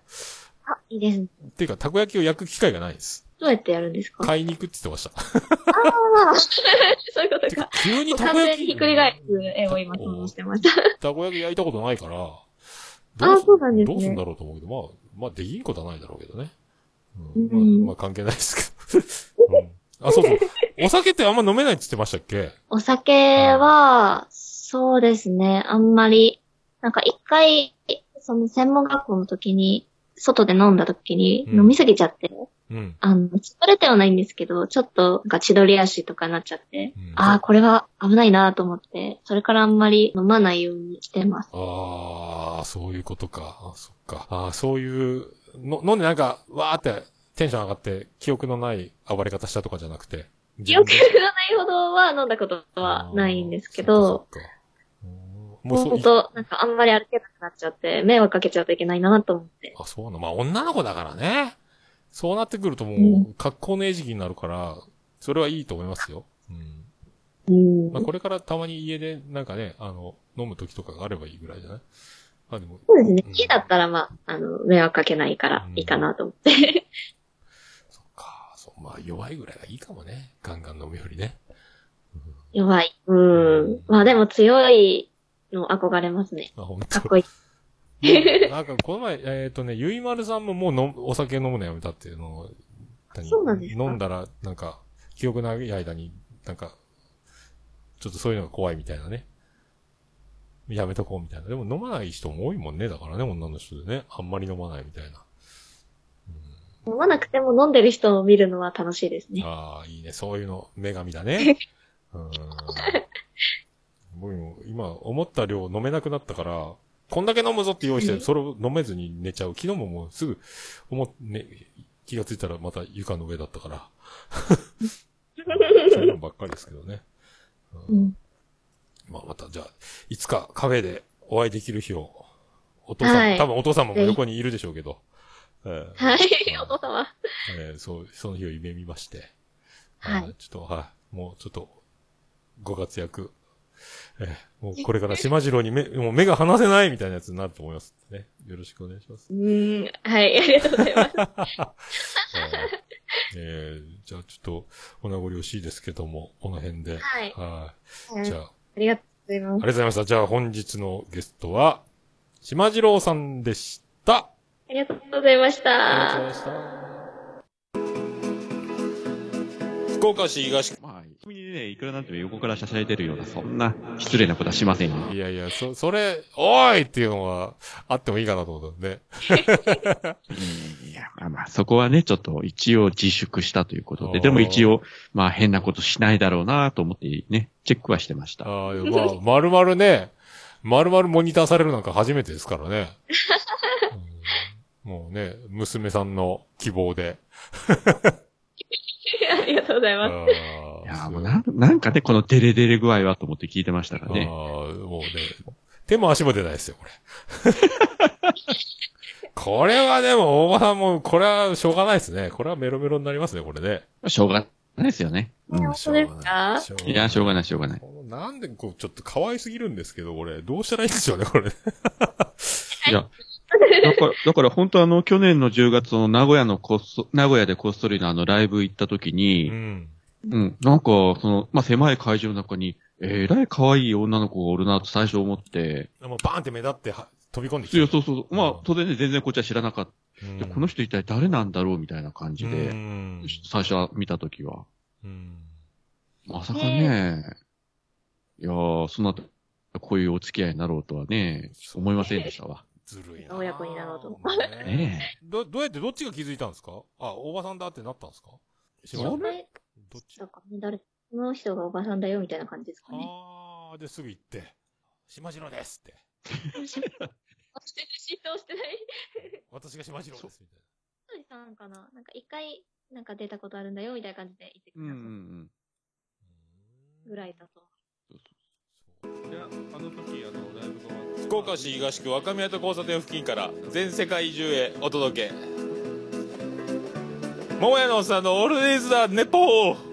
B: あ、いいですね。
A: っていうか、たこ焼きを焼く機会がないんです。
B: どうやってやるんですか
A: 買いに行くって言ってました。
B: ああ、 [LAUGHS] そういうこと
A: てか
B: か。、
A: 急にたこ
B: 完
A: 焼
B: 全
A: き。
B: にひっくり返す絵を今、想像してました。
A: たこ焼き焼いたことないから、ど
B: あー
A: す
B: そうなんですね
A: どうすんだろうと思うけど、まあ、まあ、できんことはないだろうけどね。う、
B: うんん
A: まあ、まあ、関係ないですけど、うんあ、そうそう。お酒ってあんま飲めないって言ってましたっけ
B: お酒は、そうですね、あんまり、なんか一回、その専門学校の時に、外で飲んだ時に、
A: うん
B: 飲みすぎちゃって、
A: うん。
B: あの、疲れてはないんですけど、ちょっと、なんか千鳥足とかなっちゃって、
A: うん
B: ああ、これは危ないなと思って、それからあんまり飲まないようにしてます。
A: ああ、そういうことか。あそっか。ああ、そういう、の、飲んでなんか、わーってテンション上がって、記憶のない暴れ方したとかじゃなくて。
B: 記憶
A: 自分で
B: がないほどは飲んだことはないんですけど、、
A: あーそっかそっかう
B: 本
A: んもうそう、
B: 当なんかあんまり歩けなくなっちゃって、迷惑かけちゃうといけないなと思って。
A: あ、そうなの。まあ、女の子だからね。そうなってくると
B: う
A: もう、格好の餌食になるから、それはいいと思いますよ。うん。
B: うん
A: まあ、これからたまに家で、なんかね、あの、飲む時とかがあればいいぐらいじゃないまあでも、
B: そうですね
A: う。ん
B: 家だったら、まあ、あの、迷惑かけないからいいかなと思って。
A: そっか、そう、まあ、弱いぐらいがいいかもね。ガンガン飲むよりね。
B: 弱い。う
A: うん
B: ん。まあでも強いの憧れますね。
A: まあ、本
B: か
A: 当
B: っこいい。
A: なんか、この前、えっ、とね、ゆいまるさんももうのお酒飲むのやめたっていうのを、何
B: そうなんですか
A: 飲んだら、なんか、記憶ない間に、なんか、ちょっとそういうのが怖いみたいなね。やめとこうみたいな。でも飲まない人も多いもんね。だからね、女の人でね。あんまり飲まないみたいな。
B: 飲まなくても飲んでる人を見るのは楽しいですね。
A: ああ、いいね。そういうの、女神だね。
B: [LAUGHS]
A: うーん。僕も今、思った量飲めなくなったから、こんだけ飲むぞって用意して、それを飲めずに寝ちゃう。昨日ももうすぐ、思っ、ね、気がついたらまた床の上だった
B: [LAUGHS]
A: から。そういうのばっかりですけどね。う
B: うんん。
A: まあまた、じゃあ、いつかカフェでお会いできる日を、お父さん、
B: はい
A: 多分お父様も横にいるでしょうけど。ええ
B: はい
A: うん、
B: お父様。
A: えーそう、その日を夢見まして。
B: はい
A: あーちょっと、はい。もうちょっと、ご活躍。えーもうこれから島次郎に目、
B: [LAUGHS]
A: もう目が離せないみたいなやつになると思いますね。よろしくお願いします。
B: うーん。はい、ありがとうございます。
A: えーえーじゃあちょっと、お名残惜しいですけども、この辺で。
B: [LAUGHS] はい。
A: は
B: う
A: い。
B: ん
A: じゃあ、
B: ありがとうございま
A: ありがとう
B: す。
A: ございました。じゃあ本日のゲストは、島次郎さんでした。
B: ありがとうございまし
A: ありがとうござ
B: た。
A: いました。福岡市東区。
C: まあ、君にね、いくらなんても横からしゃしゃれてるような、そんな失礼なことはしませんよ。
A: いやいや、そ、それ、おーいっていうのは、あってもいいかなと思ったんで。
C: いや、まあまあ、そこはね、ちょっと一応自粛したということ
A: あ
C: で、
A: ー
C: でも一応、まあ変なことしないだろうなと思ってね、チェックはしてました。
A: ああ、いや
B: [LAUGHS]
A: まあ、まるまるね、まるまるモニターされるなんか初めてですからね。うんもうね、娘さんの希望で。
B: ありがとうござい
A: あ
B: ます。
C: い
A: あ
C: や、
A: す
C: も
A: ご
C: う
A: い
C: なんなんかね、このデレデレ具合はと思って聞いてましたか
A: あ
C: らね。
A: あ、もうね、手も足も出ないですよ、これ。
B: [LAUGHS]
A: これはでも、大場さんも、これはしょうがないですね。これはメロメロになりますね、これね。
C: まあしょうがないですよね。うん
B: 本当ですか
A: しょうがない
C: いや、しょうがない、しょうがない。
A: このなんでこう、ちょっと可愛すぎるんですけど、これ。どうしたらいいんでしょうね、これ。
C: いや、だから、だから本当あの、去年の10月の名古屋のこっそ、名古屋でこっそりのあのライブ行った時に、
A: ん。
C: うん。なんか、その、まあ、狭い会場の中に、えらい可愛い女の子がおるなと最初思って、
A: もうバーンって目立っては飛び込んでき
C: い
A: て
C: や、そうそう、まあ、当然ね、全然こっちは知らなかった。
A: う
C: で
A: ん
C: この人一体誰なんだろうみたいな感じ
A: う
C: で、
A: ん
C: 最初は見たときは。
A: うん
C: まさかね、いやー、そんな、こういうお付き合いになろうとはね、思いませんでしたわ。
A: ずるいな。
B: 親子になろうと
A: まあね
C: ね
A: ど、どうやってどっちが気づいたんですかあ、おばさんだってなったんですか
B: [LAUGHS]
C: そ
A: どっ
B: れ
A: ち
B: なんか、誰、この人がおばさんだよみたいな感じですかね。
A: あー、で、すぐ行って、島次郎ですって。
B: 私浸透 [LAUGHS] してない。
A: 私が島次郎です、みたいな。
B: 鳥さんかななんか一回、なんか出たことあるんだよみたいな感じで言って
C: え。う
B: く
C: ん
B: れ
C: う
B: た
C: ん
B: ぐらいだと。
A: 福岡市東区若宮と交差点付近から全世界中へお届け桃屋のおっさんのオールディーズだネポー